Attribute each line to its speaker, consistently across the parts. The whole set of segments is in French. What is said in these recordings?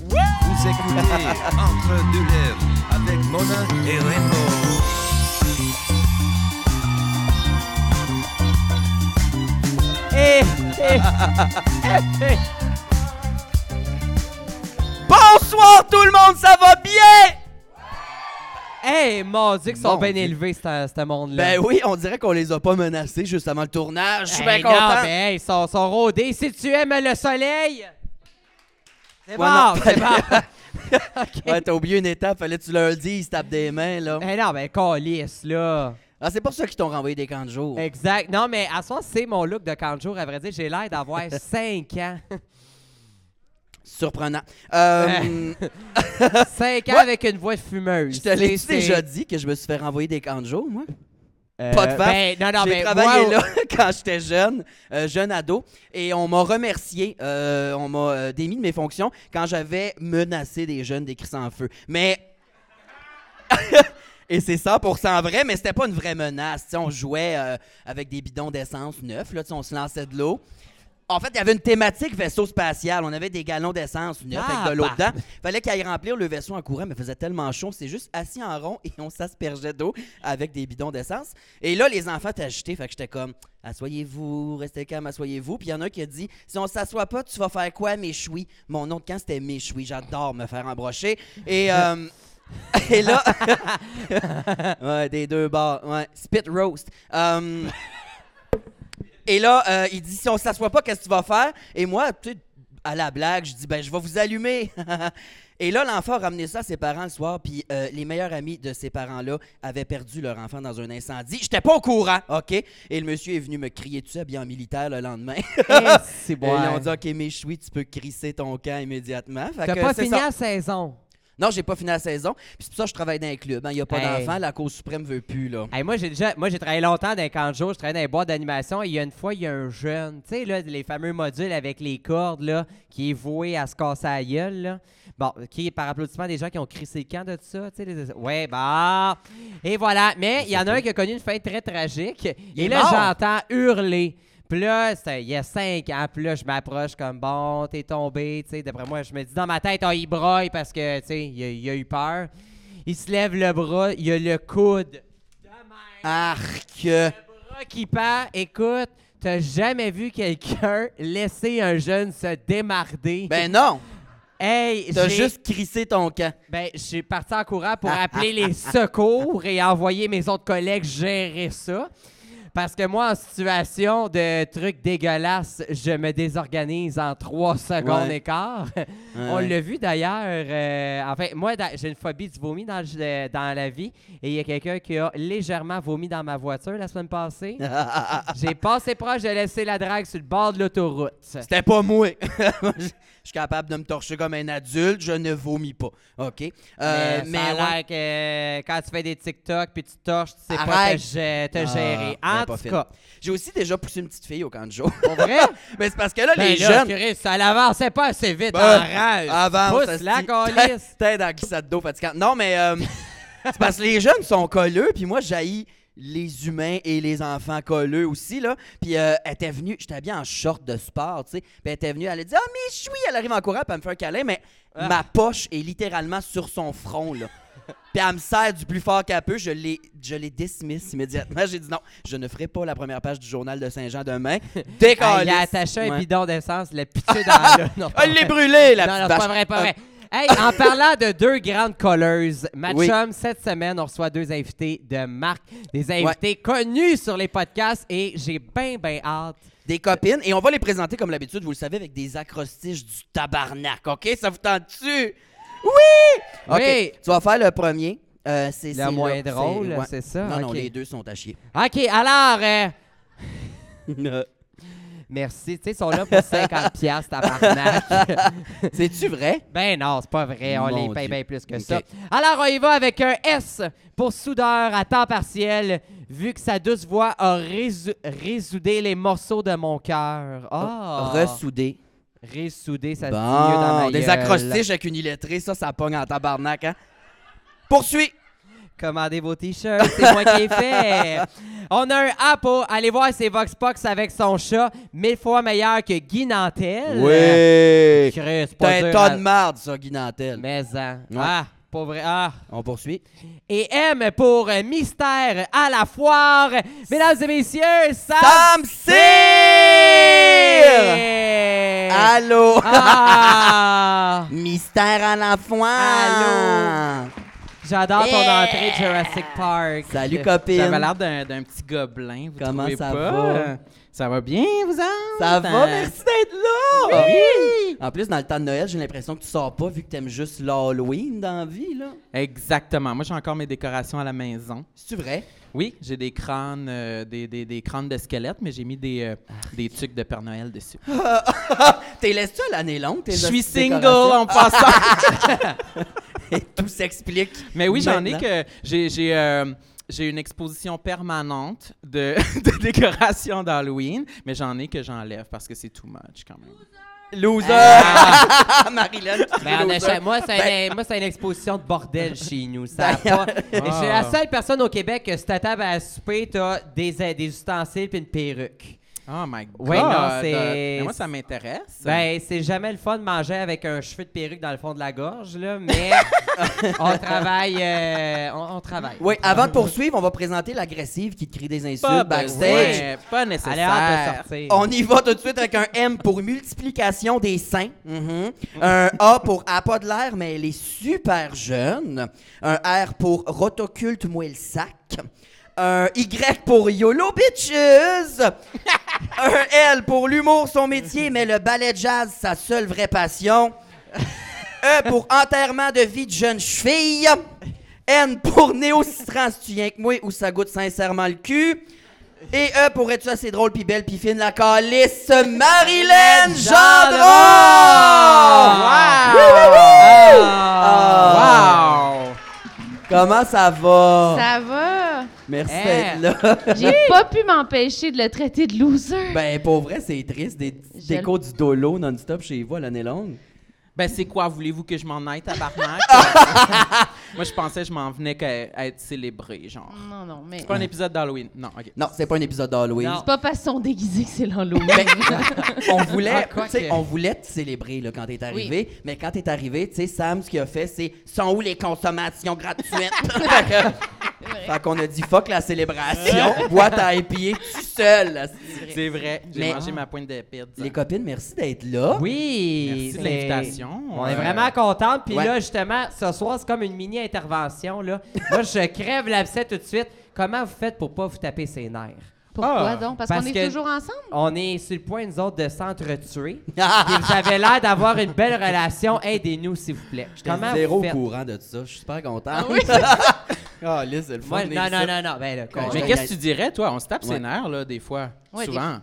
Speaker 1: Vous écoutez Entre deux lèvres avec Mona et Rainbow.
Speaker 2: Eh, eh, eh, eh. Bonsoir tout le monde, ça va bien? Hey, mon Dieu, qu'ils sont
Speaker 3: Mon
Speaker 2: bien
Speaker 3: Dieu.
Speaker 2: élevés, ce ce monde-là.
Speaker 3: Ben oui, on dirait qu'on les a pas menacés juste avant le tournage. Je suis bien
Speaker 2: Hey,
Speaker 3: content.
Speaker 2: Non, mais hey, ils sont, sont rodés. Si tu aimes le soleil, c'est
Speaker 3: Ouais,
Speaker 2: bon,
Speaker 3: non,
Speaker 2: c'est bon.
Speaker 3: Ouais, t'as oublié une étape, fallait que tu leur dises, se tapent des mains, là.
Speaker 2: Eh non, ben, calisse, là.
Speaker 3: Ah, c'est pour ça qu'ils t'ont renvoyé des camps de jour.
Speaker 2: Exact. Non, mais à ce moment, c'est mon look de camp de jour. À vrai dire, j'ai l'air d'avoir 5 ans.
Speaker 3: Surprenant. Euh,
Speaker 2: 5 ans
Speaker 3: Ouais.
Speaker 2: avec une voix fumeuse.
Speaker 3: je te l'ai
Speaker 2: C'est-
Speaker 3: déjà
Speaker 2: c'est-
Speaker 3: dit que je me suis fait renvoyer des camps de jour, moi.
Speaker 2: Euh,
Speaker 3: Pas de farce.
Speaker 2: ben, non, non,
Speaker 3: J'ai
Speaker 2: mais
Speaker 3: travaillé
Speaker 2: moi,
Speaker 3: là quand j'étais jeune, euh, jeune ado, et on m'a remercié, euh, on m'a euh, démis de mes fonctions quand j'avais menacé des jeunes des cris sans feu. Mais. Et c'est 100% vrai, mais c'était pas une vraie menace. Tu sais, on jouait euh, avec des bidons d'essence neufs, là, tu sais, on se lançait de l'eau. En fait, il y avait une thématique vaisseau spatial. On avait des galons d'essence neufs
Speaker 2: Ah,
Speaker 3: avec de l'eau
Speaker 2: bah.
Speaker 3: dedans. Fallait qu'il aille remplir le vaisseau en courant, mais faisait tellement chaud, c'est juste assis en rond et on s'aspergeait d'eau avec des bidons d'essence. Et là, les enfants étaient agités, fait que j'étais comme Assoyez-vous, restez calme, assoyez-vous. Puis il y en a un qui a dit Si on s'assoit pas, tu vas faire quoi, méchoui Mon nom de camp, c'était méchoui. J'adore me faire embrocher. Et, euh, et là, ouais, des deux bars, ouais. Spit roast. Euh, et là, euh, il dit si on s'assoit pas, qu'est-ce que tu vas faire Et moi, tu sais, à la blague, je dis ben je vais vous allumer. et là, l'enfant a ramené ça à ses parents le soir, puis euh, les meilleurs amis de ces parents-là avaient perdu leur enfant dans un incendie. J'étais pas au courant, ok Et le monsieur est venu me crier dessus, habillé en militaire le lendemain.
Speaker 2: eh, c'est
Speaker 3: Et
Speaker 2: bon.
Speaker 3: ils ont dit ok, mais choui, tu peux crisser ton camp immédiatement. Fait
Speaker 2: T'as
Speaker 3: que
Speaker 2: pas
Speaker 3: c'est
Speaker 2: fini
Speaker 3: ça.
Speaker 2: la saison.
Speaker 3: Non, j'ai pas fini la saison. Puis c'est pour ça que je travaille dans un club. hein. Il n'y a pas
Speaker 2: Hey.
Speaker 3: d'enfant. La Cour suprême veut plus, là.
Speaker 2: Hey, moi, j'ai déjà, moi, j'ai travaillé longtemps dans les camps de jour, je travaillais dans les boîtes d'animation, et il y a une fois, il y a un jeune, tu sais, là, les fameux modules avec les cordes, là, qui est voué à se casser la gueule, là. Bon, qui est par applaudissement des gens qui ont crissé le camp de tout ça, tu sais, les- ouais, bah, et voilà. Mais il y en a un qui a connu une fin très tragique,
Speaker 3: Il
Speaker 2: et
Speaker 3: est
Speaker 2: là,
Speaker 3: mort.
Speaker 2: j'entends hurler. Puis là, c'est- il y a cinq ans, puis là, je m'approche comme, bon, t'es tombé, tu sais, d'après moi, je me dis dans ma tête, oh, il broille parce que, tu sais, il, a- il a eu peur. Il se lève le bras, il a le coude. De même.
Speaker 3: Arc!
Speaker 2: Le bras qui part, écoute, t'as jamais vu quelqu'un laisser un jeune se démarder.
Speaker 3: Ben non!
Speaker 2: hey,
Speaker 3: T'as
Speaker 2: j'ai-
Speaker 3: juste crissé ton camp.
Speaker 2: Ben, je suis parti en courant pour appeler les secours et envoyer mes autres collègues gérer ça. Parce que moi, en situation de truc dégueulasse, je me désorganise en trois secondes
Speaker 3: Ouais.
Speaker 2: et quart. On
Speaker 3: ouais.
Speaker 2: l'a vu d'ailleurs. euh, enfin, moi, da- j'ai une phobie du vomi dans, le- euh, dans la vie. Et il y a quelqu'un qui a légèrement vomi dans ma voiture la semaine passée. j'ai passé proche de laisser la drague sur le bord de l'autoroute.
Speaker 3: C'était pas moi. Je je suis capable de me torcher comme un adulte, je ne vomis pas. OK? Euh,
Speaker 2: mais ça a
Speaker 3: ouais.
Speaker 2: l'air que euh, quand tu fais des TikTok puis tu te torches, tu sais pas
Speaker 3: Arrête.
Speaker 2: te, gé- te
Speaker 3: Ah,
Speaker 2: gérer.
Speaker 3: ouais,
Speaker 2: En
Speaker 3: pas
Speaker 2: tout
Speaker 3: fine.
Speaker 2: cas,
Speaker 3: J'ai aussi déjà poussé une petite fille au camp de jour.
Speaker 2: pour vrai,
Speaker 3: Mais c'est parce que là,
Speaker 2: ben
Speaker 3: les
Speaker 2: là,
Speaker 3: jeunes.
Speaker 2: Chris, ça l'avançait pas assez vite
Speaker 3: Ben,
Speaker 2: en rage.
Speaker 3: Avance.
Speaker 2: Pousse la
Speaker 3: asti.
Speaker 2: calisse.
Speaker 3: T'es dans la glissade d'eau fatigante. Non, mais euh, c'est parce que les jeunes sont colleux, puis moi, j'haïs les humains et les enfants colleux aussi, là. Puis euh, elle était venue, j'étais habillé en short de sport, tu sais. Puis elle était venue, elle a dit « Ah, mais choui! » Elle arrive en courant, puis elle me fait un câlin, mais
Speaker 2: Ah.
Speaker 3: ma poche est littéralement sur son front, là. Puis elle me sert du plus fort qu'elle peut. Je l'ai, je l'ai dismiss immédiatement. J'ai dit non, je ne ferai pas la première page du journal de Saint-Jean demain.
Speaker 2: Ah,
Speaker 3: Décalé.
Speaker 2: il a attaché un
Speaker 3: Ouais.
Speaker 2: bidon d'essence, l'a pitché dans le. Non,
Speaker 3: Elle l'est brûlée, la
Speaker 2: non,
Speaker 3: petite
Speaker 2: non, c'est
Speaker 3: vache.
Speaker 2: pas vrai, pas
Speaker 3: Euh,
Speaker 2: vrai. Hey, en parlant de deux grandes colleuses,
Speaker 3: Oui.
Speaker 2: Matchum, cette semaine, on reçoit deux invités de marque, des invités connus sur les podcasts et j'ai bien, bien hâte.
Speaker 3: des copines et on va les présenter comme l'habitude, vous le savez, avec des acrostiches du tabarnak, OK? Ça vous tente-tu? Oui! OK,
Speaker 2: Oui.
Speaker 3: tu vas faire le premier. Euh, c'est
Speaker 2: Le
Speaker 3: c'est
Speaker 2: moins
Speaker 3: là,
Speaker 2: drôle,
Speaker 3: ouais.
Speaker 2: c'est ça,
Speaker 3: Non, non,
Speaker 2: OK.
Speaker 3: les deux sont à chier.
Speaker 2: OK, alors, euh,
Speaker 3: C'est-tu
Speaker 2: merci. Tu sais, ils sont là pour 50$, piastres, tabarnak.
Speaker 3: vrai?
Speaker 2: Ben non, c'est pas vrai. On
Speaker 3: Mon
Speaker 2: les paye
Speaker 3: Dieu.
Speaker 2: bien plus que
Speaker 3: Ok.
Speaker 2: ça. Alors, on y va avec un S pour soudeur à temps partiel, vu que sa douce voix a résu- résoudé les morceaux de mon cœur. Ah!
Speaker 3: Ressoudé.
Speaker 2: Ressoudé, ça se dit mieux dans ma
Speaker 3: Oh, Bon, des
Speaker 2: gueule.
Speaker 3: acrostiches avec une illettrée, ça, ça pogne en tabarnak, hein? Poursuis!
Speaker 2: Commandez vos t-shirts, c'est moi qui ai fait. On a un Apo. Allez voir ses Vox Pox avec son chat. Mille fois meilleur que Guy Nantel.
Speaker 3: Oui!
Speaker 2: Chris, pas
Speaker 3: T'as un
Speaker 2: dur
Speaker 3: tas
Speaker 2: à-
Speaker 3: de marde, ça, Guy Nantel.
Speaker 2: Mais hein.
Speaker 3: Ouais.
Speaker 2: Ah, pas vrai. Ah.
Speaker 3: On poursuit.
Speaker 2: Et M pour euh, Mystère à la foire. Mesdames et messieurs, ça.
Speaker 3: Sam Cyr! Allô?
Speaker 2: Ah!
Speaker 3: Mystère à la fois!
Speaker 2: Allô? J'adore ton
Speaker 3: Yeah!
Speaker 2: entrée de Jurassic Park.
Speaker 3: Salut, copine!
Speaker 4: J'avais l'air d'un, d'un petit gobelin. Vous
Speaker 3: Comment
Speaker 4: trouvez
Speaker 3: ça
Speaker 4: pas?
Speaker 3: va?
Speaker 4: Ça va bien, vous autres?
Speaker 3: Ça va,
Speaker 4: Euh,
Speaker 3: merci d'être là!
Speaker 4: Oui!
Speaker 3: En plus, dans le temps de Noël, j'ai l'impression que tu sors pas vu que t'aimes juste l'Halloween dans la vie, là.
Speaker 4: Exactement. Moi, j'ai encore mes décorations à la maison.
Speaker 3: C'est vrai?
Speaker 4: Oui, j'ai des crânes, euh, des, des, des crânes de squelettes, mais j'ai mis des, euh, des trucs de Père Noël dessus.
Speaker 3: T'es laissé à l'année longue, tes
Speaker 4: Je suis
Speaker 3: hosties
Speaker 4: single
Speaker 3: décorations?
Speaker 4: en passant.
Speaker 3: Et tout s'explique.
Speaker 4: mais oui, j'en ai
Speaker 3: Maintenant.
Speaker 4: que j'ai j'ai euh, j'ai une exposition permanente de, de décorations d'Halloween, mais j'en ai que j'enlève parce que c'est too much quand même.
Speaker 2: Ah!
Speaker 3: Loser! Ah, Marilyn, tu
Speaker 2: Ben, en
Speaker 3: loser.
Speaker 2: échec- moi, c'est
Speaker 3: Ben,
Speaker 2: un- moi, c'est une exposition de bordel chez nous. Ça a
Speaker 3: D'ailleurs-
Speaker 2: pas- Je suis
Speaker 4: Ah.
Speaker 2: la seule personne au Québec que si ta table à souper, t'as des, euh, des ustensiles puis une perruque.
Speaker 4: Oh my god!
Speaker 2: Ouais, non, c'est-
Speaker 4: Mais moi, ça m'intéresse.
Speaker 2: Ben, c'est jamais le fun de manger avec un cheveu de perruque dans le fond de la gorge, là, mais on travaille. euh, on, on travaille.
Speaker 3: Oui, avant de poursuivre, on va présenter l'agressive qui te crie des
Speaker 4: pas
Speaker 3: insultes backstage.
Speaker 4: backstage, pas nécessaire.
Speaker 2: Allez, hâte de sortir.
Speaker 3: On y va tout de suite avec un M pour multiplication des seins.
Speaker 2: Mm-hmm.
Speaker 3: Mhm. Un A pour A pas de l'air, mais elle est super jeune. Un R pour rotoculte mouille le sac. Un Y pour YOLO bitches. un L pour l'humour, son métier, mais le ballet jazz, sa seule vraie passion. E pour enterrement de vie de jeune cheville. N pour néo si tu viens que moi ou ça goûte sincèrement le cul. Et E pour être assez drôle puis belle puis fine la calice Marilyn
Speaker 4: Oh,
Speaker 3: Gendron.
Speaker 2: Wow!
Speaker 3: Wouhou! Oh, Ah.
Speaker 4: Wow!
Speaker 3: Comment ça va
Speaker 5: Ça va?
Speaker 3: Merci
Speaker 2: Eh.
Speaker 3: d'être là.
Speaker 5: J'ai pas pu m'empêcher de le traiter de loser.
Speaker 3: ben pour vrai, c'est triste des petites
Speaker 5: Je le-
Speaker 3: décos du dolo non-stop chez vous à l'année longue.
Speaker 4: Ben, c'est quoi? Voulez-vous que je m'en aille, tabarnak? Moi, je pensais que je m'en venais qu'à à être célébré, genre.
Speaker 5: non, non, mais.
Speaker 4: C'est pas un épisode d'Halloween. Non, OK.
Speaker 3: Non, c'est pas un épisode d'Halloween.
Speaker 2: Non.
Speaker 5: C'est pas parce qu'ils sont déguisés que c'est l'Halloween.
Speaker 3: Ben, on voulait,
Speaker 2: Ah, quoi
Speaker 3: tu sais,
Speaker 2: que-
Speaker 3: on voulait te célébrer là, quand t'es arrivé, mais quand t'es arrivé, tu sais, Sam, ce qu'il a fait, c'est sont où les consommations gratuites Fait que- Fait qu'on a dit fuck la célébration, bois ta IPA tout seul. là.
Speaker 4: C'est vrai. J'ai
Speaker 3: Mais- ah.
Speaker 4: mangé ma pointe de pizza.
Speaker 3: Les copines, merci d'être là.
Speaker 2: Oui!
Speaker 4: Merci de
Speaker 2: c'est-
Speaker 4: l'invitation.
Speaker 2: On est
Speaker 4: Euh,
Speaker 2: vraiment contentes. Puis
Speaker 3: ouais.
Speaker 2: là, justement, ce soir, c'est comme une mini-intervention. là. Moi, je crève l'abcès tout de suite. Comment vous faites pour pas vous taper ses nerfs?
Speaker 5: Pourquoi
Speaker 4: Ah,
Speaker 5: donc? Parce,
Speaker 2: parce
Speaker 5: qu'on est
Speaker 2: que-
Speaker 5: toujours ensemble?
Speaker 2: On est sur le point, nous autres, de s'entretuer. Et vous avez l'air d'avoir une belle relation. Aidez-nous, s'il vous plaît.
Speaker 3: J'étais zéro au courant de tout ça, je suis super content. Ah oui. là, c'est le
Speaker 2: Moi,
Speaker 3: fun. on est
Speaker 2: non, non,
Speaker 3: ici.
Speaker 2: non, non. Ben, là, con-
Speaker 4: Mais
Speaker 3: Ouais.
Speaker 4: qu'est-ce que tu dirais, toi? On se tape
Speaker 3: Ouais.
Speaker 4: ses nerfs, là, des fois.
Speaker 5: Ouais, des-
Speaker 4: Souvent.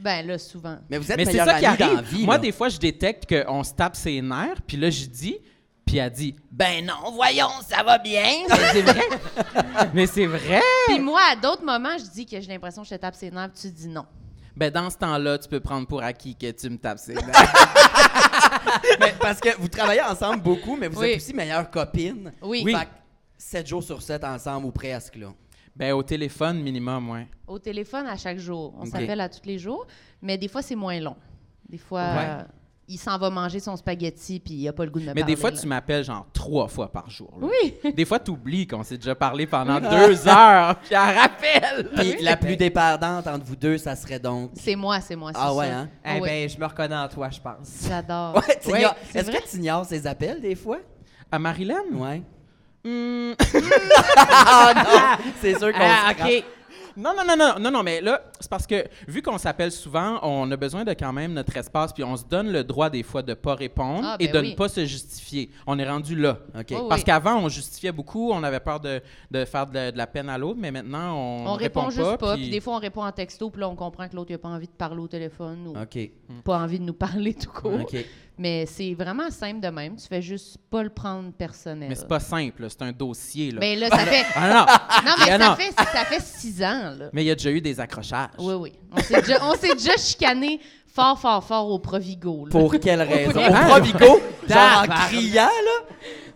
Speaker 5: Ben là, souvent.
Speaker 3: Mais vous êtes
Speaker 4: Mais c'est
Speaker 3: meilleurs
Speaker 4: ça qui
Speaker 3: amis dans
Speaker 4: arrive.
Speaker 3: la vie.
Speaker 4: Moi,
Speaker 3: là.
Speaker 4: des fois, je détecte qu'on se tape ses nerfs, puis là, je dis, puis elle dit, ben non, voyons, ça va bien. Mais c'est vrai. Mais c'est vrai.
Speaker 5: Puis moi, à d'autres moments, je dis que j'ai l'impression que je te tape ses nerfs, puis tu dis non.
Speaker 4: Ben, dans ce temps-là, tu peux prendre pour acquis que tu me tapes ses nerfs.
Speaker 3: Mais parce que vous travaillez ensemble beaucoup, mais vous
Speaker 5: Oui.
Speaker 3: êtes aussi meilleures copines.
Speaker 5: Oui.
Speaker 3: Fait 7 jours sur 7 ensemble ou presque là.
Speaker 4: Ben, au téléphone, minimum, ouais.
Speaker 5: Au téléphone à chaque jour. On
Speaker 3: Ok.
Speaker 5: s'appelle à tous les jours, mais des fois, c'est moins long. Des fois,
Speaker 2: Ouais.
Speaker 5: euh, il s'en va manger son spaghetti, puis il a pas le goût de me
Speaker 4: Mais
Speaker 5: parler.
Speaker 4: des fois,
Speaker 5: là.
Speaker 4: tu m'appelles genre trois fois par jour. là.
Speaker 5: Oui.
Speaker 4: Des fois, tu oublies qu'on s'est déjà parlé pendant deux heures, puis elle rappelle.
Speaker 3: Puis la plus dépendante entre vous deux, ça serait donc.
Speaker 5: C'est moi, c'est moi, c'est
Speaker 3: Ah ouais,
Speaker 5: sûr.
Speaker 3: hein?
Speaker 2: Eh
Speaker 3: ben.
Speaker 5: Ah oui.
Speaker 2: ben, je me reconnais en toi, je pense.
Speaker 5: J'adore.
Speaker 3: Ouais, t'ignores-
Speaker 5: Ah. c'est
Speaker 3: Est-ce
Speaker 5: vrai?
Speaker 3: que tu ignores ses appels des fois?
Speaker 4: À Marilyn?
Speaker 3: Ouais.
Speaker 4: Hmm.
Speaker 3: ah non! C'est sûr qu'on
Speaker 2: Ah,
Speaker 3: se crache.
Speaker 2: OK.
Speaker 4: Non, non, non, non, non, non, mais là, c'est parce que vu qu'on s'appelle souvent, on a besoin de quand même notre espace, puis on se donne le droit des fois de pas répondre
Speaker 5: Ah,
Speaker 4: et
Speaker 5: ben
Speaker 4: de
Speaker 5: oui.
Speaker 4: ne pas se justifier. On est rendu là.
Speaker 3: OK.
Speaker 5: Oh, oui.
Speaker 4: Parce qu'avant, on justifiait beaucoup, on avait peur de, de faire de, de la peine à l'autre, mais maintenant, on,
Speaker 5: On répond, juste pas, puis
Speaker 4: puis-
Speaker 5: des fois on répond en texto, puis là on comprend que l'autre n'a pas envie de parler au téléphone ou
Speaker 3: OK.
Speaker 5: pas envie de nous parler tout court.
Speaker 3: OK.
Speaker 5: Mais c'est vraiment simple de même. Tu fais juste pas le prendre personnel.
Speaker 4: Mais c'est pas simple, là, c'est un dossier. Là.
Speaker 5: euh, Mais là, ça fait.
Speaker 4: Ah non, non.
Speaker 5: Non, mais
Speaker 4: Ah,
Speaker 5: ça
Speaker 4: non.
Speaker 5: fait, ça fait six ans, là.
Speaker 4: Mais il y a déjà eu des accrochages.
Speaker 5: Oui, oui. On s'est déjà, on s'est déjà chicané fort, fort, fort au Provigo. là.
Speaker 3: Pour quelle raison? Au
Speaker 4: Ah.
Speaker 3: Provigo, genre en
Speaker 2: Tabarnak.
Speaker 3: criant, là?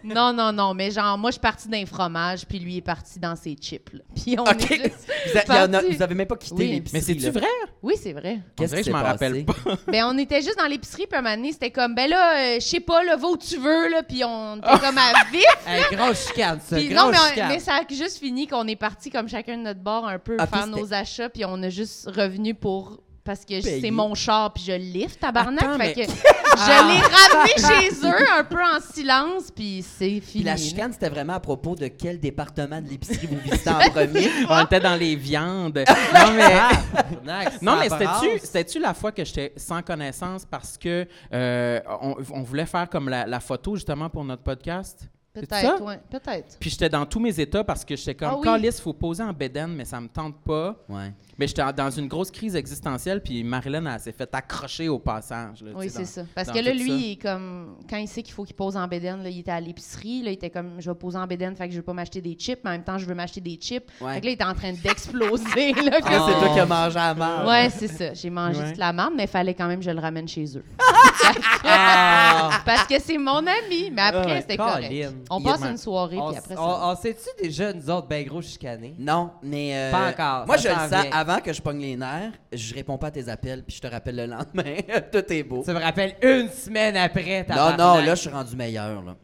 Speaker 5: Non, non, non, mais genre, moi, je suis partie d'un fromage, puis lui est parti dans ses chips. là. Puis on
Speaker 3: OK.
Speaker 5: est juste
Speaker 3: Vous, a- il y en a-
Speaker 5: parti.
Speaker 3: vous avez même pas quitté
Speaker 5: Oui.
Speaker 3: l'épicerie.
Speaker 4: Mais c'est-tu
Speaker 3: là.
Speaker 4: vrai?
Speaker 5: Oui, c'est vrai.
Speaker 4: On dirait
Speaker 3: qui
Speaker 4: que je m'en
Speaker 3: s'est
Speaker 4: rappelle pas.
Speaker 3: passé?
Speaker 5: Ben, on était juste dans l'épicerie, puis un moment donné, c'était comme, ben là, euh, je sais pas, là, va où tu veux, là, puis on était comme à vif.
Speaker 2: Hey, Eh, grosse chicane, ça.
Speaker 5: Puis
Speaker 2: grosse
Speaker 5: non, mais, on-
Speaker 2: chicane.
Speaker 5: mais ça a juste fini qu'on est parti comme chacun de notre bord un peu
Speaker 3: Ah,
Speaker 5: faire
Speaker 3: puis
Speaker 5: nos achats, puis on a juste revenu pour. Parce que
Speaker 3: Payer.
Speaker 5: c'est mon char, puis je livre, tabarnak.
Speaker 4: Attends,
Speaker 5: fait
Speaker 4: mais-
Speaker 5: que je l'ai ramené chez eux un peu en silence, puis c'est
Speaker 3: Puis
Speaker 5: fini.
Speaker 3: la
Speaker 5: là.
Speaker 3: chicane, c'était vraiment à propos de quel département de l'épicerie vous visitez en premier.
Speaker 4: On était dans les viandes. Non, mais.
Speaker 5: Ah,
Speaker 2: Tabarnak,
Speaker 4: Non,
Speaker 2: ça
Speaker 4: mais
Speaker 2: brasse.
Speaker 4: c'était-tu, c'était-tu la fois que j'étais sans connaissance parce que euh, on, on voulait faire comme la, la photo justement pour notre podcast? C'est ça?
Speaker 5: Peut-être, ouais, peut-être.
Speaker 4: Puis j'étais dans tous mes états parce que j'étais comme,
Speaker 5: Ah oui.
Speaker 4: Calice, faut poser en bédaine, mais ça me tente pas.
Speaker 3: Ouais.
Speaker 4: Mais j'étais en- dans une grosse crise existentielle, puis Marilyn, elle s'est fait accrocher au passage. là, tu
Speaker 5: Oui,
Speaker 4: sais,
Speaker 5: c'est
Speaker 4: dans-
Speaker 5: ça. Parce
Speaker 4: dans
Speaker 5: que là,
Speaker 4: tout
Speaker 5: lui,
Speaker 4: ça.
Speaker 5: il est comme, quand il sait qu'il faut qu'il pose en bédaine, là, il était à l'épicerie, là, il était comme, je vais poser en bédaine, fait que je veux pas m'acheter des chips, mais en même temps, je veux m'acheter des chips.
Speaker 3: Ouais.
Speaker 5: Fait que là, il était en train d'exploser. là,
Speaker 3: Ah,
Speaker 5: comme-
Speaker 3: c'est toi qui as mangé à mort.
Speaker 5: Ouais, c'est ça. J'ai mangé
Speaker 4: Ouais.
Speaker 5: de la marde, mais fallait quand même que je le ramène chez eux.
Speaker 2: Ah,
Speaker 4: Ah.
Speaker 5: Parce que c'est mon ami. Mais après,
Speaker 2: Ouais,
Speaker 5: c'était correct.
Speaker 2: Colin.
Speaker 5: On
Speaker 4: Il-
Speaker 5: passe
Speaker 4: ouais.
Speaker 5: une soirée,
Speaker 2: On,
Speaker 5: puis après ça.
Speaker 2: on- on sait-tu déjà, nous autres, ben gros chicanés?
Speaker 3: Non, mais. euh,
Speaker 2: Pas encore,
Speaker 3: Moi,
Speaker 2: ça
Speaker 3: je le
Speaker 2: s'en
Speaker 3: sens.
Speaker 2: vient.
Speaker 3: Avant que je pogne les nerfs, je réponds pas à tes appels, puis je te rappelle le lendemain. Tout est beau.
Speaker 2: Tu me rappelles une semaine après, ta
Speaker 3: Non, non, là, je suis rendu meilleur. Là.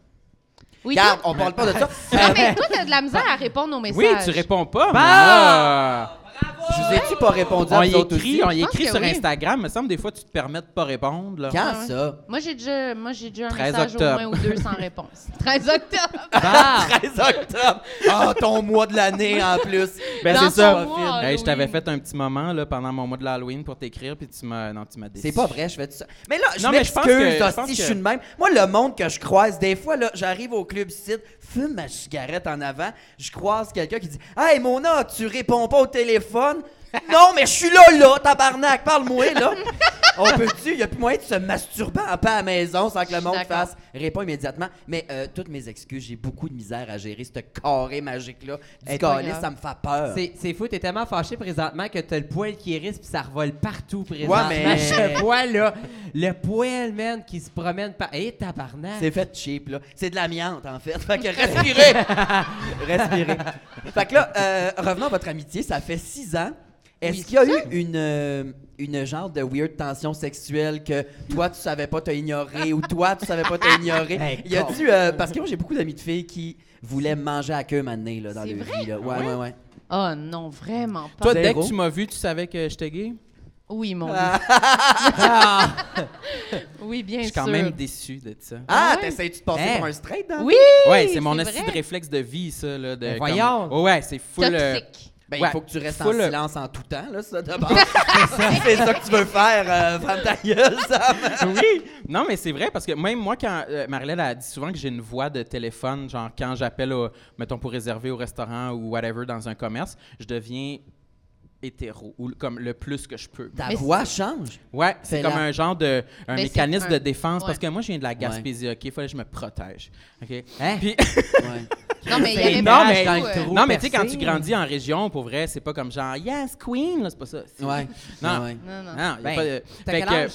Speaker 5: Oui,
Speaker 3: Regarde,
Speaker 5: toi,
Speaker 3: on parle pas de ça. Euh,
Speaker 5: non, mais toi, t'as de la misère à répondre aux messages.
Speaker 4: Oui, tu réponds pas.
Speaker 2: Bah!
Speaker 4: moi.
Speaker 3: Je vous ai-tu pas répondu
Speaker 4: On
Speaker 3: à
Speaker 4: y
Speaker 3: vous autres aussi?
Speaker 4: écrit, on y
Speaker 5: Je pense
Speaker 4: écrit
Speaker 5: que
Speaker 4: sur
Speaker 5: oui.
Speaker 4: Instagram. me semble des fois, tu te permets de pas répondre. là.
Speaker 3: Quand ça?
Speaker 5: Moi, j'ai déjà, moi, j'ai déjà un
Speaker 4: 13
Speaker 5: message
Speaker 4: octobre.
Speaker 5: au moins ou deux sans réponse. 13 octobre.
Speaker 2: Bah!
Speaker 3: 13 octobre! Ah, ton mois de l'année en plus!
Speaker 4: Ben,
Speaker 5: Dans
Speaker 4: c'est
Speaker 5: son
Speaker 4: ça.
Speaker 5: mois,
Speaker 4: Hey, je t'avais
Speaker 5: Halloween.
Speaker 4: fait un petit moment là, pendant mon mois de l'Halloween pour t'écrire, puis tu m'as. Non, tu m'as déçu.
Speaker 3: C'est pas vrai, je fais tout ça. Mais là, je
Speaker 4: Non, mais je pense
Speaker 3: m'excuse,
Speaker 4: que- je
Speaker 3: hostie,
Speaker 4: pense
Speaker 3: je,
Speaker 4: que-
Speaker 3: suis de même. Moi, le monde que je croise, des fois, là, j'arrive au club site, fume ma cigarette en avant, je croise quelqu'un qui dit « Hey, Mona, tu réponds pas au téléphone? »« Non, mais je suis là, là, tabarnak, parle-moi, là! » On peut-tu? Il n'y a plus moyen de se masturber en paix à la maison sans que le
Speaker 5: suis
Speaker 3: monde
Speaker 5: d'accord.
Speaker 3: fasse « Réponds immédiatement. » Mais euh, toutes mes excuses, j'ai beaucoup de misère à gérer ce carré magique-là. Du
Speaker 2: pas
Speaker 3: calice,
Speaker 2: grave.
Speaker 3: ça me fait peur.
Speaker 2: C'est c'est fou, t'es tellement fâché présentement que t'as le poil qui hérisse puis ça revole partout présentement.
Speaker 3: Ouais, mais-
Speaker 2: Je vois, là, le poil, man, qui se promène par... Hé, tabarnak!
Speaker 3: C'est fait cheap, là. C'est de l'amiante, en fait. Fait que respirez! respirez. Fait que là, euh, revenons à votre amitié. Ça fait six ans. Est-ce
Speaker 5: Oui,
Speaker 3: qu'il y a eu une, euh, une genre de weird tension sexuelle que toi, tu savais pas, t'as ignoré, ou toi, tu savais pas, t'as ignoré?
Speaker 2: Hey,
Speaker 3: Il y a dû... euh, parce que moi, j'ai beaucoup d'amis de filles qui voulaient me manger à queue maintenant, là, dans
Speaker 5: C'est
Speaker 3: le
Speaker 5: vrai?
Speaker 3: vie. Là. Ouais, ouais, ouais.
Speaker 5: Oh non, vraiment pas.
Speaker 4: Toi, dès
Speaker 3: Zéro.
Speaker 4: que tu m'as vu, tu savais que j'étais gay.
Speaker 5: Oui, mon Dieu. Oui, bien
Speaker 4: Je suis
Speaker 5: sûr.
Speaker 4: quand même déçu de ça.
Speaker 3: Ah,
Speaker 5: ouais?
Speaker 3: t'essayes-tu de passer
Speaker 2: Hein?
Speaker 3: pour un straight, dans
Speaker 5: Oui!
Speaker 4: ouais, c'est mon
Speaker 5: vrai.
Speaker 4: assis de réflexe de vie, ça. Là, de,
Speaker 2: Mais voyons.
Speaker 4: Ouais, ouais, c'est full. euh,
Speaker 5: Toxique.
Speaker 3: Ben,
Speaker 4: Ouais,
Speaker 3: il faut que tu restes en
Speaker 4: full, euh,
Speaker 3: silence en tout temps, là, ça, d'abord. Si c'est ça que tu veux faire, euh, ferme ta gueule, Sam.
Speaker 4: oui. Non, mais c'est vrai parce que même moi, quand euh, Marilyn a dit souvent que j'ai une voix de téléphone, genre quand j'appelle, au- mettons, pour réserver au restaurant ou whatever dans un commerce, je deviens hétéro ou comme le plus que je peux.
Speaker 3: Ta
Speaker 5: Mais
Speaker 3: voix change.
Speaker 4: Ouais, c'est
Speaker 3: Fais-la.
Speaker 4: comme un genre de un
Speaker 5: Mais c'est
Speaker 4: mécanisme
Speaker 5: un-
Speaker 4: de défense parce que
Speaker 5: ouais.
Speaker 4: moi je viens de la Gaspésie, OK, il fallait que je me protège. OK.
Speaker 2: Hein?
Speaker 4: Puis
Speaker 3: Ouais.
Speaker 5: Non, mais il y
Speaker 2: C'est
Speaker 5: avait
Speaker 4: énorme,
Speaker 5: pas
Speaker 4: mais-
Speaker 5: beaucoup, euh,
Speaker 2: dans le trou.
Speaker 4: non, mais tu sais quand
Speaker 2: percé.
Speaker 4: tu grandis en région pour vrai, c'est pas comme genre yes queen, là, c'est pas ça. C'est-
Speaker 3: Ouais. Ah
Speaker 4: Non.
Speaker 3: Ouais.
Speaker 5: Non, non.
Speaker 4: Non, y a
Speaker 2: Ben,
Speaker 4: pas de-
Speaker 2: t'as
Speaker 4: fait
Speaker 2: quel
Speaker 4: que,
Speaker 2: âge?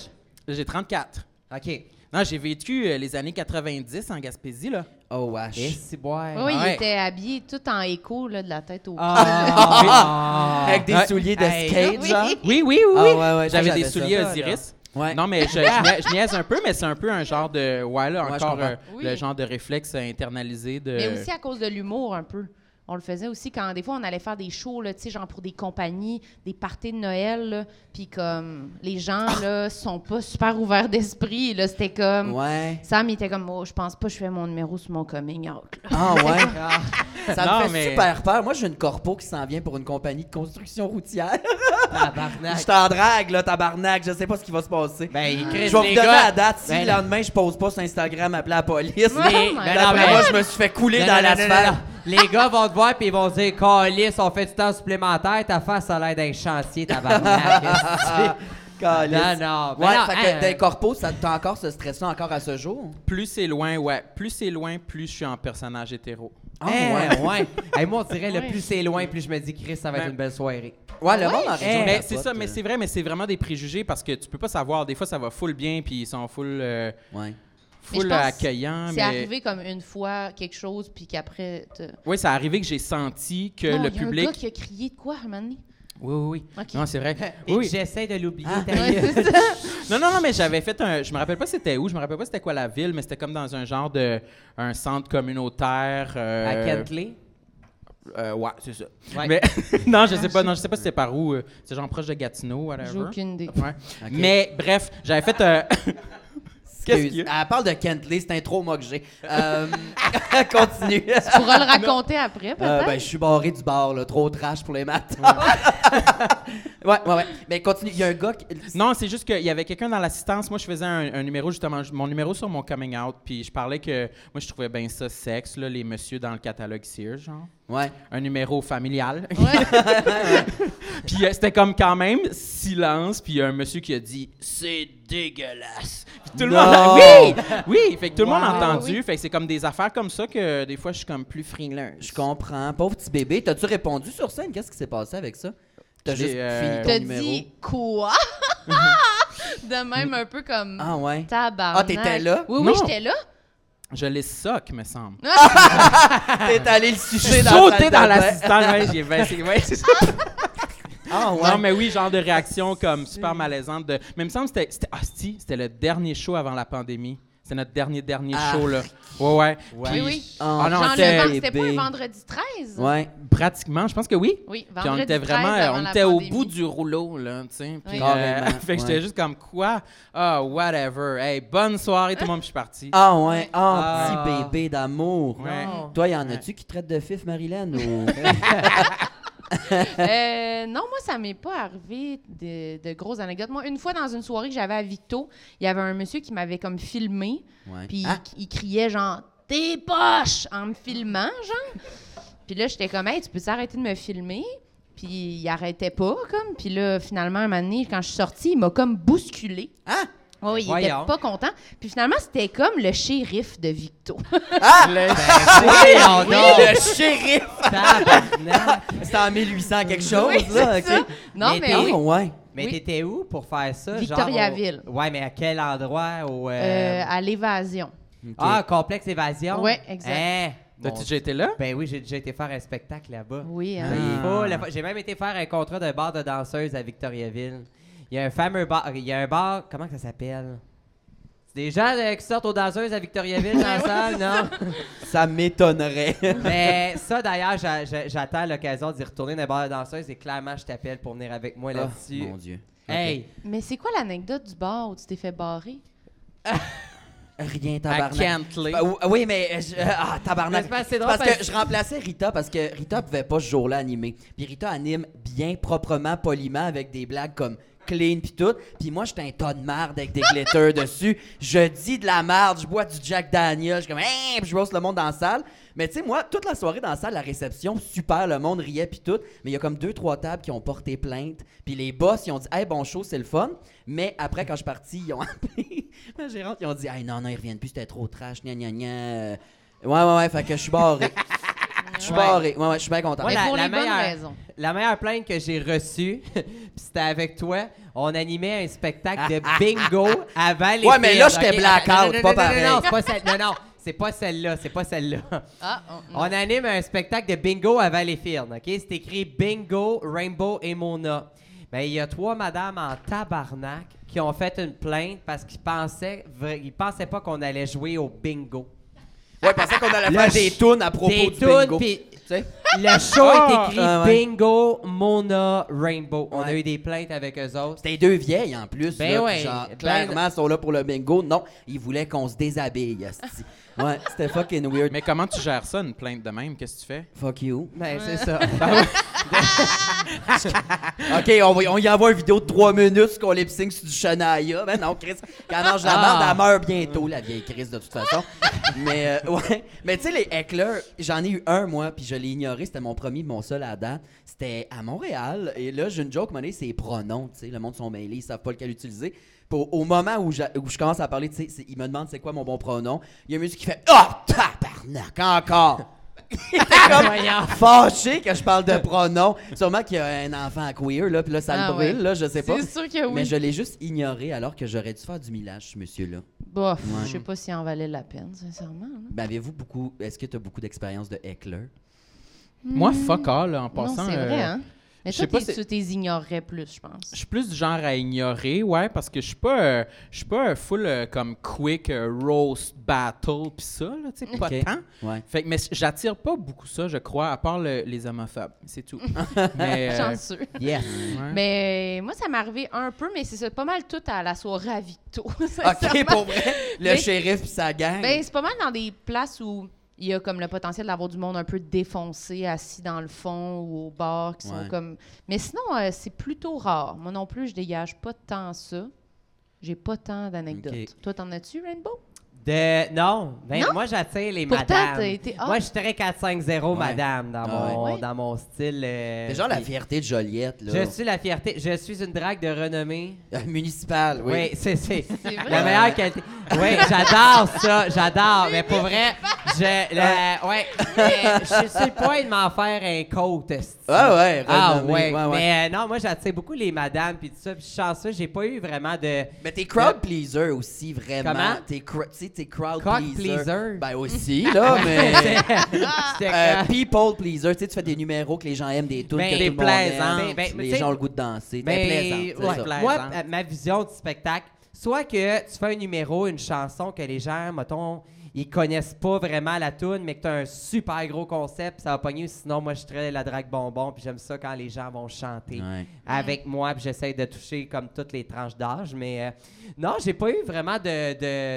Speaker 4: j'ai 34.
Speaker 2: OK.
Speaker 4: Non, j'ai vécu euh, les années 90 en Gaspésie là.
Speaker 3: Oh, wesh.
Speaker 2: Et si, boy.
Speaker 5: Oui, il
Speaker 4: Ah, Ouais.
Speaker 5: était habillé tout en écho, là, de la tête aux
Speaker 2: Ah.
Speaker 3: Avec des
Speaker 4: Ouais.
Speaker 3: souliers de
Speaker 2: Hey.
Speaker 3: skate,
Speaker 5: Oui.
Speaker 3: genre.
Speaker 4: Oui, oui, oui,
Speaker 3: Ah,
Speaker 4: oui.
Speaker 3: ouais, ouais,
Speaker 4: J'avais
Speaker 3: ça,
Speaker 4: des
Speaker 3: j'avais
Speaker 4: souliers
Speaker 2: ça.
Speaker 4: Osiris.
Speaker 3: Ouais.
Speaker 4: Non, mais je, je, nia- je niaise un peu, mais c'est un peu un genre de. Ouais, là,
Speaker 3: Ouais, je
Speaker 4: encore
Speaker 3: comprends.
Speaker 4: euh,
Speaker 5: Oui.
Speaker 4: le genre de réflexe euh, internalisé de.
Speaker 5: Mais aussi à cause de l'humour un peu. On le faisait aussi quand des fois on allait faire des shows là, tu sais genre pour des compagnies, des parties de Noël là, puis comme les gens
Speaker 4: Ah.
Speaker 5: là sont pas super ouverts d'esprit là, c'était comme
Speaker 3: Ouais.
Speaker 5: Sam il était comme oh, je pense pas que je fais mon numéro sur mon coming out. là.
Speaker 3: Ah, ouais.
Speaker 2: Ah.
Speaker 3: Ça me
Speaker 4: Non,
Speaker 3: fait
Speaker 4: mais-
Speaker 3: super peur. Moi, j'ai une corpo qui s'en vient pour une compagnie de construction routière. je
Speaker 2: Tabarnak.
Speaker 3: t'en drague, là, tabarnak. Je sais pas ce qui va se passer.
Speaker 2: Ben,
Speaker 3: je vais
Speaker 2: Chris,
Speaker 3: vous
Speaker 2: les
Speaker 3: donner
Speaker 2: gars...
Speaker 3: la date. Si
Speaker 2: Ben,
Speaker 3: le lendemain, je pose pas sur Instagram, appeler la police.
Speaker 5: Mais-
Speaker 3: D'après
Speaker 5: Ben non,
Speaker 2: mais-
Speaker 3: moi, je me suis fait couler
Speaker 2: Non,
Speaker 3: dans
Speaker 2: non,
Speaker 3: la
Speaker 2: non, non,
Speaker 3: sphère.
Speaker 2: non. Les gars vont te voir puis ils vont dire Calice, on fait du temps supplémentaire, ta face a l'air d'un chantier, tabarnak.
Speaker 3: Calice.
Speaker 2: Non, non, ben
Speaker 3: Ah. Ouais,
Speaker 2: non,
Speaker 3: fait
Speaker 2: hein,
Speaker 3: que d'un corpo, ça t'as encore ce stress-là encore à ce jour?
Speaker 4: Plus c'est loin, ouais. Plus c'est loin, plus je suis en personnage hétéro.
Speaker 3: Ah,
Speaker 4: Euh,
Speaker 2: Eh, ouais. Hey, moi, on dirait le
Speaker 5: Ouais.
Speaker 2: plus c'est loin, plus je me dis, Chris, ça va être
Speaker 4: Ben-
Speaker 2: une belle soirée.
Speaker 3: Ouais, le
Speaker 5: Ouais.
Speaker 3: monde en région
Speaker 2: Eh,
Speaker 4: Mais
Speaker 3: capote,
Speaker 4: c'est ça, mais
Speaker 3: euh.
Speaker 4: c'est vrai, mais c'est vraiment des préjugés parce que tu peux pas savoir. Des fois, ça va full bien, puis ils sont full. euh,
Speaker 3: Ouais.
Speaker 4: full
Speaker 5: pense
Speaker 4: accueillant.
Speaker 5: C'est
Speaker 4: Ah, mais-
Speaker 5: arrivé comme une fois quelque chose, puis qu'après. t'as-
Speaker 4: Oui, c'est arrivé que j'ai senti que
Speaker 5: Non,
Speaker 4: le
Speaker 5: il y a
Speaker 4: public.
Speaker 5: Un gars qui a crié de quoi, Armani?
Speaker 4: Oui, oui, oui.
Speaker 5: Ok.
Speaker 4: Non, c'est vrai.
Speaker 2: Et
Speaker 4: Oui. Ah.
Speaker 2: j'essaie de l'oublier. ta
Speaker 5: Ouais,
Speaker 4: euh,
Speaker 2: gueule.
Speaker 5: c'est ça.
Speaker 4: Non, non, non, mais j'avais fait un. Je me rappelle pas c'était où, je me rappelle pas c'était quoi la ville, mais c'était comme dans un genre de. un centre communautaire.
Speaker 2: À
Speaker 4: euh,
Speaker 2: Kentley.
Speaker 4: euh, ouais, c'est ça.
Speaker 2: Ouais.
Speaker 4: Mais non, je sais
Speaker 5: Ah,
Speaker 4: pas, non, je sais pas si c'est par où. euh, c'est genre proche de Gatineau, whatever.
Speaker 5: J'ai aucune idée.
Speaker 4: Ouais. Mais bref, j'avais fait. euh, un... Qu'est-ce qu'il y
Speaker 3: Elle parle de Kentley, c'est un trop moi que j'ai. Euh, continue.
Speaker 5: Tu pourras le raconter après,
Speaker 3: Euh,
Speaker 4: Ah,
Speaker 5: peut-être?
Speaker 3: ben, je suis barré du bar, là. Trop trash pour les maths. ouais, ouais, ouais. Mais continue. Il y a un gars qui.
Speaker 4: Non, c'est juste qu'il y avait quelqu'un dans l'assistance. Moi, je faisais un, un numéro, justement, je- mon numéro sur mon coming out. Puis je parlais que moi, je trouvais bien ça sexe, là, les messieurs dans le catalogue Sears, genre.
Speaker 3: Ouais.
Speaker 4: Un numéro familial.
Speaker 5: Ouais.
Speaker 4: puis euh, c'était comme quand même silence. Puis il y a un monsieur qui a dit C'est dégueulasse. Puis tout le
Speaker 3: Non.
Speaker 4: monde. Oui Oui Fait que tout le monde a
Speaker 5: Wow.
Speaker 4: entendu.
Speaker 5: Oui.
Speaker 4: Fait que c'est comme des affaires comme ça que des fois, je suis comme plus frileuse.
Speaker 3: Je comprends. Pauvre petit bébé. T'as-tu répondu sur scène? Qu'est-ce qui s'est passé avec ça? T'as
Speaker 4: J'ai, Mhm.
Speaker 3: juste
Speaker 4: euh,
Speaker 3: fini ton
Speaker 5: T'as
Speaker 3: numéro.
Speaker 5: dit quoi? De même, un peu comme.
Speaker 3: Ah, ouais.
Speaker 5: Tabarnak.
Speaker 3: Ah, t'étais là?
Speaker 5: Oui, oui,
Speaker 4: Non.
Speaker 5: j'étais là.
Speaker 4: Je les soque, me semble.
Speaker 3: T'es allé le sucer dans la
Speaker 4: Sauter
Speaker 3: salle
Speaker 4: dans
Speaker 3: de bain.
Speaker 4: l'assistance. Ouais, j'ai baissé. Ouais, c'est ça.
Speaker 3: Ah, ouais. Mm.
Speaker 4: Non, mais oui, genre de réaction comme super malaisante. De... Mais il me semble que c'était- c'était ah, si, c'était le dernier show avant la pandémie. C'est notre dernier, dernier
Speaker 3: Ah.
Speaker 4: show, là. Ouais, ouais.
Speaker 5: Oui,
Speaker 4: Puis-
Speaker 5: oui.
Speaker 3: Ah,
Speaker 4: Ah non,
Speaker 5: Genre, le
Speaker 4: c'était-
Speaker 5: vent- c'était pas un
Speaker 3: bébé.
Speaker 5: vendredi 13?
Speaker 3: Ouais.
Speaker 4: Pratiquement, je pense que oui.
Speaker 5: Oui,
Speaker 4: Puis on
Speaker 5: vendredi 13.
Speaker 4: était vraiment,
Speaker 5: avant
Speaker 4: on
Speaker 5: la
Speaker 4: était au
Speaker 5: pandémie.
Speaker 4: bout du rouleau, là, tu sais. Puis, euh,
Speaker 5: Oui.
Speaker 3: Carrément,
Speaker 4: fait que
Speaker 3: ouais.
Speaker 4: j'étais juste comme, quoi? Ah, whatever. Hey, bonne soirée, tout le monde, puis je suis parti.
Speaker 3: Ah, ouais. Ah,
Speaker 2: Ah.
Speaker 3: petit bébé d'amour.
Speaker 4: Ouais.
Speaker 2: Non.
Speaker 3: Toi, y en a-tu qui traite de fif, Marilyn? Ou...
Speaker 5: Euh, non, moi, ça m'est pas arrivé de, de grosses anecdotes. Moi, une fois dans une soirée que j'avais à Victo, il y avait un monsieur qui m'avait comme filmé,
Speaker 3: ouais.
Speaker 5: puis
Speaker 3: Ah,
Speaker 5: il, il criait genre T'es poche en me filmant, genre. Puis là, j'étais comme Hey, tu peux arrêter de me filmer? Puis il arrêtait pas, comme. Puis là, finalement, un moment donné, quand je suis sortie, il m'a comme bousculé.
Speaker 3: Ah!
Speaker 5: Oui, Oh, il était
Speaker 2: Voyons.
Speaker 5: pas content. Puis finalement, c'était comme le shérif de Victo.
Speaker 2: Voyons donc.
Speaker 3: le shérif!
Speaker 2: Tabarnak.
Speaker 3: C'était en 1800 quelque chose,
Speaker 5: Oui,
Speaker 3: là.
Speaker 5: c'est
Speaker 3: ok.
Speaker 5: ça. Non,
Speaker 2: Mais
Speaker 5: mais,
Speaker 2: t'es-
Speaker 5: oui.
Speaker 3: Ah, ouais.
Speaker 2: Mais
Speaker 5: Oui.
Speaker 2: t'étais où pour faire ça? Genre au-
Speaker 5: Victoriaville.
Speaker 2: Ouais, mais à quel endroit? Au, euh,
Speaker 5: Euh, à l'évasion.
Speaker 2: Ah, complexe évasion?
Speaker 5: Ouais, exact.
Speaker 2: Hein?
Speaker 4: T'as-tu
Speaker 2: Mon
Speaker 4: déjà été là?
Speaker 2: Ben oui, j'ai déjà été faire un spectacle là-bas.
Speaker 5: Oui, hein?
Speaker 2: C'est
Speaker 3: Ah.
Speaker 2: fou, la fa- J'ai même été faire un contrat d'un bar de danseuse à Victoriaville. Il y a un fameux bar. Il y a un bar. Comment que ça s'appelle? C'est des gens euh, qui sortent aux danseuses à Victoriaville dans la salle, non?
Speaker 3: Ça m'étonnerait.
Speaker 2: Mais ça, d'ailleurs, j'a- j'a- j'attends l'occasion d'y retourner d'un bar de danseuse et clairement, je t'appelle pour venir avec moi là-dessus.
Speaker 3: Ah, mon Dieu.
Speaker 2: Hey!
Speaker 5: Mais c'est quoi l'anecdote du bar où tu t'es fait barrer?
Speaker 3: Rien,
Speaker 4: À
Speaker 3: tabarnak.
Speaker 4: Cantley.
Speaker 3: Bah, ou- oui, mais je- euh, ah, tabarnak.
Speaker 2: Mais c'est pas- c'est drôle
Speaker 3: parce,
Speaker 2: parce
Speaker 3: que je remplaçais Rita parce que Rita pouvait pas ce jour-là animer. Puis Rita anime bien proprement, poliment, avec des blagues comme clean puis tout. Puis moi, j'étais un tas de marde avec des glitters dessus. Je dis de la marde, je bois du Jack Daniel, je suis comme Hein! puis je brosse le monde dans la salle. Mais tu sais, moi, toute la soirée dans la salle, la réception, super, le monde riait puis tout. Mais il y a comme deux, trois tables qui ont porté plainte. Puis les boss, ils ont dit Hey, bon show, c'est le fun. Mais après, quand je suis parti, ils ont appelé ma gérante, ils ont dit Hey, non, non, ils reviennent plus, c'était trop trash, gna gna gna. Euh, Ouais, ouais, ouais, fait que je suis barré. Je suis
Speaker 2: Ouais.
Speaker 3: barré. Ouais, ouais, je suis bien content.
Speaker 2: Moi,
Speaker 5: Mais
Speaker 2: la-
Speaker 5: pour
Speaker 2: la
Speaker 5: les bonnes
Speaker 2: meilleure-
Speaker 5: raisons.
Speaker 2: La meilleure plainte que j'ai reçue, puis c'était avec toi, on animait un spectacle de bingo avant les
Speaker 3: Ouais, mais là,
Speaker 2: films,
Speaker 3: j'étais
Speaker 2: ok?
Speaker 3: blackout,
Speaker 2: Non, non, non,
Speaker 3: pas
Speaker 2: non,
Speaker 3: pareil. Mm.
Speaker 2: Non, non, c'est pas celle- non, non, c'est pas celle-là, c'est pas celle-là.
Speaker 5: Ah, on-
Speaker 2: On anime un spectacle de bingo à Valleyfield, OK? C'est écrit Bingo, Rainbow et Mona. Mais il y a trois madames en tabarnak qui ont fait une plainte parce qu'ils pensaient, vra- ils pensaient pas qu'on allait jouer au bingo.
Speaker 3: Ouais, parce qu'on allait
Speaker 2: Là,
Speaker 3: faire des
Speaker 2: je-
Speaker 3: tunes à propos
Speaker 2: des
Speaker 3: du
Speaker 2: tunes,
Speaker 3: bingo.
Speaker 2: puis-
Speaker 3: Tu sais?
Speaker 2: Le show
Speaker 4: Ah,
Speaker 2: est écrit
Speaker 3: ah ouais.
Speaker 2: Bingo, Mona, Rainbow. On a
Speaker 3: Ouais.
Speaker 2: eu des plaintes avec eux autres.
Speaker 3: C'était deux vieilles en plus.
Speaker 2: Ben
Speaker 3: là, puis
Speaker 2: ouais,
Speaker 3: genre,
Speaker 2: ben-
Speaker 3: clairement, elles sont là pour le bingo. Non, ils voulaient qu'on se déshabille. asti. ouais, c'était fucking weird.
Speaker 4: Mais comment tu gères ça, une plainte de même? Qu'est-ce que tu fais?
Speaker 3: Fuck you.
Speaker 2: Ben, c'est ça.
Speaker 3: OK, on, va- on y envoie une vidéo de 3 minutes, ce qu'on lip sync sur du Shania. Ben non, Chris, quand elle mange la
Speaker 2: Ah.
Speaker 3: merde, elle meurt bientôt, la vieille Chris, de toute façon. Mais, euh, ouais. Mais tu sais, les hecklers, j'en ai eu un, moi, puis je l'ai ignoré. C'était mon premier, mon seul à date. C'était à Montréal. Et là, j'ai une joke, monnaie, c'est les pronoms, tu sais. Le monde sont mêlés, ils savent pas lequel utiliser. Pour, au moment où, j'a- où je commence à parler, tu sais, c'est- ils me demandent c'est quoi mon bon pronom. Il y a un monsieur qui fait Oh, tabarnak, encore! comme fâché que je parle de pronoms. Sûrement qu'il y a un enfant queer, là, puis là, ça
Speaker 5: Ah
Speaker 3: le brûle,
Speaker 5: ouais.
Speaker 3: là, je sais pas.
Speaker 5: C'est sûr que oui.
Speaker 3: Mais je l'ai juste ignoré alors que j'aurais dû faire du millage, ce monsieur-là.
Speaker 5: Bof,
Speaker 3: Ouais.
Speaker 5: je sais pas si en valait la peine, sincèrement. là.
Speaker 3: Ben, avez-vous beaucoup. Est-ce que tu as beaucoup d'expérience de heckler?
Speaker 4: Moi, fuck all, en
Speaker 5: Mm. Non,
Speaker 4: passant.
Speaker 5: c'est
Speaker 4: euh,
Speaker 5: vrai, hein? Mais
Speaker 4: je
Speaker 5: toi,
Speaker 4: sais pas
Speaker 5: t'es-
Speaker 4: si-
Speaker 5: tu t'es ignorais plus, je pense.
Speaker 4: Je suis plus du genre à ignorer, ouais, parce que je suis pas, euh, je suis pas un full euh, comme quick euh, roast battle pis ça, là, tu sais, pas
Speaker 3: Ok.
Speaker 4: tant.
Speaker 3: Ouais.
Speaker 4: Fait que- mais j'attire pas beaucoup ça, je crois, à part le- les homophobes, c'est tout. mais, euh,
Speaker 5: Chanceux.
Speaker 3: Yes.
Speaker 4: ouais.
Speaker 5: Mais moi, ça m'est arrivé un peu, mais c'est ça, pas mal tout à la soirée à Victo.
Speaker 3: OK, pour vrai. Le
Speaker 5: Mais-
Speaker 3: shérif pis sa gang.
Speaker 5: Ben, c'est pas mal dans des places où il y a comme le potentiel d'avoir du monde un peu défoncé, assis dans le fond ou au bar, qui
Speaker 3: Ouais.
Speaker 5: sont comme. Mais sinon, euh, c'est plutôt rare. Moi non plus, je dégage pas tant ça. J'ai pas tant d'anecdotes.
Speaker 3: Ok.
Speaker 5: Toi, t'en as-tu, Rainbow?
Speaker 2: De... Non, ben,
Speaker 5: Non?
Speaker 2: moi j'attire les
Speaker 5: Pourtant,
Speaker 2: madames.
Speaker 5: t'as été- ah.
Speaker 2: Moi, je suis très 4-5-0
Speaker 3: Ouais.
Speaker 2: madame dans,
Speaker 3: Ah
Speaker 2: mon,
Speaker 5: ouais. Ouais.
Speaker 2: dans mon style. euh,
Speaker 3: C'est genre la
Speaker 2: puis-
Speaker 3: fierté de Joliette, là. Euh,
Speaker 2: Je suis la fierté. Je suis une drague de renommée.
Speaker 3: Municipale, oui.
Speaker 2: Oui, c'est c'est
Speaker 5: C'est vrai?
Speaker 2: la meilleure qualité. Oui, j'adore ça, j'adore. Mais pour vrai, je la- ouais, mais je suis sur le point de m'en faire un coat. esti.
Speaker 3: Ah ouais,
Speaker 2: Ah
Speaker 3: renommée,
Speaker 2: ouais.
Speaker 3: ouais, ouais.
Speaker 2: Mais euh, non, moi j'attire beaucoup les madames puis tout ça. Puis je suis chanceux, j'ai pas eu vraiment de
Speaker 3: Mais t'es crowd pleaser aussi, vraiment.
Speaker 2: Comment?
Speaker 3: T'es cro- tu sais, t'es crowd
Speaker 2: Cock
Speaker 3: pleaser.
Speaker 2: pleaser.
Speaker 3: Ben aussi, là, mais.
Speaker 2: J'étais
Speaker 3: Euh,
Speaker 2: comme-
Speaker 3: people pleaser, tu sais, tu fais des numéros que les gens aiment, des tunes
Speaker 2: Ben,
Speaker 3: que
Speaker 2: des
Speaker 3: tout le monde aime,
Speaker 2: plaisantes. Ben, ben,
Speaker 3: les
Speaker 2: tu sais-
Speaker 3: gens ont le goût de danser, t'es
Speaker 2: Mais
Speaker 3: plaisant, c'est
Speaker 2: ouais,
Speaker 3: ça.
Speaker 2: moi,
Speaker 4: Plaisante.
Speaker 2: euh, ma vision du spectacle, soit que tu fais un numéro, une chanson que les gens, mettons, ils connaissent pas vraiment la tune, mais que tu as un super gros concept, ça va pogner. Sinon, moi, je suis très la drague bonbon, puis j'aime ça quand les gens vont chanter
Speaker 3: Ouais.
Speaker 2: avec moi, puis j'essaie de toucher comme toutes les tranches d'âge. Mais euh, non, j'ai pas eu vraiment de,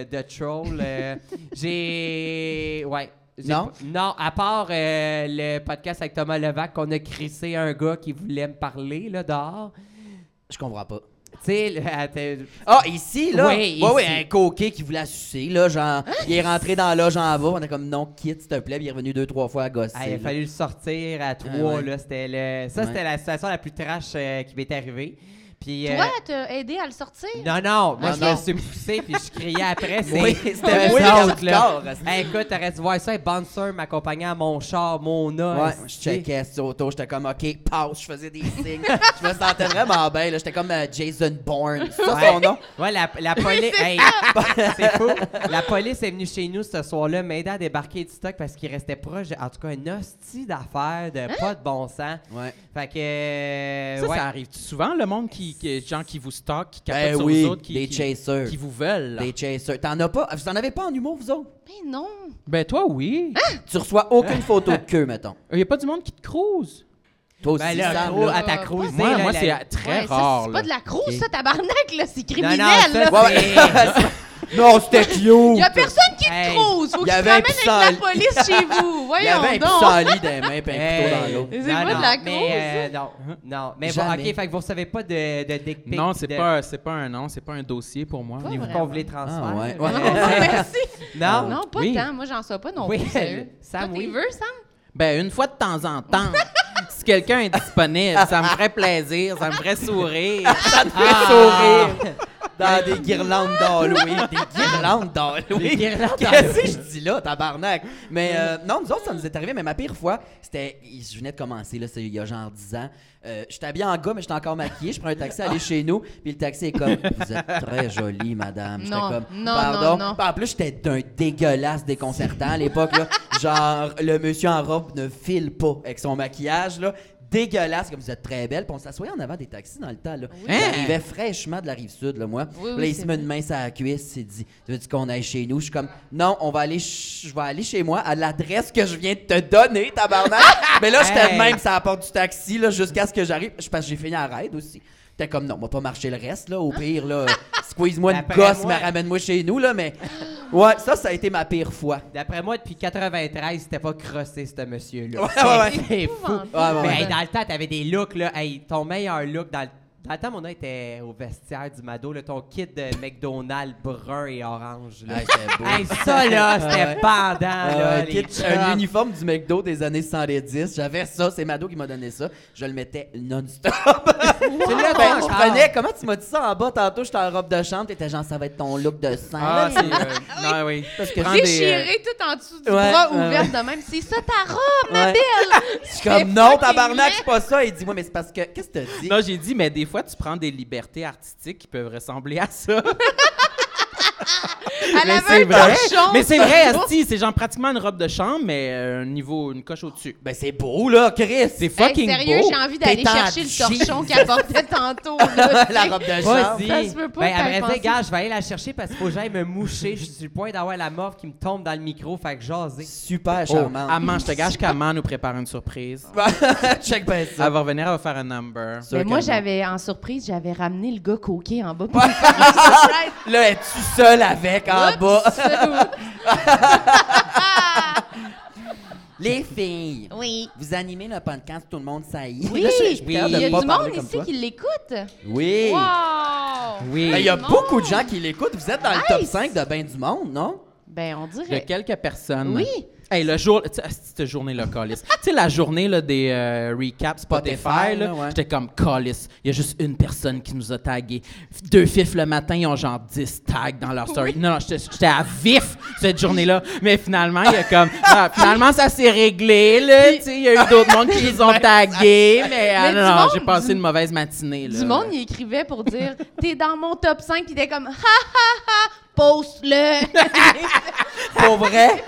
Speaker 2: de, de troll. euh, j'ai. Ouais. J'ai
Speaker 3: Non?
Speaker 2: pas- Non, à part euh, le podcast avec Thomas Levac, qu'on a crissé un gars qui voulait me parler là, dehors.
Speaker 3: Je comprends pas.
Speaker 2: Tu sais, le- ah, t'es-
Speaker 3: Ah, ici, là?
Speaker 2: Oui,
Speaker 3: ouais, ouais,
Speaker 2: ici.
Speaker 3: un coquet qui voulait la sucer, là, genre, il est rentré dans la loge en bas, on est comme, non, quitte, s'il te plaît, puis il est revenu deux, trois fois à gosser.
Speaker 2: ah, il a
Speaker 3: là.
Speaker 2: fallu le sortir à trois.
Speaker 3: Ah ouais.
Speaker 2: là, c'était le... Ça,
Speaker 3: Ouais.
Speaker 2: c'était la situation la plus trash euh, qui m'est arrivée. Puis, euh,
Speaker 5: Toi, t'as aidé à le sortir?
Speaker 2: Non, non, moi
Speaker 5: Ah,
Speaker 2: je
Speaker 5: non.
Speaker 2: me suis poussé puis je criais après. C'est
Speaker 3: Oui, c'était
Speaker 2: eux
Speaker 3: oui,
Speaker 2: autres, là.
Speaker 3: hardcore,
Speaker 2: Hey, écoute, t'aurais dû voir ça, Bouncer m'accompagnait à mon char, mon os.
Speaker 3: Ouais, je checkais sur auto, j'étais comme OK, passe, je faisais des signes. je me sentais vraiment bien, là, j'étais comme euh, Jason Bourne. C'est ça son nom?
Speaker 2: Ouais, la, la police. hey, c'est fou. La police est venue chez nous ce soir-là, m'aider à débarquer du stock parce qu'il restait proche. de- En tout cas, un hostie d'affaires de pas de bon sens.
Speaker 3: Ouais.
Speaker 2: Fait que. euh,
Speaker 4: Ça,
Speaker 2: ouais.
Speaker 4: ça arrive souvent, le monde qui, qui- gens qui vous stockent, qui capotent
Speaker 3: Ben
Speaker 4: sur
Speaker 3: oui,
Speaker 4: vous autres, qui,
Speaker 3: des
Speaker 4: qui,
Speaker 3: chasers.
Speaker 4: qui vous veulent.
Speaker 3: Des chasers. T'en as pas? Vous en avez pas en humour, vous autres?
Speaker 5: Mais non!
Speaker 4: Ben toi, oui.
Speaker 3: Tu reçois aucune photo de queue, mettons.
Speaker 4: Il y a pas du monde qui te crouse.
Speaker 3: Toi aussi,
Speaker 2: Ben là,
Speaker 3: Sam,
Speaker 2: gros,
Speaker 3: là.
Speaker 2: à ta
Speaker 5: Pas-
Speaker 2: cruisée,
Speaker 4: Moi,
Speaker 2: là,
Speaker 4: moi,
Speaker 2: la-
Speaker 4: c'est euh, très
Speaker 5: Ouais, ça,
Speaker 4: rare.
Speaker 5: C'est
Speaker 4: là.
Speaker 5: pas de la crouse, ça, tabarnak, là, c'est
Speaker 2: Non, non,
Speaker 5: criminel,
Speaker 2: ça,
Speaker 5: là!
Speaker 3: Ouais, ouais. non, c'était
Speaker 5: Il
Speaker 3: cute.
Speaker 5: y a personne qui
Speaker 2: Hey.
Speaker 5: te crouse! Faut
Speaker 3: Il
Speaker 5: que
Speaker 3: y
Speaker 5: tu te
Speaker 3: avait un
Speaker 5: ramènes avec la
Speaker 3: pissenlit.
Speaker 5: police chez vous!
Speaker 3: Il y avait un
Speaker 5: Voyons donc! Ben.
Speaker 3: pissenlit dans les mains puis un couteau dans
Speaker 2: Hey.
Speaker 3: l'autre.
Speaker 5: Mais c'est
Speaker 2: Ben, Non,
Speaker 5: pas de
Speaker 2: non,
Speaker 5: la
Speaker 2: mais, euh, non, non. Mais bon,
Speaker 3: Jamais.
Speaker 2: ok, fait que vous recevez pas de, de dick pic,
Speaker 4: Non, c'est
Speaker 2: de-
Speaker 4: pas, c'est pas un nom, c'est pas un dossier pour moi.
Speaker 5: Pas
Speaker 2: Des
Speaker 5: vraiment.
Speaker 2: qu'on voulait transférer.
Speaker 3: Ah, ouais.
Speaker 5: Non, merci!
Speaker 2: Non?
Speaker 5: Non, pas
Speaker 4: Oui.
Speaker 5: tant. Moi, j'en sois pas non
Speaker 2: Ah. Oui,
Speaker 5: plus. sérieux.
Speaker 2: Sam,
Speaker 5: Toi, t'es
Speaker 2: oui.
Speaker 5: veux, Sam?
Speaker 4: Ben, une fois de temps en temps. si quelqu'un est disponible, ça me ferait plaisir, ça me ferait sourire.
Speaker 2: Ah!
Speaker 3: sourire
Speaker 5: Ben.
Speaker 3: dans des guirlandes d'Halloween. Des guirlandes d'Halloween.
Speaker 2: Des guirlandes
Speaker 3: Qu'est-ce que je dis là, tabarnak? Mais euh, non, nous autres, ça nous est arrivé, mais ma pire fois, c'était. Je venais de commencer, là, c'est il y a genre 10 ans. Euh, j'étais habillé en gars, mais j'étais encore maquillée. Je prends un taxi, aller chez nous, puis le taxi est comme Vous êtes très jolie, madame. J'étais
Speaker 5: Non,
Speaker 3: comme
Speaker 5: non,
Speaker 3: Pardon.
Speaker 5: non, non.
Speaker 3: Puis En plus, j'étais d'un dégueulasse déconcertant à l'époque, là. Genre, le monsieur en robe ne file pas avec son maquillage, là. Dégueulasse, comme vous êtes très belle. Puis on s'assoyait en avant des taxis dans le temps, là.
Speaker 5: Oui. Hein?
Speaker 3: J'arrivais fraîchement de la rive sud, là, moi.
Speaker 5: Oui, oui,
Speaker 3: là, il se
Speaker 5: c'est
Speaker 3: met
Speaker 5: vrai.
Speaker 3: une main sur la cuisse, il dit Tu veux qu'on aille chez nous Je suis comme Non, on va aller, ch- je vais aller chez moi à l'adresse que je viens de te donner, tabarnak. Mais là, j'étais
Speaker 2: Hey.
Speaker 3: même sur la porte du taxi, là, jusqu'à ce que j'arrive. Je pense que j'ai fini la raid aussi. J'étais comme Non, on va pas marcher le reste, là. Au pire, là, squeeze-moi une
Speaker 2: D'après
Speaker 3: gosse,
Speaker 2: moi-
Speaker 3: mais ramène-moi chez nous, là. Mais ouais, ça, ça a été ma pire fois.
Speaker 2: D'après moi, depuis 93, c'était pas crossé, ce monsieur-là.
Speaker 3: Ouais, ouais, ouais.
Speaker 2: C'est fou.
Speaker 3: Ouais, ouais,
Speaker 2: Mais hey,
Speaker 3: ouais.
Speaker 2: dans le temps, t'avais des looks, là. Hey, ton meilleur look, dans le, dans le temps, mon nom était au vestiaire du Mado, là, ton kit de McDonald's brun et orange, là.
Speaker 3: Ouais, Ah, c'était beau.
Speaker 2: Hey, ça, là, c'était
Speaker 3: Ouais.
Speaker 2: pendant, là,
Speaker 3: Euh,
Speaker 2: les
Speaker 3: kit- un
Speaker 2: chops.
Speaker 3: uniforme du McDo des années 110. J'avais ça, c'est Mado qui m'a donné ça. Je le mettais non-stop.
Speaker 2: Tu l'as,
Speaker 3: Ben,
Speaker 2: ton
Speaker 3: je
Speaker 2: char.
Speaker 3: prenais, comment tu m'as dit ça en bas tantôt, j'étais en robe de chambre, t'étais genre ça va être ton look de scène.
Speaker 4: Ah, c'est. euh, non, oui.
Speaker 3: Parce que
Speaker 4: Prends des, euh,
Speaker 5: Déchiré tout en dessous du
Speaker 3: Ouais,
Speaker 5: bras
Speaker 3: ouais,
Speaker 5: ouvert de même. C'est ça ta robe,
Speaker 3: Ouais.
Speaker 5: ma belle!
Speaker 3: je suis comme non, tabarnak, c'est pas ça. Il dit, ouais, mais c'est parce que, qu'est-ce que t'as dit?
Speaker 4: Non, j'ai dit, mais des fois, tu prends des libertés artistiques qui peuvent ressembler à ça.
Speaker 5: Elle
Speaker 4: Mais
Speaker 5: avait
Speaker 4: c'est
Speaker 5: un
Speaker 4: vrai.
Speaker 5: torchon.
Speaker 4: Mais c'est vrai,
Speaker 5: ça.
Speaker 4: asti, c'est genre pratiquement une robe de chambre, mais euh, un niveau, une coche au-dessus.
Speaker 3: Ben, c'est beau, là, Chris!
Speaker 4: C'est
Speaker 5: Hey,
Speaker 4: fucking
Speaker 5: sérieux,
Speaker 4: beau.
Speaker 5: j'ai envie d'aller
Speaker 3: T'es en
Speaker 5: chercher le
Speaker 3: jeans.
Speaker 5: torchon qu'elle portait tantôt.
Speaker 3: la
Speaker 5: là, tu sais.
Speaker 3: robe de chambre.
Speaker 2: Vas-y.
Speaker 5: Ça se peut pas
Speaker 2: Ben,
Speaker 5: que t'ailles
Speaker 2: après ça,
Speaker 5: penser.
Speaker 2: gars, je vais aller la chercher parce qu'il faut que j'aille me moucher. Je suis sur le point d'avoir la morve qui me tombe dans le micro, fait que jaser.
Speaker 3: Super
Speaker 4: Oh,
Speaker 3: charmant.
Speaker 4: Amand, je te gage qu'Amand nous prépare une surprise.
Speaker 3: Check ben ça.
Speaker 4: Elle va revenir, elle va faire un number.
Speaker 5: Mais
Speaker 3: Sûrement.
Speaker 5: moi, j'avais, en surprise, j'avais ramené le gars coqué en bas. pour lui faire une surprise.
Speaker 3: Là, es-tu seul avec en
Speaker 5: Oups!
Speaker 3: bas? bah. Les filles,
Speaker 5: oui.
Speaker 3: vous animez le podcast, tout le monde saillit.
Speaker 5: Oui,
Speaker 3: Là, je- je suis
Speaker 5: il y
Speaker 3: capable de
Speaker 5: a
Speaker 3: pas
Speaker 5: du
Speaker 3: parler
Speaker 5: monde
Speaker 3: comme
Speaker 5: ici
Speaker 3: toi.
Speaker 5: qui l'écoute.
Speaker 3: Oui.
Speaker 5: Wow!
Speaker 2: Oui.
Speaker 3: Ben, Il y a
Speaker 5: Monde.
Speaker 3: beaucoup de gens qui l'écoutent. Vous êtes dans le top
Speaker 5: Nice.
Speaker 3: 5 de Bain du Monde, non?
Speaker 5: Ben, on
Speaker 4: Il y a
Speaker 5: dirait.
Speaker 4: quelques personnes.
Speaker 5: Oui.
Speaker 4: Hey, le jour, tu sais, asti, cette journée-là, Callis. tu sais, la journée là, des euh, recaps Spotify,
Speaker 3: Spotify,
Speaker 4: là,
Speaker 3: là, ouais.
Speaker 4: j'étais comme Callis. Il y a juste une personne qui nous a tagués. Deux fifs le matin, ils ont genre 10 tags dans leur story. Non, non, j'étais j'étais à vif cette journée-là. Mais finalement, il y a comme. ah, finalement, ça s'est réglé, là. Tu sais, il y a eu d'autres mondes qui les ont tagués. Mais, ah,
Speaker 5: du
Speaker 4: non, non,
Speaker 5: monde,
Speaker 4: j'ai passé
Speaker 5: du-
Speaker 4: une mauvaise matinée,
Speaker 3: euh,
Speaker 4: là.
Speaker 5: Du monde, il écrivait pour dire T'es dans mon top 5, puis il était comme Ha ha ha, poste-le.
Speaker 3: Pour vrai?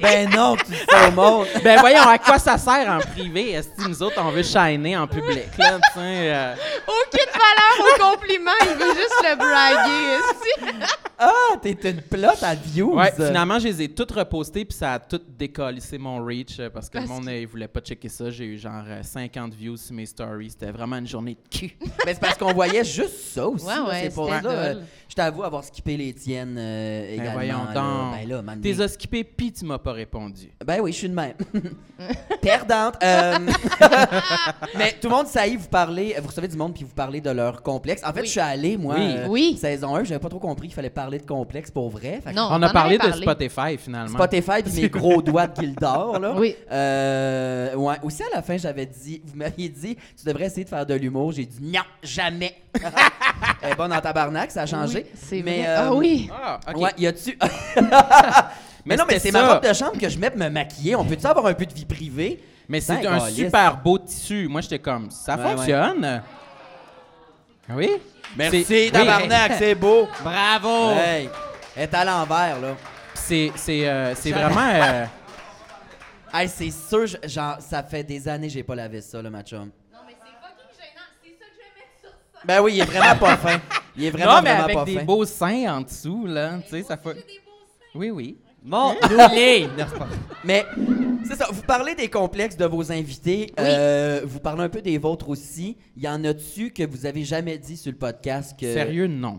Speaker 3: Ben non, tu dis ça au monde.
Speaker 4: Ben voyons, à quoi ça sert en privé? Est-ce que nous autres, on veut shiner en public, là, tu sais? euh,
Speaker 5: Aucune valeur au compliment, il veut juste le braguer. esti.
Speaker 3: Ah, t'es une plotte à views.
Speaker 4: Ouais, finalement, je les ai toutes repostées, puis ça a tout décollissé mon reach euh, parce que le
Speaker 5: Parce
Speaker 4: monde,
Speaker 5: que-
Speaker 4: euh, il voulait pas checker ça. J'ai eu genre euh, 50 views sur mes stories. C'était vraiment une journée de cul.
Speaker 3: Mais c'est parce qu'on voyait juste ça aussi.
Speaker 5: Ouais,
Speaker 3: là,
Speaker 5: ouais,
Speaker 3: c'est pour ça.
Speaker 5: c'était
Speaker 3: euh,
Speaker 5: drôle.
Speaker 3: Je t'avoue avoir skippé les tiennes euh,
Speaker 4: Ben,
Speaker 3: également.
Speaker 4: voyons
Speaker 3: là.
Speaker 4: donc.
Speaker 3: Ben là, maintenant.
Speaker 4: T'es as skippé, puis tu m'as pas répondu.
Speaker 3: Ben oui, je suis de même. Perdante. euh, Mais tout le monde saillit, vous parlez, vous recevez du monde puis vous parlez de leur complexe. En fait,
Speaker 5: Oui.
Speaker 3: je suis allé, moi,
Speaker 4: Oui.
Speaker 3: euh,
Speaker 5: Oui.
Speaker 3: saison 1, j'avais pas trop compris qu'il fallait parler de complexe pour vrai. Fait que
Speaker 5: Non,
Speaker 4: On,
Speaker 5: en
Speaker 4: a parlé,
Speaker 5: avait
Speaker 4: de Spotify, finalement.
Speaker 3: Spotify puis mes gros doigts de Gildor, là.
Speaker 5: Oui.
Speaker 3: Euh, ouais. Aussi, à la fin, j'avais dit, vous m'aviez dit, tu devrais essayer de faire de l'humour. J'ai dit, non, jamais. Elle est bonne en tabarnak, ça a changé.
Speaker 5: Oui, c'est
Speaker 3: Mais,
Speaker 5: vrai.
Speaker 3: euh,
Speaker 5: Ah oui.
Speaker 4: Ah, OK.
Speaker 3: Ouais, y a-tu. mais
Speaker 4: Mais
Speaker 3: non, mais
Speaker 4: c'était
Speaker 3: c'est
Speaker 4: ça.
Speaker 3: ma robe de chambre que je mets pour me maquiller. On peut-tu avoir un peu de vie privée?
Speaker 4: Mais c'est
Speaker 3: Putain,
Speaker 4: un
Speaker 3: câlisse.
Speaker 4: super beau tissu. Moi, j'étais comme, ça
Speaker 3: Ouais,
Speaker 4: fonctionne. Oui? C'est-
Speaker 3: Merci,
Speaker 4: oui.
Speaker 3: tabarnak, c'est beau.
Speaker 2: Bravo!
Speaker 3: Hey, elle est à l'envers, là.
Speaker 4: C'est c'est, euh, c'est vraiment... euh,
Speaker 3: Hey, c'est sûr, je- genre, ça fait des années que j'ai pas lavé ça, là, ma chum.
Speaker 5: Non, mais c'est fucking gênant. C'est ça que je vais mettre sur ça.
Speaker 3: Ben oui, il est vraiment pas fin. Il est vraiment,
Speaker 4: non, mais
Speaker 3: vraiment
Speaker 4: avec
Speaker 3: pas
Speaker 4: des
Speaker 3: fin.
Speaker 4: beaux seins en dessous, là. Tu sais, ça fait... Oui, oui.
Speaker 2: Montre-nous-les! Non, c'est pas vrai.
Speaker 3: Mais c'est ça, vous parlez des complexes de vos invités, euh, vous parlez un peu des vôtres aussi. Y en a-tu que vous avez jamais dit sur le podcast que
Speaker 4: Sérieux, non.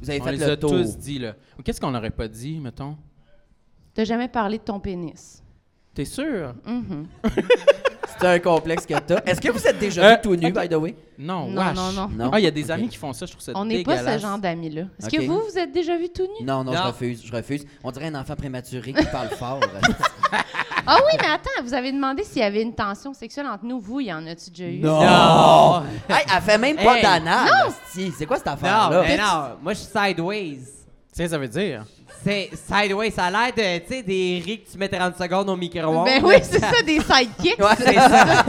Speaker 3: vous avez
Speaker 4: On
Speaker 3: fait
Speaker 4: les
Speaker 3: le
Speaker 4: a
Speaker 3: tour
Speaker 4: tous dit, là. Ou Qu'est-ce qu'on n'aurait pas dit, mettons?
Speaker 5: T'as jamais parlé de ton pénis.
Speaker 4: T'es sûr?
Speaker 5: Mhm.
Speaker 3: C'est un complexe que t'as. Est-ce que vous êtes déjà
Speaker 4: Euh,
Speaker 3: vus tout nu, by the way
Speaker 4: Non,
Speaker 5: Non,
Speaker 4: wesh.
Speaker 5: non, non.
Speaker 3: Non.
Speaker 4: Ah, il y a des
Speaker 3: Ok.
Speaker 4: amis qui font ça, je trouve ça
Speaker 5: On n'est pas
Speaker 4: dégueulasse.
Speaker 5: ce genre d'amis-là. Est-ce
Speaker 3: Ok.
Speaker 5: que vous, vous êtes déjà vu tout nu?
Speaker 3: Non, non, je
Speaker 2: Non.
Speaker 3: refuse, je refuse. On dirait un enfant prématuré qui parle fort.
Speaker 5: Ah oui, mais attends, vous avez demandé s'il y avait une tension sexuelle entre nous. Vous, il y en a-tu déjà eu?
Speaker 3: Non! hey, elle fait même pas
Speaker 2: Hey.
Speaker 3: d'anal. hostie. C'est quoi cette
Speaker 2: Non,
Speaker 3: affaire-là?
Speaker 2: mais non, moi je suis sideways.
Speaker 4: Tu sais, ça veut dire.
Speaker 2: C'est sideways, ça a l'air de, tu sais, des riz que tu mets 30 secondes au micro-ondes.
Speaker 5: Ben oui, c'est ça, des sidekicks.
Speaker 3: Ouais,
Speaker 2: C'est ça.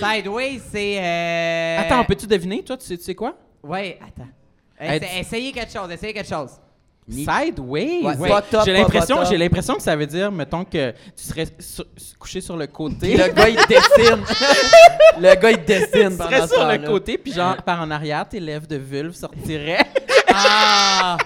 Speaker 2: sideways, c'est. euh,
Speaker 4: Attends, peux-tu deviner, toi, tu sais, tu sais quoi?
Speaker 2: Ouais, attends.
Speaker 4: Hey,
Speaker 2: Essa-
Speaker 4: tu-
Speaker 2: essayez quelque chose, essayez quelque chose.
Speaker 3: Ni-
Speaker 4: Sideways.
Speaker 3: Ouais, bottom,
Speaker 4: J'ai
Speaker 3: pas
Speaker 4: l'impression,
Speaker 3: bottom.
Speaker 4: j'ai l'impression que ça veut dire, mettons que tu serais sur- couché sur le côté.
Speaker 3: Le gars, il dessine. le gars, il
Speaker 4: tu
Speaker 3: dessine pendant
Speaker 4: serais
Speaker 3: ce
Speaker 4: sur le
Speaker 3: temps-là.
Speaker 4: côté, puis genre par en arrière, tes lèvres de vulve sortiraient.
Speaker 2: Ah!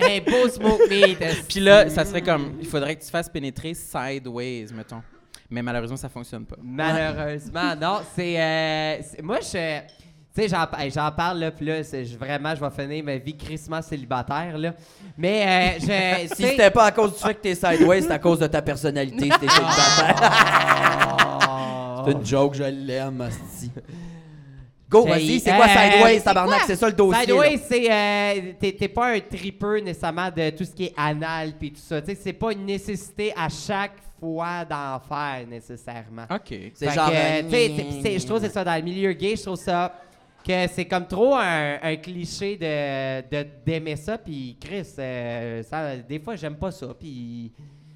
Speaker 2: Un beau smoke meat. est-ce-
Speaker 4: puis là, ça serait comme, il faudrait que tu fasses pénétrer sideways, mettons. Mais malheureusement, ça fonctionne pas.
Speaker 2: Malheureusement, non. C'est. euh, c'est- moi, je. Tu sais, j'en hey, j'en parle, là, puis là, c'est- je- vraiment, je vais finir ma vie crissement célibataire, là. Mais, euh, je. tu
Speaker 3: Si
Speaker 2: sais-
Speaker 3: c'était pas à cause du fait que t'es sideways, c'est à cause de ta personnalité. C'était
Speaker 2: Oh.
Speaker 3: C'est une joke, je l'aime, hostie. Go,
Speaker 2: Hey,
Speaker 3: vas-y, c'est quoi
Speaker 2: hey,
Speaker 3: sideways,
Speaker 2: c'est
Speaker 3: tabarnak?
Speaker 2: quoi?
Speaker 3: C'est ça le dossier.
Speaker 2: Sideways, c'est euh, t'es t'es pas un tripeux nécessairement de tout ce qui est anal puis tout ça. Tu sais, c'est pas une nécessité à chaque fois d'en faire nécessairement.
Speaker 4: OK.
Speaker 3: C'est
Speaker 2: Fait
Speaker 3: genre
Speaker 2: que,
Speaker 3: un
Speaker 2: tu sais, c'est- puis c'est- je trouve que c'est ça dans le milieu gay, je trouve ça que c'est comme trop un, un cliché de de- d'aimer ça puis Chris euh, ça, des fois j'aime pas ça puis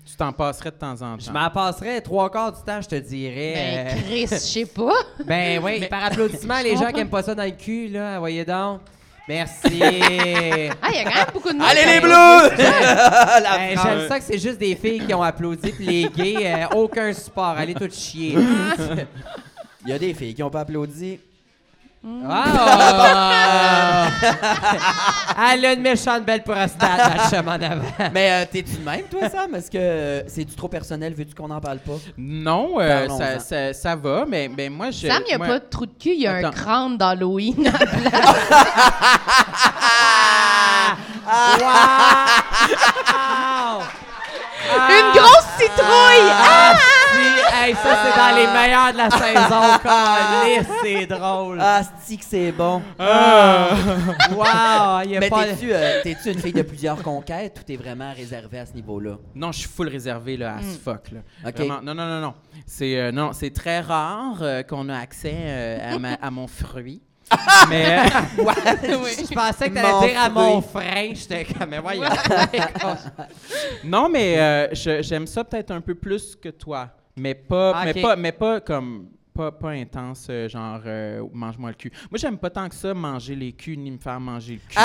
Speaker 4: Tu t'en passerais de temps en
Speaker 2: je
Speaker 4: temps.
Speaker 2: m'en passerais trois quarts du temps, je te dirais.
Speaker 5: Ben,
Speaker 2: euh,
Speaker 5: Chris, Ben, je sais pas.
Speaker 2: ben oui, par applaudissement, les gens qui aiment pas ça dans le cul, là, voyez donc. Merci.
Speaker 5: Ah, il y a quand même beaucoup de monde.
Speaker 3: Allez
Speaker 5: qui
Speaker 3: les
Speaker 5: a-
Speaker 3: bleus! La
Speaker 2: Hey,
Speaker 3: France.
Speaker 2: J'aime ça que c'est juste des filles qui ont applaudi, puis les gays, euh, aucun support. Allez tout chier.
Speaker 3: Il y a des filles qui ont pas applaudi.
Speaker 2: Ah! Elle a une méchante belle prostate, la chum en avant.
Speaker 3: Mais euh, t'es-tu de même, toi, Sam? Est-ce que euh, c'est du trop personnel? Veux-tu qu'on en parle pas?
Speaker 4: Non, euh,
Speaker 3: Parlons-en.
Speaker 4: ça, ça- ça va, mais, mais moi, je.
Speaker 5: Sam, il n'y a
Speaker 4: moi-
Speaker 5: pas de trou de cul, il y a un
Speaker 4: Attends.
Speaker 5: crâne d'Halloween.
Speaker 2: Wow!
Speaker 3: Ah!
Speaker 5: Une grosse citrouille!
Speaker 2: Ah, si. Hey, ça, c'est dans les meilleurs de la saison, câlisse, c'est drôle.
Speaker 3: Ah, c'est que c'est bon.
Speaker 2: Wow! Ah, Il y a
Speaker 3: Mais
Speaker 2: pas...
Speaker 3: t'es-tu euh, t'es-tu une fille de plusieurs conquêtes ou t'es vraiment réservée à ce niveau-là?
Speaker 4: Non, je suis full réservé là, à
Speaker 5: Hmm.
Speaker 4: ce fuck. Là.
Speaker 3: Ok.
Speaker 4: Vraiment, Non, non, non, non. C'est euh, non, c'est très rare euh, qu'on a accès euh, à, ma- à mon fruit. mais euh,
Speaker 2: Je pensais que
Speaker 3: Mon
Speaker 2: t'allais dire à
Speaker 3: fruit.
Speaker 2: mon frère, j'étais comme, mais voyons.
Speaker 4: non, mais euh, je- j'aime ça peut-être un peu plus que toi, mais pas,
Speaker 2: Ah,
Speaker 4: mais
Speaker 2: ok.
Speaker 4: pas, mais pas comme. Pas, pas intense, euh, genre euh, mange-moi le cul. Moi, j'aime pas tant que ça manger les culs ni me faire manger le cul.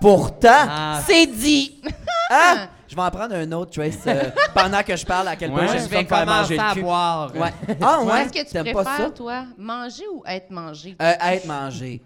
Speaker 3: Pourtant,
Speaker 2: Ah.
Speaker 3: c'est dit! Ah! Je vais en prendre un autre, Trace, euh, pendant que je parle à quel point
Speaker 4: Ouais.
Speaker 3: j'aime
Speaker 2: je
Speaker 3: ça
Speaker 2: vais
Speaker 3: me faire
Speaker 2: commencer
Speaker 3: manger
Speaker 2: à
Speaker 3: le cul.
Speaker 2: boire.
Speaker 3: Ouais. Ah ouais?
Speaker 5: Est-ce que tu
Speaker 3: T'aimes pas ça?
Speaker 5: préfères, toi, manger ou être mangé?
Speaker 3: Euh, être mangé.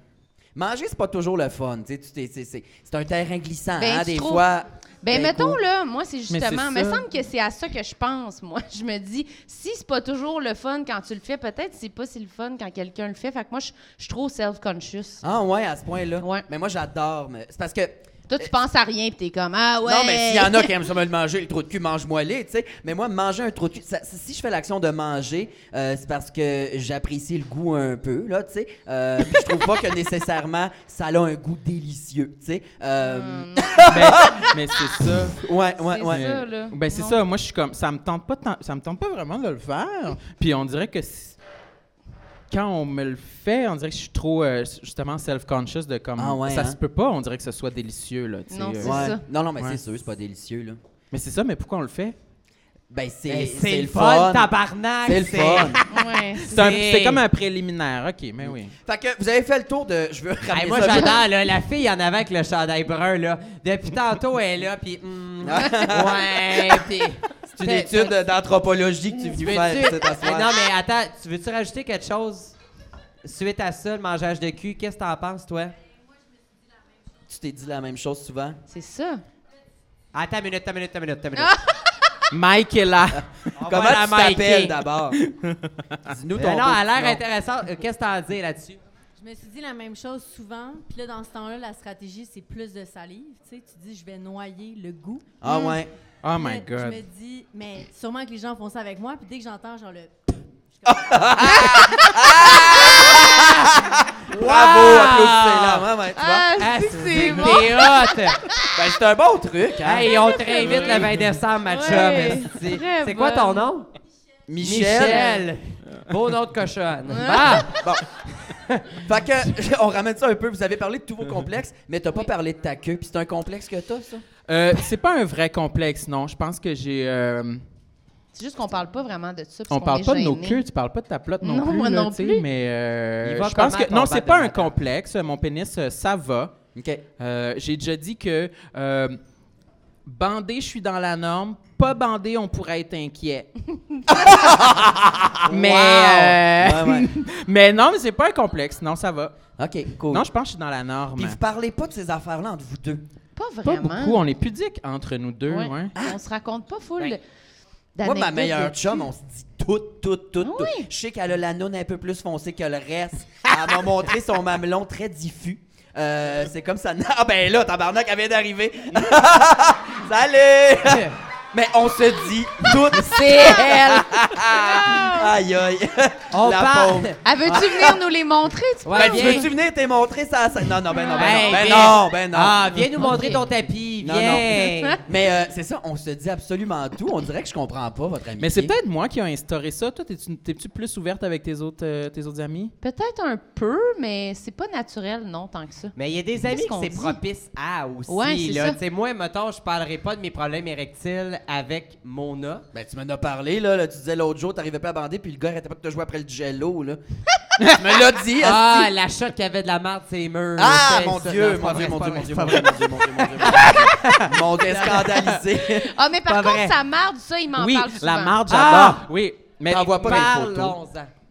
Speaker 3: Manger, c'est pas toujours le fun. tu sais, tu t'es- c'est- c'est- C'est un terrain glissant,
Speaker 5: Ben,
Speaker 3: hein,
Speaker 5: tu
Speaker 3: des
Speaker 5: trouves-
Speaker 3: fois.
Speaker 5: Ben,
Speaker 3: d'un
Speaker 5: mettons,
Speaker 3: coup.
Speaker 5: là, moi, c'est
Speaker 4: c'est
Speaker 5: justement.
Speaker 4: ça.
Speaker 5: me semble que c'est à ça que je pense, moi. Je me dis, si c'est pas toujours le fun quand tu le fais, peut-être c'est pas si le fun quand quelqu'un le fait. Fait que moi, je je suis trop self-conscious.
Speaker 3: Ah ouais, à ce point-là.
Speaker 5: Ouais.
Speaker 3: Mais moi, j'adore. mais- C'est parce que.
Speaker 5: Toi, tu penses à rien, puis t'es comme, ah ouais.
Speaker 3: Euh, Non, mais s'il y en a qui aiment ça me le manger, le trou de cul, mange-moi les, tu sais. Mais moi, manger un trou de cul, ça- si je fais l'action de manger, euh, c'est parce que j'apprécie le goût un peu, là, tu sais. Euh, puis je trouve pas que nécessairement ça a un goût délicieux, tu sais. Euh,
Speaker 2: Hmm.
Speaker 4: mais mais c'est ça.
Speaker 3: ouais, ouais,
Speaker 5: C'est
Speaker 3: ouais.
Speaker 5: ça, là.
Speaker 4: Ben c'est
Speaker 5: Non.
Speaker 4: ça, moi je suis comme ça me tente pas tant- ça me tente pas vraiment de le faire. Puis on dirait que si- quand on me le fait, on dirait que je suis trop euh, justement self-conscious de comme
Speaker 3: Ah ouais,
Speaker 4: ça
Speaker 3: hein?
Speaker 4: se peut pas, on dirait que ce soit délicieux là, tu sais,
Speaker 5: Non,
Speaker 4: euh.
Speaker 5: c'est ça.
Speaker 3: Ouais. Non, non, mais
Speaker 4: Ouais.
Speaker 3: c'est sûr, c'est pas délicieux, là.
Speaker 4: Mais c'est ça, mais pourquoi on le fait
Speaker 3: Ben, c'est
Speaker 2: Ben,
Speaker 3: c'est
Speaker 2: C'est le fun, tabarnak.
Speaker 3: C'est le fun.
Speaker 5: Ouais.
Speaker 4: C'est un-
Speaker 2: C'est-
Speaker 4: c'est comme un préliminaire. OK, mais oui.
Speaker 3: Fait que vous avez fait le tour de. Je veux ramener
Speaker 2: Hey, moi,
Speaker 3: ça-
Speaker 2: j'adore, là, la fille en avant avec le chandail brun, là. Depuis tantôt, elle est là, puis... hmm, ouais, puis...
Speaker 3: C'est une
Speaker 2: Fait-
Speaker 3: étude d'anthropologie que tu
Speaker 2: Tu
Speaker 3: viens
Speaker 2: veux-tu-
Speaker 3: faire cette
Speaker 2: Hey, non, mais attends, tu veux-tu rajouter quelque chose suite à ça, le mangeage de cul? Qu'est-ce que t'en penses, toi?
Speaker 3: Tu t'es dit la même chose souvent.
Speaker 5: C'est ça.
Speaker 2: Attends une minute, attends une minute, attends une minute, attends une minute.
Speaker 4: Mike est là.
Speaker 2: On va
Speaker 3: Comment
Speaker 2: la
Speaker 3: tu t'appelles
Speaker 2: miker.
Speaker 3: d'abord? Dis-nous
Speaker 2: Mais
Speaker 3: ton
Speaker 2: Non,
Speaker 3: beau
Speaker 2: elle a
Speaker 3: petit nom.
Speaker 2: l'air intéressante. Euh, Qu'est-ce que t'en dis là-dessus?
Speaker 6: Je me suis dit la même chose souvent. Puis là, dans ce temps-là, la stratégie, c'est plus de salive. Tu sais, tu dis, je vais noyer le goût.
Speaker 3: Ah
Speaker 2: Hmm.
Speaker 3: ouais.
Speaker 4: Oh
Speaker 6: Puis là,
Speaker 4: my god.
Speaker 6: Je me dis, mais sûrement que les gens font ça avec moi. Puis dès que j'entends, genre le.
Speaker 3: Bravo, applaudissez-la. Ouais, ouais, tu vois.
Speaker 5: Ah, si, c'est bon.
Speaker 2: T'es hot!
Speaker 3: Ben, c'est un bon truc, hein?
Speaker 2: Hey, on te réinvite le 20 décembre, ma chum.
Speaker 5: Ouais,
Speaker 2: esti.
Speaker 5: très
Speaker 2: C'est quoi ton
Speaker 5: bonne.
Speaker 2: nom?
Speaker 3: Michel.
Speaker 2: Beau nom de cochonne. Ah!
Speaker 3: Bon. fait que, on ramène ça un peu. Vous avez parlé de tous vos complexes, mais t'as pas parlé de ta queue. Puis c'est un complexe que t'as, ça?
Speaker 4: Euh, c'est pas un vrai complexe, non. Je pense que j'ai euh,
Speaker 5: C'est juste qu'on parle pas vraiment de ça. parce
Speaker 4: On
Speaker 5: qu'on
Speaker 4: parle
Speaker 5: est
Speaker 4: pas de nos
Speaker 5: gênés.
Speaker 4: queues, tu parles pas de ta plotte non,
Speaker 5: Non,
Speaker 4: plus.
Speaker 5: moi
Speaker 4: là,
Speaker 5: non
Speaker 4: tu sais,
Speaker 5: plus.
Speaker 4: Mais euh,
Speaker 2: Il va
Speaker 4: je pense
Speaker 2: comment
Speaker 4: que
Speaker 2: ton
Speaker 4: non, c'est
Speaker 2: bad
Speaker 4: pas
Speaker 2: de
Speaker 4: un
Speaker 2: matin?
Speaker 4: complexe. Mon pénis, euh, ça va.
Speaker 3: OK.
Speaker 4: Euh, J'ai déjà dit que euh, bandé, je suis dans la norme. Pas bandé, on pourrait être inquiet. mais, euh,
Speaker 3: Ouais, ouais.
Speaker 4: mais non, mais c'est pas un complexe. Non, ça va.
Speaker 3: OK, cool.
Speaker 4: Non, je pense que je suis dans la norme.
Speaker 3: Oh. Puis vous parlez pas de ces affaires-là entre vous deux.
Speaker 5: Pas
Speaker 4: Pas
Speaker 5: vraiment.
Speaker 4: beaucoup. On est pudique entre nous deux.
Speaker 5: Ouais.
Speaker 4: ouais.
Speaker 5: On se raconte pas full
Speaker 2: Ben,
Speaker 3: Moi,
Speaker 5: d'anecdotes.
Speaker 3: ma meilleure
Speaker 5: de-
Speaker 3: chum, on se dit tout, tout,
Speaker 2: Ah
Speaker 3: tout, tout.
Speaker 5: Oui.
Speaker 3: Je sais qu'elle a la noune un peu plus foncée que le reste. Elle m'a montré son mamelon très diffus. Euh, c'est comme ça. Ah ben là, tabarnak, elle vient d'arriver. Salut! Mais on se dit toutes. C'est elle! aïe aïe.
Speaker 2: On
Speaker 3: la
Speaker 2: parle.
Speaker 3: pauvre.
Speaker 5: Ah, veux-tu venir nous les montrer? Tu
Speaker 2: Ouais,
Speaker 3: Ben, tu
Speaker 2: viens.
Speaker 3: veux-tu venir te montrer ça? ça- Non, non, ben non, ben non.
Speaker 2: Hey,
Speaker 3: Ben
Speaker 2: viens.
Speaker 3: non, ben non.
Speaker 2: Ah, viens nous
Speaker 5: Ok.
Speaker 2: montrer ton tapis.
Speaker 3: Non,
Speaker 2: Viens!
Speaker 3: Mais euh, c'est ça, on se dit absolument tout. On dirait que je comprends pas votre amitié.
Speaker 4: Mais c'est peut-être moi qui ai instauré ça. Toi, t'es-tu t'es-tu plus ouverte avec tes autres, euh, tes autres amis?
Speaker 5: Peut-être un peu, mais c'est pas naturel, non, tant que ça.
Speaker 2: Mais il y a des amis
Speaker 5: Qu'est-ce
Speaker 2: que
Speaker 5: qu'on
Speaker 2: c'est
Speaker 5: dit?
Speaker 2: propice à aussi.
Speaker 5: Ouais, c'est
Speaker 2: là.
Speaker 5: ça.
Speaker 2: Tu sais, moi, mettons, je parlerai pas de mes problèmes érectiles avec Mona.
Speaker 3: Ben, tu m'en as parlé, là. là. tu disais l'autre jour, t'arrivais pas à bander, puis le gars arrêtait pas de te jouer après le jello, là. tu me l'as dit.
Speaker 2: Ah, la shot qui avait de la marde, ses murs.
Speaker 3: Ah,
Speaker 2: C'est
Speaker 3: mon
Speaker 2: ça.
Speaker 3: Dieu,
Speaker 2: Non,
Speaker 3: mon
Speaker 2: c'est
Speaker 3: Dieu, mon
Speaker 2: pas vrai,
Speaker 3: Dieu, mon
Speaker 2: c'est
Speaker 3: Dieu,
Speaker 2: pas
Speaker 3: mon
Speaker 2: vrai.
Speaker 3: Dieu, mon Dieu, mon Dieu, mon Dieu, mon Dieu. Mon Dieu, scandalisé.
Speaker 5: Ah, mais par
Speaker 2: Pas
Speaker 5: contre,
Speaker 2: vrai.
Speaker 5: sa marde, ça, il m'en
Speaker 4: oui,
Speaker 5: parle souvent.
Speaker 4: la marde, j'adore.
Speaker 2: Ah!
Speaker 4: oui, mais
Speaker 3: T'en vois pas mes photos.
Speaker 2: Parlons-en.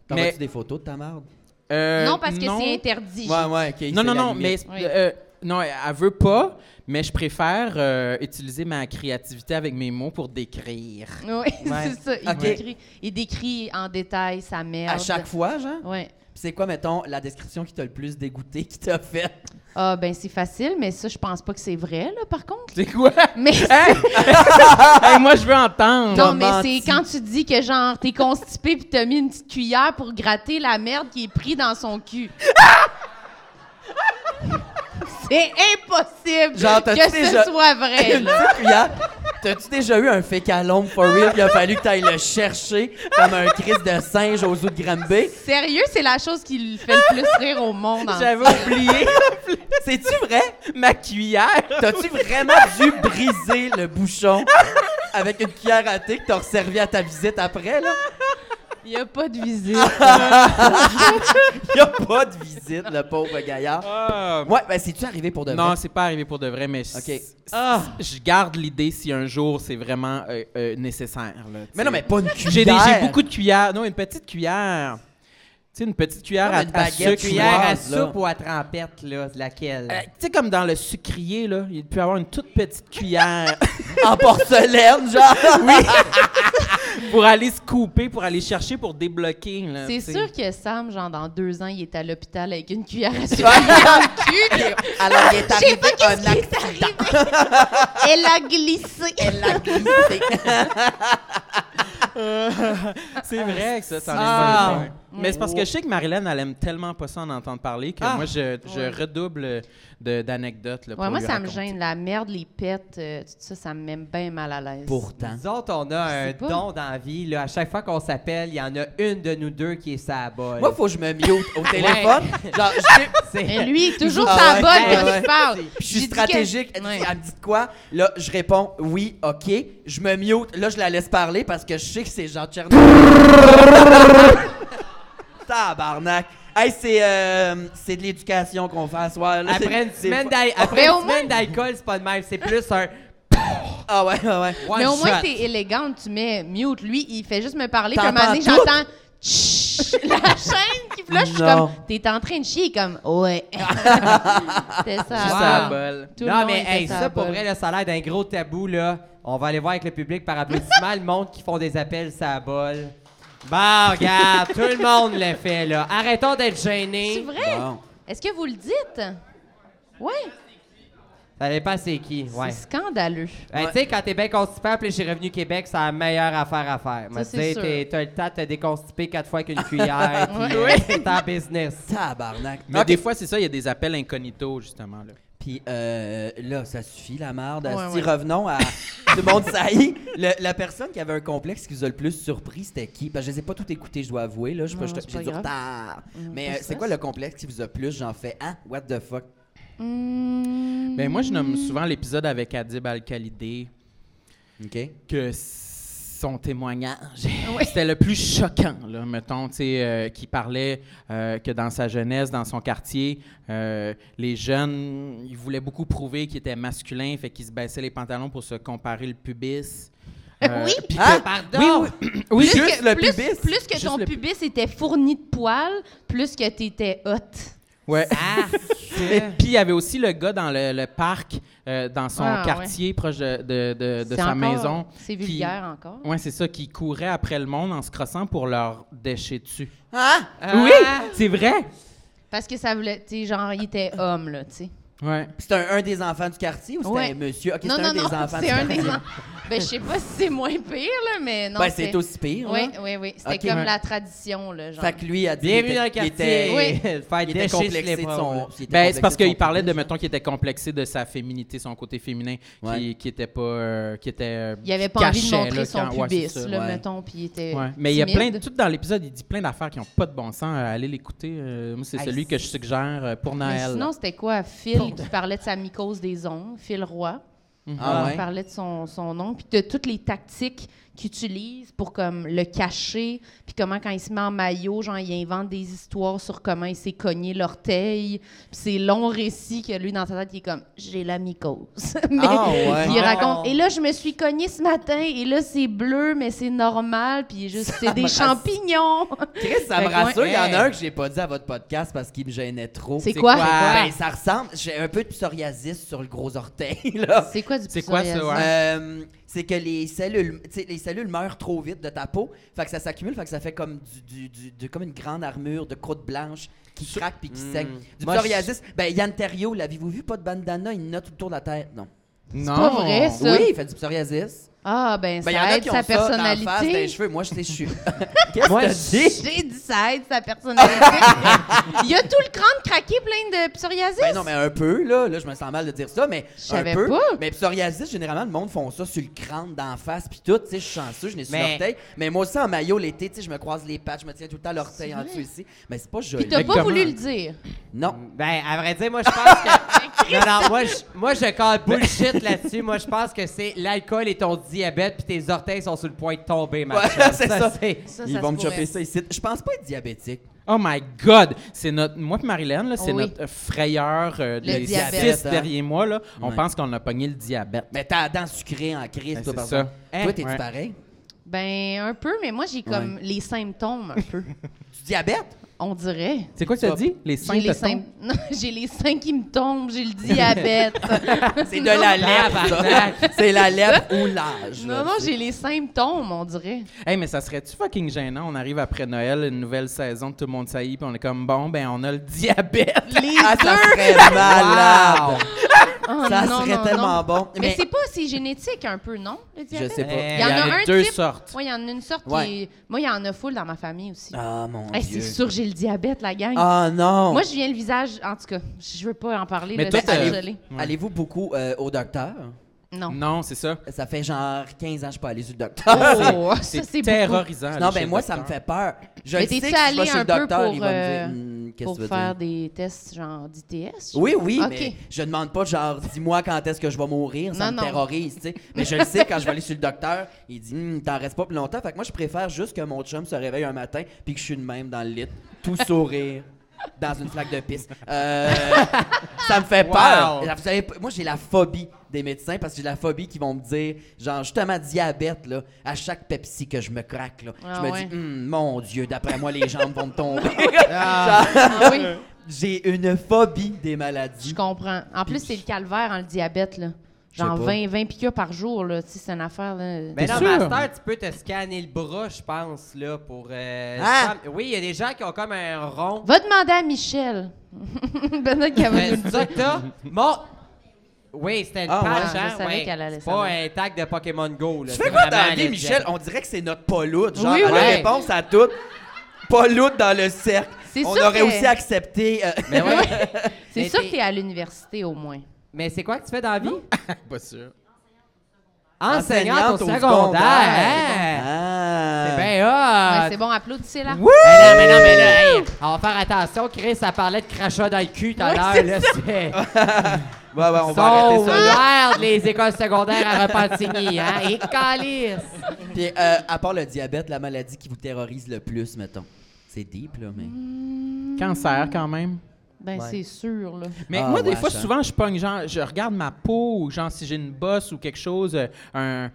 Speaker 3: T'envoies-tu
Speaker 4: Mais-
Speaker 3: des photos de ta marde?
Speaker 4: Euh,
Speaker 5: Non, parce que
Speaker 4: non.
Speaker 5: c'est interdit.
Speaker 3: Ouais, ouais, ok.
Speaker 4: Non,
Speaker 3: c'est
Speaker 4: non,
Speaker 3: la
Speaker 4: non, mais
Speaker 3: limite.
Speaker 5: Oui.
Speaker 4: euh, non, elle veut pas, mais je préfère euh, utiliser ma créativité avec mes mots pour décrire.
Speaker 5: Oui, c'est ça. Il,
Speaker 3: Ok.
Speaker 5: décrit, il décrit en détail sa merde.
Speaker 3: À chaque fois, genre?
Speaker 5: Ouais.
Speaker 3: C'est quoi, mettons, la description qui t'a le plus dégoûté, qui t'a fait?
Speaker 5: Ah, ben c'est facile, mais ça, je pense pas que c'est vrai, là, par contre.
Speaker 4: C'est quoi?
Speaker 5: Mais
Speaker 4: Hey! Hein? Hey, moi, je veux entendre.
Speaker 5: Non, mais
Speaker 3: menti.
Speaker 5: c'est quand tu dis que, genre, t'es constipé pis t'as mis une petite cuillère pour gratter la merde qui est prise dans son cul. c'est impossible
Speaker 3: Genre, t'as-tu
Speaker 5: que ce
Speaker 3: déjà-
Speaker 5: soit vrai,
Speaker 3: Une
Speaker 5: là.
Speaker 3: petite cuillère. T'as-tu déjà eu un fécalome for real? Il a fallu que t'ailles le chercher comme un Christ de singe aux eaux de Granby.
Speaker 5: Sérieux, c'est la chose qui le fait le plus rire au monde. hein. en-
Speaker 4: J'avais oublié
Speaker 3: Ah. C'est-tu vrai?
Speaker 4: ma cuillère.
Speaker 3: T'as-tu vraiment dû briser le bouchon avec une cuillère à thé que t'as resservi à ta visite après, là?
Speaker 5: Il y a pas de visite.
Speaker 3: Ah, Y a pas de visite, le pauvre gaillard. Ouais, ben, c'est-tu arrivé pour de vrai?
Speaker 4: Ah, Non, c'est pas arrivé pour de vrai, mais
Speaker 3: Ok.
Speaker 4: c- je garde l'idée si un jour c'est vraiment euh, euh, nécessaire. là, tu
Speaker 3: Mais non,
Speaker 4: sais.
Speaker 3: mais pas une cuillère.
Speaker 4: J'ai des- j'ai beaucoup de cuillères. Non, une petite cuillère. Tu sais, une petite cuillère
Speaker 3: Comme
Speaker 4: à,
Speaker 3: une
Speaker 4: à
Speaker 3: baguette
Speaker 4: sucre.
Speaker 2: Cuillère à
Speaker 3: Chinoise, là.
Speaker 2: soupe ou à trempette, là, de laquelle?
Speaker 4: Euh, tu sais, comme dans le sucrier, là, il peut y avoir une toute petite cuillère
Speaker 3: En porcelaine, genre.
Speaker 4: pour aller se couper, pour aller chercher, pour débloquer. là,
Speaker 5: C'est
Speaker 4: tu sais.
Speaker 5: sûr que Sam, genre, dans deux ans, il est à l'hôpital avec une cuillère à sucre dans le cul.
Speaker 3: Alors, il est
Speaker 5: Je sais
Speaker 3: arrivé
Speaker 5: pas qu'est-ce
Speaker 3: un
Speaker 5: qui
Speaker 3: acte.
Speaker 5: est arrivé. Elle a glissé. Elle a glissé.
Speaker 4: C'est vrai que ça, ça en est
Speaker 2: Ah.
Speaker 4: un point.
Speaker 5: Mm.
Speaker 4: Mais c'est parce que je sais que Marilyn, elle aime tellement pas ça en entendre parler que
Speaker 2: Ah.
Speaker 4: moi, je, je redouble de- d'anecdotes. là, pour
Speaker 5: Ouais, moi,
Speaker 4: lui
Speaker 5: ça me
Speaker 4: raconter.
Speaker 5: gêne. La merde, les pets, euh, tout ça, ça me met bien mal à l'aise.
Speaker 3: Pourtant.
Speaker 2: Nous autres, on a un
Speaker 5: Je sais pas.
Speaker 2: don dans la vie. Là. À chaque fois qu'on s'appelle, il y en a une de nous deux qui est sa bolle.
Speaker 3: Moi, faut que je me mute au téléphone. Genre, je sais-
Speaker 5: Mais lui, il est toujours
Speaker 3: Ah
Speaker 5: sa
Speaker 3: ouais,
Speaker 5: bolle
Speaker 3: ouais,
Speaker 5: quand
Speaker 3: ouais.
Speaker 5: il parle.
Speaker 3: je suis
Speaker 5: J'ai dit que-
Speaker 3: stratégique. Elle, dit-
Speaker 5: Ouais.
Speaker 3: elle me dit de quoi? Là, je réponds oui, OK. Je me mute. Là, je la laisse parler parce que je sais que c'est Jean Tchernobyl. Tabarnak. Hey, c'est, euh, c'est de l'éducation qu'on fait à soir. là.
Speaker 2: Après une
Speaker 3: C'est-
Speaker 2: semaine
Speaker 3: c'est-
Speaker 2: d'al- après
Speaker 5: Mais
Speaker 2: une
Speaker 5: au moins-
Speaker 2: semaine d'alcool, c'est pas de même. C'est plus un
Speaker 3: Ah ouais, ouais, ouais.
Speaker 2: one
Speaker 5: Mais au moins,
Speaker 2: shot.
Speaker 5: t'es élégante. Tu mets mute. Lui, il fait juste me parler. Puis à un
Speaker 3: T'entends
Speaker 5: moment donné,
Speaker 3: tout?
Speaker 5: j'entends Tch la chaîne qui flush. Je suis
Speaker 3: Non.
Speaker 5: comme, t'es en train de chier. Il est Comme, ouais. C'était ça.
Speaker 4: Juste
Speaker 5: la
Speaker 4: à
Speaker 5: bolle.
Speaker 4: la bol.
Speaker 5: Tout le
Speaker 2: non,
Speaker 5: monde
Speaker 2: mais
Speaker 5: était
Speaker 2: hey,
Speaker 5: sa
Speaker 2: ça, pour
Speaker 5: bolle.
Speaker 2: vrai, là, ça a l'air d'un gros tabou. là. On va aller voir avec le public par applaudissement le monde qui font des appels sa bolle. Bon, regarde, tout le monde le fait. là. Arrêtons d'être
Speaker 5: C'est
Speaker 2: gênés.
Speaker 5: vrai?
Speaker 3: Bon.
Speaker 5: Est-ce que vous le dites? Ouais.
Speaker 2: Ça dépend c'est qui. Ouais.
Speaker 5: C'est scandaleux.
Speaker 2: Ben, Tu sais, quand t'es bien constipé, puis j'ai revenu Québec, c'est la meilleure affaire à faire. Mais tu
Speaker 5: c'est
Speaker 2: sais,
Speaker 5: sûr.
Speaker 2: t'es- t'as le temps de te déconstiper quatre fois avec une cuillère, puis euh,
Speaker 5: Ouais.
Speaker 2: t'es en business.
Speaker 3: Tabarnak.
Speaker 4: Mais
Speaker 3: Ok.
Speaker 4: des fois, c'est ça, il y a des appels incognito, justement. là.
Speaker 3: Puis euh, là, ça suffit, la merde.
Speaker 5: Ouais,
Speaker 3: si
Speaker 5: ouais.
Speaker 3: revenons à tout le monde saillit. Le- la personne qui avait un complexe qui vous a le plus surpris, c'était qui? Parce que je les ai pas tout écouté, je dois avouer. Là, je,
Speaker 5: Non,
Speaker 3: je-
Speaker 5: c'est
Speaker 3: j'ai
Speaker 5: pas
Speaker 3: du
Speaker 5: grave.
Speaker 3: retard. Mais euh,
Speaker 5: pas de
Speaker 3: c'est
Speaker 5: stress.
Speaker 3: quoi le complexe qui vous a plus? J'en fais, hein? What the fuck?
Speaker 5: Hmm.
Speaker 4: Ben, moi, je nomme souvent l'épisode avec Adib Al-Khalidé,
Speaker 3: OK.
Speaker 4: que son témoignage c'était le plus choquant là mettons tu sais euh, qui parlait euh, que dans sa jeunesse dans son quartier euh, les jeunes ils voulaient beaucoup prouver qu'ils étaient masculins fait qu'ils se baissaient les pantalons pour se comparer le pubis
Speaker 5: Euh,
Speaker 4: Euh,
Speaker 5: Oui.
Speaker 4: puis que-
Speaker 3: Ah,
Speaker 2: Pardon!
Speaker 4: oui
Speaker 5: plus
Speaker 4: juste
Speaker 5: que,
Speaker 4: le
Speaker 5: plus-
Speaker 4: pubis
Speaker 5: plus que
Speaker 4: Juste
Speaker 5: ton
Speaker 4: le-
Speaker 5: pubis était fourni de poils, plus que t'étais hot.
Speaker 4: ouais
Speaker 2: Ah,
Speaker 4: Et
Speaker 2: c'est-
Speaker 4: puis il y avait aussi le gars dans le, le parc euh, dans son
Speaker 5: Ah, ouais.
Speaker 4: quartier proche de, de- de- de
Speaker 5: C'est
Speaker 4: sa
Speaker 5: encore-
Speaker 4: maison
Speaker 5: C'est
Speaker 4: qui-
Speaker 5: vulgaire encore.
Speaker 4: ouais c'est ça qui courait après le monde en se crossant pour leur déchet dessus
Speaker 5: Ah!
Speaker 3: Hein?
Speaker 4: Oui, c'est vrai.
Speaker 5: Parce que ça voulait, tu sais, genre, il était homme, là, tu sais.
Speaker 4: Ouais.
Speaker 3: C'était un, un des enfants du quartier ou c'était
Speaker 5: Ouais.
Speaker 3: un monsieur? OK,
Speaker 5: non,
Speaker 3: c'était
Speaker 5: non,
Speaker 3: un des
Speaker 5: non,
Speaker 3: enfants
Speaker 5: c'est
Speaker 3: du
Speaker 5: un des
Speaker 3: quartier.
Speaker 5: enfants. Ben, je sais pas si c'est moins pire, là, mais non.
Speaker 3: Ben, c'est aussi pire.
Speaker 5: Oui,
Speaker 3: là.
Speaker 5: oui, oui. C'était
Speaker 3: Ok.
Speaker 5: comme
Speaker 4: Ouais.
Speaker 5: la tradition, là, genre.
Speaker 3: Fait que lui a dit...
Speaker 2: Bienvenue
Speaker 3: il
Speaker 2: dans le
Speaker 3: était- il
Speaker 2: quartier!
Speaker 5: Oui.
Speaker 2: Faire
Speaker 3: était, il était
Speaker 2: déchirer sur les
Speaker 3: complexé de son...
Speaker 2: bras.
Speaker 3: il était
Speaker 4: Ben, c'est parce
Speaker 3: complexé de son
Speaker 4: qu'il parlait de,
Speaker 3: pubis.
Speaker 4: mettons, qu'il était complexé de sa féminité, son côté féminin,
Speaker 3: Ouais.
Speaker 4: qui, qui était pas. euh, qui était. euh,
Speaker 5: Il avait pas
Speaker 4: cachait,
Speaker 5: envie de montrer
Speaker 4: là,
Speaker 5: son
Speaker 4: quand- ouais,
Speaker 5: pubis,
Speaker 4: c'est ça.
Speaker 5: là,
Speaker 3: ouais.
Speaker 5: mettons, puis il était.
Speaker 4: Ouais. Mais il y a plein.
Speaker 5: timide.
Speaker 4: de- Tout dans l'épisode, il dit plein d'affaires qui n'ont pas de bon sens. Euh, allez l'écouter. Euh, moi, c'est
Speaker 3: Hey,
Speaker 4: celui que je suggère euh, pour
Speaker 5: Mais
Speaker 4: Noël.
Speaker 5: sinon, c'était quoi? Phil qui parlait de sa mycose des ongles, Phil Roy.
Speaker 3: Ah
Speaker 5: On
Speaker 3: ouais?
Speaker 5: parlait de son, son nom, puis de toutes les tactiques qu'il utilise pour comme le cacher, puis comment quand il se met en maillot, genre il invente des histoires sur comment il s'est cogné l'orteil, puis ces longs récits que lui dans sa tête, il est comme j'ai la mycose. mais
Speaker 3: Ah ouais.
Speaker 5: puis il
Speaker 6: Oh.
Speaker 5: raconte et là je me suis cogné ce matin et là c'est bleu mais c'est normal, puis il est juste c'est des champignons.
Speaker 3: Chris, ça
Speaker 5: Fait
Speaker 3: me
Speaker 5: que,
Speaker 3: rassure. Il y en
Speaker 5: ouais.
Speaker 3: a un que j'ai pas dit à votre podcast parce qu'il me gênait trop.
Speaker 5: C'est quoi? C'est quoi?
Speaker 3: Ben, ça ressemble. J'ai un peu de psoriasis sur le gros orteil, là.
Speaker 5: c'est quoi du
Speaker 4: C'est quoi ça,
Speaker 5: psoriasis?
Speaker 4: ouais?
Speaker 3: Euh, c'est que les cellules, tu sais, les cellules meurent trop vite de ta peau, fait que ça s'accumule, fait que ça fait comme du, du- du- de- comme une grande armure de croûte blanche qui craque puis qui saigne. Du
Speaker 2: Moi,
Speaker 3: psoriasis. Ben Yann Terriot, l'avez-vous vu pas de bandana, il en a tout autour de la tête, non
Speaker 4: Non.
Speaker 5: pas vrai, ça.
Speaker 3: Oui, il fait du psoriasis.
Speaker 5: Ah ben,
Speaker 3: Ben il y en
Speaker 5: ça
Speaker 3: a
Speaker 5: aide
Speaker 3: qui ont
Speaker 5: sa
Speaker 3: ça dans la face, dans les
Speaker 5: personnalité.
Speaker 3: cheveux. Moi, je sais, je suis.
Speaker 2: Moi,
Speaker 5: J'ai dit ça aide sa personnalité. il a tout le crâne craqué plein de psoriasis.
Speaker 3: Ben non, mais un peu, là. Là, je me sens mal de dire ça, mais
Speaker 5: Je
Speaker 3: un
Speaker 5: savais
Speaker 3: peu.
Speaker 5: pas.
Speaker 3: Mais psoriasis, généralement, le monde font ça sur le crâne, d'en face, puis tout. Tu sais, je suis chanceux, je n'ai sur
Speaker 2: Mais-
Speaker 3: l'orteil. Mais moi aussi, en maillot, l'été, tu sais, je me croise les pattes, je me tiens tout le temps l'orteil
Speaker 5: C'est
Speaker 3: en
Speaker 5: vrai?
Speaker 3: dessous ici. Mais c'est pas joli.
Speaker 5: Puis t'as
Speaker 4: Mais
Speaker 5: pas
Speaker 4: comment?
Speaker 5: voulu le dire.
Speaker 3: Non.
Speaker 2: Ben, à vrai dire, moi, je pense
Speaker 3: Ben,
Speaker 2: que. non, non, moi, je, moi, je call bullshit là-dessus. Moi, je pense que c'est l'alcool et ton diabète, puis tes orteils sont sur le point de tomber, ma
Speaker 3: Ouais,
Speaker 2: chère.
Speaker 3: c'est ça.
Speaker 2: c'est-
Speaker 5: Ça,
Speaker 3: Ils
Speaker 5: ça
Speaker 3: vont
Speaker 5: se
Speaker 3: me choper
Speaker 5: pourrait.
Speaker 3: ça ici. Je pense pas être diabétique.
Speaker 4: Oh my God! C'est notre, moi et Marilyn, là, c'est
Speaker 5: Oh Oui.
Speaker 4: notre euh, frayeur euh, des
Speaker 5: diabète.
Speaker 4: six
Speaker 3: Hein.
Speaker 4: derniers mois. Là. On
Speaker 3: Ouais.
Speaker 4: pense qu'on a pogné le diabète.
Speaker 3: Mais t'as la dent sucrée en crise,
Speaker 4: Ben,
Speaker 3: toi,
Speaker 4: c'est
Speaker 3: par
Speaker 4: ça.
Speaker 3: exemple.
Speaker 2: Hein?
Speaker 3: Toi, t'es-tu
Speaker 4: Ouais.
Speaker 3: pareil?
Speaker 5: Ben un peu, mais moi j'ai comme les symptômes un peu.
Speaker 3: Du diabète?
Speaker 5: On dirait.
Speaker 4: C'est quoi que tu as
Speaker 3: Ça-
Speaker 4: dit? Les cinq
Speaker 5: J'ai les,
Speaker 4: tontons?
Speaker 5: sym- Non, j'ai les seins qui me tombent, j'ai le diabète.
Speaker 3: C'est de
Speaker 5: Non,
Speaker 3: la lèpre, ça. C'est la lèpre ou l'âge. là,
Speaker 5: Non, non,
Speaker 3: tu sais.
Speaker 5: j'ai les symptômes, on dirait.
Speaker 4: Hey, mais ça serait-tu fucking gênant? On arrive après Noël, une nouvelle saison, tout le monde saillit, puis on est comme, bon, ben, on a le diabète.
Speaker 5: Les
Speaker 3: Ah, ça
Speaker 5: deux!
Speaker 3: serait malade!
Speaker 5: Ah,
Speaker 3: Ça
Speaker 5: non,
Speaker 3: serait
Speaker 5: non,
Speaker 3: tellement
Speaker 5: non.
Speaker 3: bon.
Speaker 5: Mais, c'est pas, c'est génétique un peu, non, le
Speaker 3: Je
Speaker 5: diabète?
Speaker 3: sais pas.
Speaker 2: Eh,
Speaker 5: Il y en
Speaker 4: Il y
Speaker 5: a
Speaker 4: en a
Speaker 5: un
Speaker 4: deux
Speaker 5: type.
Speaker 4: sortes.
Speaker 5: Oui, il y en a une sorte
Speaker 3: Ouais.
Speaker 5: qui est- Moi, il y en a full dans ma famille aussi.
Speaker 3: Ah, mon
Speaker 5: Hey,
Speaker 3: Dieu.
Speaker 5: c'est sûr, j'ai le diabète, la gang.
Speaker 3: Ah, non!
Speaker 5: Moi, je viens le visage... En tout cas, je veux pas en parler.
Speaker 4: Mais
Speaker 5: là,
Speaker 4: toi,
Speaker 5: c'est
Speaker 4: t'as-
Speaker 5: gelé.
Speaker 4: Ouais.
Speaker 3: Allez-vous beaucoup euh, au docteur?
Speaker 5: Non.
Speaker 4: Non, c'est ça.
Speaker 3: Ça fait genre 15 ans que je suis pas allée sur le docteur.
Speaker 5: Oh, ça,
Speaker 4: C'est
Speaker 5: c'est beaucoup.
Speaker 4: terrorisant. aller
Speaker 3: non,
Speaker 4: chez
Speaker 3: ben
Speaker 4: le
Speaker 3: moi, ça me
Speaker 4: docteur.
Speaker 3: fait peur. Je
Speaker 5: Mais
Speaker 3: le sais
Speaker 5: t'es-tu
Speaker 3: que si je
Speaker 5: allé
Speaker 3: vais chez
Speaker 5: un
Speaker 3: le
Speaker 5: peu
Speaker 3: docteur,
Speaker 5: pour,
Speaker 3: il va me
Speaker 5: euh,
Speaker 3: dire Hum, qu'est-ce que
Speaker 5: Pour
Speaker 3: tu veux
Speaker 5: faire
Speaker 3: dire?
Speaker 5: des tests genre d'ITS.
Speaker 3: Oui, oui,
Speaker 5: Ah, Ok.
Speaker 3: mais je demande pas genre dis-moi quand est-ce que je vais mourir, ça
Speaker 5: Non,
Speaker 3: me
Speaker 5: non.
Speaker 3: terrorise, tu sais. Mais je le sais quand je vais aller sur le docteur, il dit Hum, t'en restes pas plus longtemps, fait que moi je préfère juste que mon chum se réveille un matin puis que je suis de même dans le lit, tout sourire. Dans une flaque de pisse. Euh, ça me fait peur. Vous savez, moi, j'ai la phobie des médecins parce que j'ai la phobie qu'ils vont me dire, genre, justement, diabète, là, à chaque Pepsi que je me craque, là,
Speaker 5: Ah
Speaker 3: je me
Speaker 5: ouais.
Speaker 3: dis, Hum, mon Dieu, d'après moi, les jambes vont me tomber.
Speaker 5: Ah oui,
Speaker 3: J'ai une phobie des maladies.
Speaker 5: je comprends. En plus, c'est le calvaire en le diabète, là. Genre
Speaker 3: Je sais pas.
Speaker 5: 20, 20 piqûres par jour, là. Tu sais, c'est une affaire, là.
Speaker 2: Mais
Speaker 4: T'es
Speaker 2: non,
Speaker 4: sûr?
Speaker 2: Master, tu peux te scanner le bras, je pense, là, pour. euh,
Speaker 3: Ah!
Speaker 2: je pense- Oui, il y a des gens qui ont comme un rond.
Speaker 5: Va demander à Michel. Peut-être qu'elle va
Speaker 2: Mais
Speaker 5: nous
Speaker 2: Ben,
Speaker 5: le
Speaker 2: c'est ça que t'as? Mon. Oui, c'était une
Speaker 3: Ah,
Speaker 2: patch,
Speaker 5: ouais.
Speaker 2: hein?
Speaker 5: Je savais
Speaker 2: ouais.
Speaker 5: qu'elle allait
Speaker 2: C'est pas
Speaker 5: savoir.
Speaker 2: un tag de Pokémon Go, là.
Speaker 3: Tu
Speaker 2: C'est
Speaker 3: fais quoi
Speaker 2: vraiment
Speaker 3: dans la vie,
Speaker 2: legit.
Speaker 3: Michel? On dirait que c'est notre paloute. Genre,
Speaker 5: Oui,
Speaker 3: à la
Speaker 2: oui.
Speaker 3: réponse à toutes, paloute dans le cercle.
Speaker 5: C'est
Speaker 3: On
Speaker 5: sûr
Speaker 3: aurait
Speaker 5: que-
Speaker 3: aussi accepté. euh,
Speaker 2: Mais ouais.
Speaker 5: C'est
Speaker 2: Mais
Speaker 5: sûr
Speaker 2: t'es-
Speaker 5: que t'es à l'université, au moins.
Speaker 2: Mais c'est quoi que tu fais dans la vie?
Speaker 4: Pas sûr.
Speaker 2: Enseignante au ben, secondaire! hein?
Speaker 3: Ah.
Speaker 2: C'est bien hot!
Speaker 5: Ouais, c'est bon, applaudissez là.
Speaker 2: Mais non, mais non, mais là, hey, on va faire attention, Chris, ça parlait de crachat dans le cul tout à l'heure, là, c'est...
Speaker 3: Ouais, ouais, on va
Speaker 2: Sont
Speaker 3: arrêter ça. là.
Speaker 2: wild, les écoles secondaires à Repentigny, hein? Et calice!
Speaker 3: Puis, euh, à part le diabète, la maladie qui vous terrorise le plus, mettons. C'est deep, là, mais.
Speaker 5: Mm.
Speaker 4: Cancer, quand même.
Speaker 5: Ben,
Speaker 3: Ouais.
Speaker 5: c'est sûr, là.
Speaker 4: Mais
Speaker 3: Ah,
Speaker 4: moi, des
Speaker 3: wesh,
Speaker 4: fois,
Speaker 3: hein.
Speaker 4: souvent, je pogne, genre, je regarde ma peau, ou genre, si j'ai une bosse ou quelque chose, euh, un.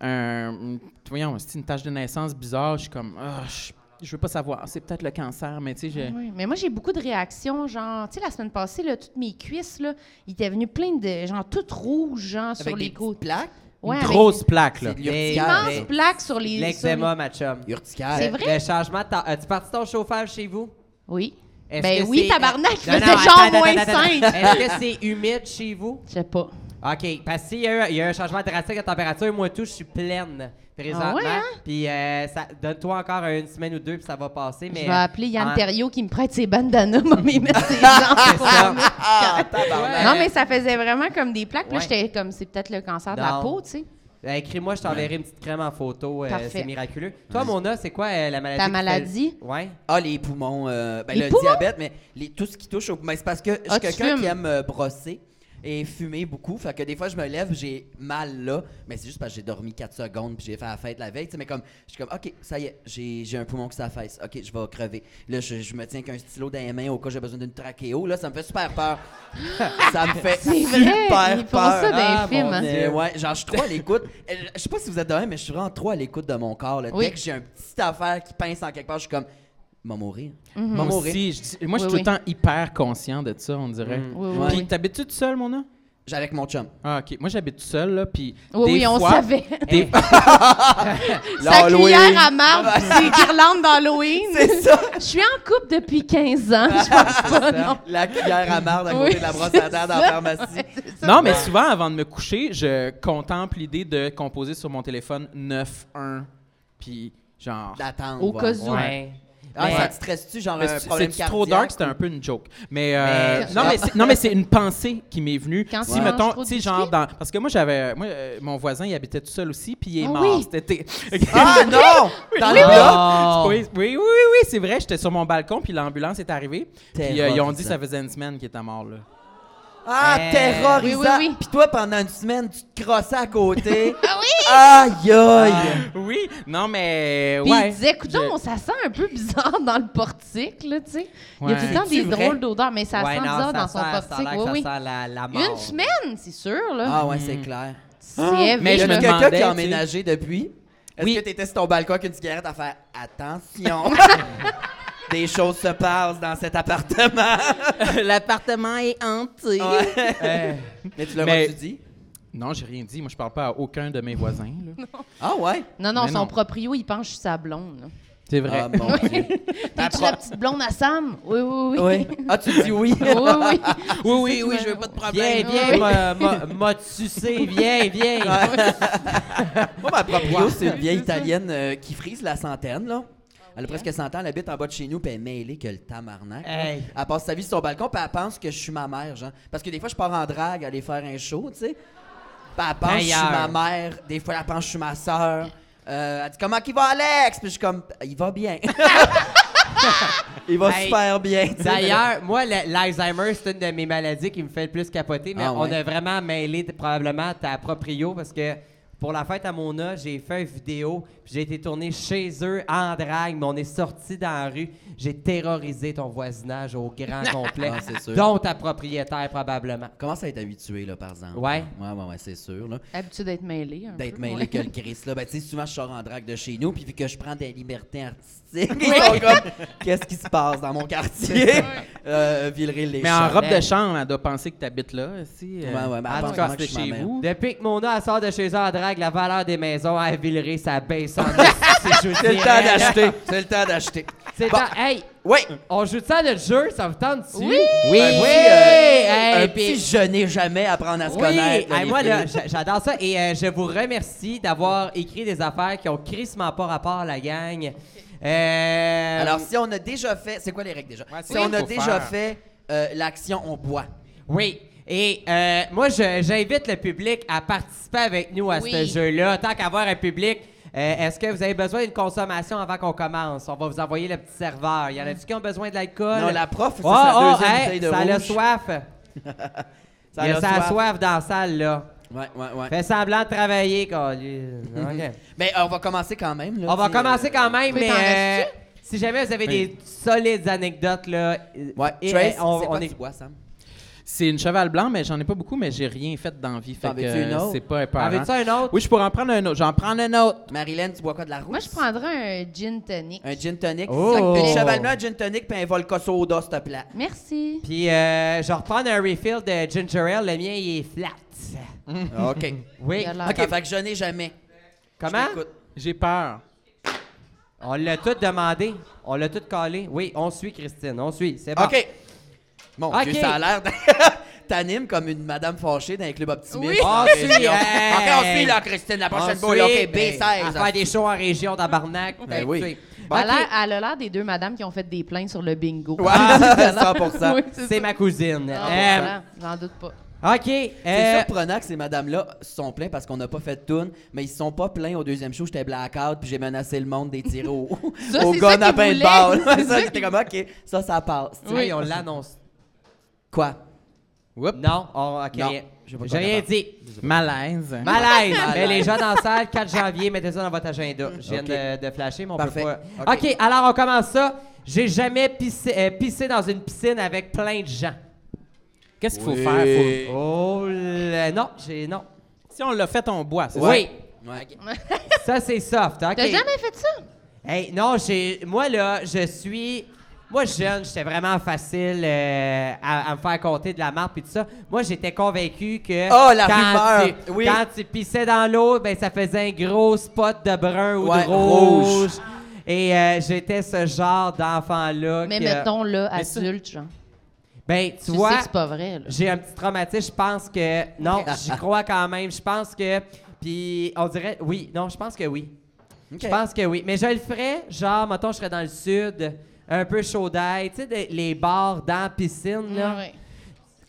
Speaker 4: un voyons, si une tache de naissance bizarre, je suis comme, Ah, je, je veux pas savoir, c'est peut-être le cancer, mais tu sais, je.
Speaker 5: Oui, mais moi, j'ai beaucoup de réactions, genre, tu sais, la semaine passée, là, toutes mes cuisses, là, il était venu plein de, genre, toutes rouges, genre, sur
Speaker 3: Avec des
Speaker 5: les
Speaker 3: petites
Speaker 5: côtes.
Speaker 3: plaques,
Speaker 5: Ouais,
Speaker 4: une
Speaker 5: avec
Speaker 4: grosse plaque, là.
Speaker 3: c'est de
Speaker 2: Mais-
Speaker 3: l'urticaire.
Speaker 5: des
Speaker 2: mais-
Speaker 3: ça.
Speaker 5: immenses plaques sur les...
Speaker 2: L'eczéma,
Speaker 5: sur
Speaker 2: ma chum.
Speaker 3: Urticaire.
Speaker 5: C'est vrai?
Speaker 2: Le changement de temps. As-tu parti ton chauffage chez vous?
Speaker 5: les- Oui.
Speaker 2: Est-ce
Speaker 5: Ben
Speaker 2: que
Speaker 5: oui,
Speaker 2: c'est-
Speaker 5: tabarnak,
Speaker 2: Non, non,
Speaker 5: faisait
Speaker 2: attends,
Speaker 5: genre
Speaker 2: attends,
Speaker 5: moins
Speaker 2: attends, attends.
Speaker 5: cinq.
Speaker 2: Est-ce que c'est humide chez vous?
Speaker 5: Je sais pas.
Speaker 2: OK, parce qu'il y, a eu- il y a eu un changement drastique de température, moi tout, je suis pleine présentement.
Speaker 5: Ah ouais, hein?
Speaker 2: Puis euh, ça donne-toi encore une semaine ou deux, puis ça va passer. Mais
Speaker 5: Je vais appeler Yann
Speaker 2: en-
Speaker 5: Terriot qui me prête ses bandanas, moi, mais mettre ses jambes pour
Speaker 2: ça.
Speaker 5: la mettre.
Speaker 3: Ah, tabarnak.
Speaker 2: Ouais.
Speaker 5: Non, mais ça faisait vraiment comme des plaques. Puis là,
Speaker 2: Ouais.
Speaker 5: j'étais comme, c'est peut-être le cancer de
Speaker 2: Non.
Speaker 5: la peau, tu sais.
Speaker 2: Ben, Écris-moi, je t'enverrai une petite crème en photo. euh,
Speaker 5: Parfait.
Speaker 2: c'est miraculeux. Toi, Mona, c'est quoi euh, la maladie?
Speaker 5: Ta
Speaker 2: qui te fait-
Speaker 5: maladie?
Speaker 2: Ouais.
Speaker 3: Ah, les poumons. euh, ben,
Speaker 5: Les
Speaker 3: le
Speaker 5: poumons?
Speaker 3: diabète, mais les- tout ce qui touche aux poumons. C'est parce que je suis
Speaker 5: Ah, tu
Speaker 3: quelqu'un
Speaker 5: fumes.
Speaker 3: qui aime euh, brosser. et fumé beaucoup. Fait que des fois, je me lève, j'ai mal là, mais c'est juste parce que j'ai dormi 4 secondes puis j'ai fait la fête la veille. tu sais, mais comme, je suis comme, OK, ça y est, j'ai j'ai un poumon qui s'affaisse. OK, je vais crever. Là, je, je me tiens qu'un stylo dans les mains au cas où j'ai besoin d'une trachéo. Là, ça me fait super peur. ça me fait
Speaker 5: C'est vrai,
Speaker 3: super
Speaker 5: ils font
Speaker 3: peur.
Speaker 5: ça dans les
Speaker 3: Ah,
Speaker 5: films,
Speaker 3: mon
Speaker 5: hein.
Speaker 3: Dieu, Ouais, genre, je suis trop à l'écoute. Euh, Je sais pas si vous êtes de même, mais je suis vraiment trop à l'écoute de mon corps. là.
Speaker 5: Oui.
Speaker 3: Dès que j'ai une petite affaire qui pince en quelque part, je suis comme, m'a mourir. M'a
Speaker 4: Moi
Speaker 3: mourir.
Speaker 4: aussi, je- moi, je suis
Speaker 5: Mhm. Oui,
Speaker 4: tout le temps hyper conscient de ça, on dirait.
Speaker 3: Mhm.
Speaker 5: Oui, oui,
Speaker 4: Puis,
Speaker 5: oui.
Speaker 4: t'habites-tu tout seul, Mona?
Speaker 3: J'ai avec mon chum.
Speaker 4: Ah, OK. Moi, j'habite tout seul, là, puis
Speaker 5: Oui,
Speaker 4: des
Speaker 5: oui, on
Speaker 4: fois-
Speaker 5: savait.
Speaker 4: Des...
Speaker 5: Sa
Speaker 3: L'Halloween.
Speaker 5: cuillère à marde, pis ses guirlandes d'Halloween.
Speaker 3: C'est ça!
Speaker 5: Je suis en couple depuis 15 ans, je pense pas, non.
Speaker 3: La cuillère à marde à
Speaker 5: Oui,
Speaker 3: côté de la brosse à dents dans la
Speaker 5: ça.
Speaker 3: pharmacie.
Speaker 4: non, mais souvent, avant de me coucher, je contemple l'idée de composer sur mon téléphone 9-1, puis genre...
Speaker 3: D'attendre.
Speaker 5: Au
Speaker 3: ouais.
Speaker 5: cas où.
Speaker 2: Ouais.
Speaker 3: Ah,
Speaker 2: Mais-
Speaker 3: ça te stresse-tu,
Speaker 5: Euh,
Speaker 3: genre
Speaker 4: Mais
Speaker 3: un
Speaker 4: c'est-
Speaker 3: problème
Speaker 4: c'est
Speaker 3: cardiaque?
Speaker 4: trop dark, c'était un peu une joke. Mais, euh,
Speaker 2: Mais-
Speaker 4: non, mais c'est- non, mais c'est une pensée qui m'est venue.
Speaker 5: Quand
Speaker 4: si
Speaker 5: tu manges
Speaker 4: mettons,
Speaker 5: trop de
Speaker 4: tu sais, genre
Speaker 5: biscuits?
Speaker 4: dans, parce que moi j'avais, moi, euh, mon voisin il habitait tout seul aussi, puis il est
Speaker 5: Ah
Speaker 4: mort
Speaker 5: oui?
Speaker 4: cet été.
Speaker 3: Ah non! Dans
Speaker 4: Oui,
Speaker 3: le bloc!
Speaker 5: Ah!
Speaker 2: Oh!
Speaker 4: oui, oui, oui, oui, c'est vrai. J'étais sur mon balcon, puis l'ambulance est arrivée. Puis euh, ils ont
Speaker 3: Terrorisant.
Speaker 4: dit que ça faisait une semaine qu'il était mort là.
Speaker 3: Ah,
Speaker 2: Eh,
Speaker 3: terrorisant!
Speaker 5: Euh, oui, oui, oui.
Speaker 3: Puis toi, pendant une semaine, tu te crossais à côté. ah oui! Aïe, aïe!
Speaker 4: Ah, Oui, non mais
Speaker 5: Puis
Speaker 4: ouais.
Speaker 5: il disait, écoute,
Speaker 4: Je-
Speaker 5: ça sent un peu bizarre dans le portique, là, tu sais. Il y a
Speaker 4: Ouais.
Speaker 5: tout le temps des
Speaker 3: C'est-tu vrai?
Speaker 5: drôles d'odeurs, mais ça
Speaker 2: Ouais,
Speaker 5: sent
Speaker 2: non,
Speaker 5: bizarre
Speaker 2: ça
Speaker 5: dans
Speaker 2: sent-
Speaker 5: son
Speaker 2: ça a l'air que
Speaker 5: portique.
Speaker 2: ça
Speaker 5: Oui, oui.
Speaker 2: sent la, la mort.
Speaker 5: Une semaine, c'est sûr, là.
Speaker 3: Ah ouais, c'est clair.
Speaker 5: C'est
Speaker 4: Mais
Speaker 3: Il y
Speaker 4: je
Speaker 5: évident.
Speaker 3: a
Speaker 4: me
Speaker 3: quelqu'un
Speaker 4: demandais,
Speaker 3: qui a
Speaker 4: tu sais.
Speaker 3: emménagé depuis. Est-ce
Speaker 4: Oui.
Speaker 3: que t'étais sur ton balcon avec une cigarette à faire attention? Des choses se passent dans cet appartement.
Speaker 4: L'appartement est hanté. Euh,
Speaker 3: Mais tu l'as
Speaker 4: Mais-
Speaker 3: tu dit?
Speaker 4: non, j'ai rien dit. Moi, je parle pas à aucun de mes voisins. là.
Speaker 3: Ah ouais?
Speaker 5: Non, non,
Speaker 4: Mais
Speaker 5: son
Speaker 4: non.
Speaker 5: proprio, il penche sur sa blonde. là.
Speaker 4: C'est vrai.
Speaker 3: Ah mon dieu.
Speaker 5: T'es-tu la petite blonde à Sam? Oui, oui, oui.
Speaker 3: Oui. Ah, tu dis oui?
Speaker 5: oui, oui.
Speaker 4: oui, oui,
Speaker 5: tu
Speaker 4: oui,
Speaker 5: m'as-
Speaker 4: je veux pas de
Speaker 2: Viens,
Speaker 5: Ah ben,
Speaker 4: problème.
Speaker 2: viens, m'a- m'a- m'a-tu sucé, viens, viens.
Speaker 3: Moi, ma proprio, c'est une vieille italienne euh, qui frise la centaine, là. Elle a presque 100 ans, elle habite en bas de chez nous, puis elle est mêlée que le tamarnak. là.
Speaker 2: Hey.
Speaker 3: Elle passe sa vie sur son balcon, puis elle pense que je suis ma mère, genre. Parce que des fois, je pars en drague aller faire un show, tu sais. Puis elle pense que je suis ma
Speaker 2: Ailleurs.
Speaker 3: mère, des fois, elle pense que je suis ma soeur. elle dit Comment qu'il va, Alex Puis je suis comme euh, Il va bien. Il va
Speaker 2: Hey.
Speaker 3: super bien. tu sais.
Speaker 2: D'ailleurs, moi, le- l'Alzheimer, c'est une de mes maladies qui me fait le plus capoter, mais
Speaker 3: Ah
Speaker 2: on
Speaker 3: ouais?
Speaker 2: a vraiment mêlé t- probablement ta proprio parce que pour la fête à Mona, j'ai fait une vidéo, puis j'ai été tourné chez eux en drague, mais on est sorti dans la rue. J'ai terrorisé ton voisinage au grand complet,
Speaker 3: Ah, c'est sûr.
Speaker 2: dont ta propriétaire probablement.
Speaker 3: Comment ça être habitué, là, par exemple?
Speaker 2: Ouais.
Speaker 3: Ouais, ouais, ouais, c'est sûr, là.
Speaker 5: Habitude d'être mêlée. un
Speaker 3: d'être
Speaker 5: peu,
Speaker 3: mêlé
Speaker 5: ouais.
Speaker 3: que le Chris là ben tu sais souvent je sors en drague de chez nous puis vu que je prends des libertés artistiques ils sont comme qu'est-ce qui se passe dans mon quartier euh, Villeray les
Speaker 4: Mais en robe de chambre, elle doit penser que t'habites là. Si, euh,
Speaker 3: Ouais, ouais, mais elle
Speaker 4: en
Speaker 3: pense
Speaker 4: tout cas,
Speaker 3: vraiment que
Speaker 4: c'est
Speaker 3: je suis
Speaker 4: chez
Speaker 3: ma mère.
Speaker 4: vous.
Speaker 2: Depuis que Mona elle sort de chez eux en drague, la valeur des maisons à Villeray, ça baisse en C'est je vous
Speaker 3: c'est le
Speaker 2: dirais.
Speaker 3: temps d'acheter c'est le temps d'acheter
Speaker 2: C'est le
Speaker 3: Bon.
Speaker 2: temps- Hey,
Speaker 3: ouais
Speaker 2: on joue ça à notre jeu, ça vous tente dessus?
Speaker 5: Oui!
Speaker 4: Oui,
Speaker 3: un petit,
Speaker 2: oui!
Speaker 3: Ben, euh,
Speaker 2: Hey,
Speaker 3: un
Speaker 2: puis-
Speaker 3: petit je n'ai jamais apprendre à se
Speaker 2: Oui,
Speaker 3: connaître
Speaker 2: hey,
Speaker 3: les
Speaker 2: moi là,
Speaker 3: filles.
Speaker 2: j'a- j'adore ça et euh, je vous remercie d'avoir écrit des affaires qui ont crissement pas rapport à la gang. Euh,
Speaker 3: alors si on a déjà fait c'est quoi les règles déjà
Speaker 4: Ouais,
Speaker 3: si
Speaker 4: c'est ça
Speaker 3: on
Speaker 4: qu'il
Speaker 3: a
Speaker 4: faut
Speaker 3: déjà
Speaker 4: faire.
Speaker 3: fait euh, l'action on boit
Speaker 2: oui. Et euh, moi, je- j'invite le public à participer avec nous à
Speaker 5: Oui.
Speaker 2: ce jeu-là. Tant qu'avoir un public, euh, est-ce que vous avez besoin d'une consommation avant qu'on commence? On va vous envoyer le petit serveur. Il y en a-tu qui ont besoin de l'alcool?
Speaker 3: non la prof c'est
Speaker 2: Oh,
Speaker 3: sa
Speaker 2: oh,
Speaker 3: deuxième
Speaker 2: hey,
Speaker 3: bouteille de
Speaker 2: ça a
Speaker 3: rouge.
Speaker 2: soif.
Speaker 3: Ça
Speaker 2: Il y a
Speaker 3: l'a
Speaker 2: ça a
Speaker 3: soif.
Speaker 2: soif dans la salle, là.
Speaker 3: ouais ouais ouais
Speaker 2: Fais semblant de travailler, câlisse. OK.
Speaker 3: mais euh, on va commencer quand même là,
Speaker 2: On va
Speaker 3: tu sais, euh,
Speaker 2: commencer quand même,
Speaker 5: Oui,
Speaker 2: mais
Speaker 5: t'en
Speaker 2: euh,
Speaker 5: restes-tu?
Speaker 2: si jamais vous avez des solides anecdotes, là, euh,
Speaker 3: Ouais,
Speaker 2: et-
Speaker 3: Trace,
Speaker 2: et on,
Speaker 3: c'est
Speaker 2: on
Speaker 3: quoi que
Speaker 2: est...
Speaker 3: tu bois, Sam?
Speaker 4: C'est une cheval blanc, mais j'en ai pas beaucoup, mais j'ai rien fait d'envie. Fait
Speaker 3: T'en
Speaker 4: que
Speaker 3: veux-tu une
Speaker 4: euh,
Speaker 3: autre?
Speaker 4: c'est pas
Speaker 2: En
Speaker 4: important.
Speaker 2: veux-tu un autre?
Speaker 4: Oui, je pourrais en prendre un autre. J'en prends un autre.
Speaker 3: Marilyn, tu bois quoi de la rousse?
Speaker 5: Moi, je prendrais un gin tonic.
Speaker 3: Un gin tonic.
Speaker 2: Oh!
Speaker 3: Une cheval blanc, un gin tonic, puis un volca soda, s'il te plaît.
Speaker 5: Merci.
Speaker 2: Puis euh, je vais reprendre un refill de ginger ale. Le mien, il est flat.
Speaker 3: Mm. Ah, OK.
Speaker 2: Oui.
Speaker 5: Il a l'air-
Speaker 3: OK, fait que je n'ai jamais.
Speaker 2: Ah, Comment?
Speaker 3: Je t'écoute.
Speaker 4: J'ai peur.
Speaker 2: On l'a tout demandé. On l'a tout collé. Oui, on suit, Christine. On suit. C'est bon.
Speaker 3: OK. Mon
Speaker 2: OK.
Speaker 3: Dieu, ça a l'air... de- T'animes comme une madame fâchée dans les clubs optimistes.
Speaker 5: Oui.
Speaker 3: en
Speaker 2: On
Speaker 3: région.
Speaker 2: suit, hey.
Speaker 3: OK, on suit, là, Christine, la prochaine
Speaker 2: On
Speaker 3: boule. OK,
Speaker 2: suit, ben,
Speaker 3: B16.
Speaker 2: à faire des shows en région d'Abarnac.
Speaker 3: Ben oui.
Speaker 5: Elle a l'air- Elle a l'air des deux madames qui ont fait des plaintes sur le bingo.
Speaker 3: Ouais,
Speaker 5: Ah,
Speaker 3: 100%.
Speaker 5: Oui, c'est
Speaker 2: C'est ma cousine.
Speaker 5: ça. Ah,
Speaker 2: Euh,
Speaker 5: 100%, J'en doute pas.
Speaker 2: OK.
Speaker 3: C'est
Speaker 2: euh,
Speaker 3: surprenant que ces madames-là se sont plaintes parce qu'on n'a pas fait de tune, mais ils se sont pas plaints au deuxième show. J'étais blackout puis j'ai menacé le monde des tirs au,
Speaker 5: Ça,
Speaker 3: au
Speaker 5: c'est
Speaker 3: gun
Speaker 5: ça
Speaker 3: à
Speaker 5: qu'ils voulaient.
Speaker 3: paintball.
Speaker 5: C'est
Speaker 3: C'est
Speaker 5: ça
Speaker 3: ça, j'étais comme, OK, ça, ça passe. tu sais.
Speaker 5: Oui.
Speaker 2: hey, on l'annonce.
Speaker 3: Quoi?
Speaker 4: Whoop.
Speaker 2: Non, on- ok,
Speaker 3: Non,
Speaker 2: rien.
Speaker 3: j'ai pas
Speaker 2: J'ai rien dit.
Speaker 4: Malaise.
Speaker 2: Malaise!
Speaker 3: Malaise.
Speaker 2: Mais les gens dans la salle, 4 janvier, mettez ça dans votre agenda. Je viens
Speaker 3: Ok.
Speaker 2: de, de flasher, mais on
Speaker 3: Parfait.
Speaker 2: peut pas. OK, alors on commence ça. J'ai jamais pissé, euh, pissé dans une piscine avec plein de gens.
Speaker 4: Qu'est-ce qu'il faut
Speaker 3: Oui.
Speaker 4: faire? Faut-
Speaker 2: Oh, là, non, j'ai. Non.
Speaker 4: Si on l'a fait, on boit, c'est ça?
Speaker 2: Oui,
Speaker 3: Ouais.
Speaker 2: ça c'est soft. OK.
Speaker 5: T'as jamais fait ça?
Speaker 2: Hey, non, j'ai. Moi, là, je suis. Moi, jeune, j'étais vraiment facile euh, à, à me faire compter de la marque et tout ça. Moi, j'étais convaincu que.
Speaker 3: Oh, la
Speaker 2: quand
Speaker 3: rumeur!
Speaker 2: tu,
Speaker 3: Oui.
Speaker 2: Quand tu pissais dans l'eau, ben, ça faisait un gros spot de brun ou
Speaker 3: Ouais,
Speaker 2: de rouge. Et euh, j'étais ce genre d'enfant-là.
Speaker 5: Mais
Speaker 2: que-
Speaker 5: mettons là,
Speaker 4: Mais ça-
Speaker 5: adulte, genre.
Speaker 2: Ben, euh, tu,
Speaker 5: Tu
Speaker 2: vois.
Speaker 5: sais que c'est pas vrai, là.
Speaker 2: J'ai un petit traumatisme, je pense que. Non, j'y crois quand même. Je pense que. Puis, on dirait. Oui, non, je pense que oui.
Speaker 3: Ok.
Speaker 2: Je pense que oui. Mais je le ferais, genre, mettons, je serais dans le sud, un peu chaud d'air. Tu sais, des- les bars dans la piscine, là.
Speaker 5: Ah ouais.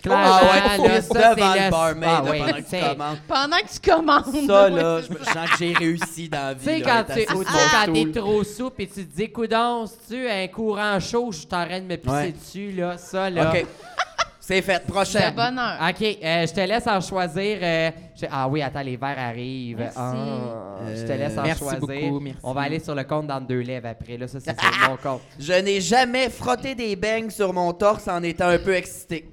Speaker 2: Clairement,
Speaker 3: Ah ouais,
Speaker 2: là,
Speaker 3: faut
Speaker 2: ça,
Speaker 3: devant
Speaker 2: c'est
Speaker 3: le
Speaker 2: le-
Speaker 3: barmaid,
Speaker 2: Ah
Speaker 3: là,
Speaker 2: ouais,
Speaker 3: pendant que tu
Speaker 2: c'est-
Speaker 3: commandes.
Speaker 5: Pendant que tu commandes.
Speaker 3: Ça,
Speaker 5: ouais.
Speaker 3: là, je me sens que j'ai réussi dans la vie.
Speaker 2: Tu sais,
Speaker 3: là,
Speaker 2: quand
Speaker 3: être
Speaker 2: tu
Speaker 3: assis
Speaker 2: ou
Speaker 3: sur
Speaker 2: tu
Speaker 3: mon
Speaker 2: sais, quand t'es
Speaker 3: stool.
Speaker 2: trop soupe et tu te dis, coudon, si tu un courant chaud, je suis en train de me pisser
Speaker 3: Ouais.
Speaker 2: dessus, là, ça, là.
Speaker 3: OK. C'est fait. Prochain.
Speaker 5: De bonne heure.
Speaker 2: OK, euh, je te laisse en choisir. euh, je- Ah oui, attends, les verres arrivent.
Speaker 5: Merci.
Speaker 2: Ah, je te
Speaker 3: Euh,
Speaker 2: laisse en
Speaker 4: merci
Speaker 2: choisir.
Speaker 4: beaucoup, merci.
Speaker 2: On va aller sur le compte dans deux lèvres après. Là, ça, c'est sur mon compte.
Speaker 3: Je n'ai jamais frotté des beignes sur mon torse en étant un peu excité.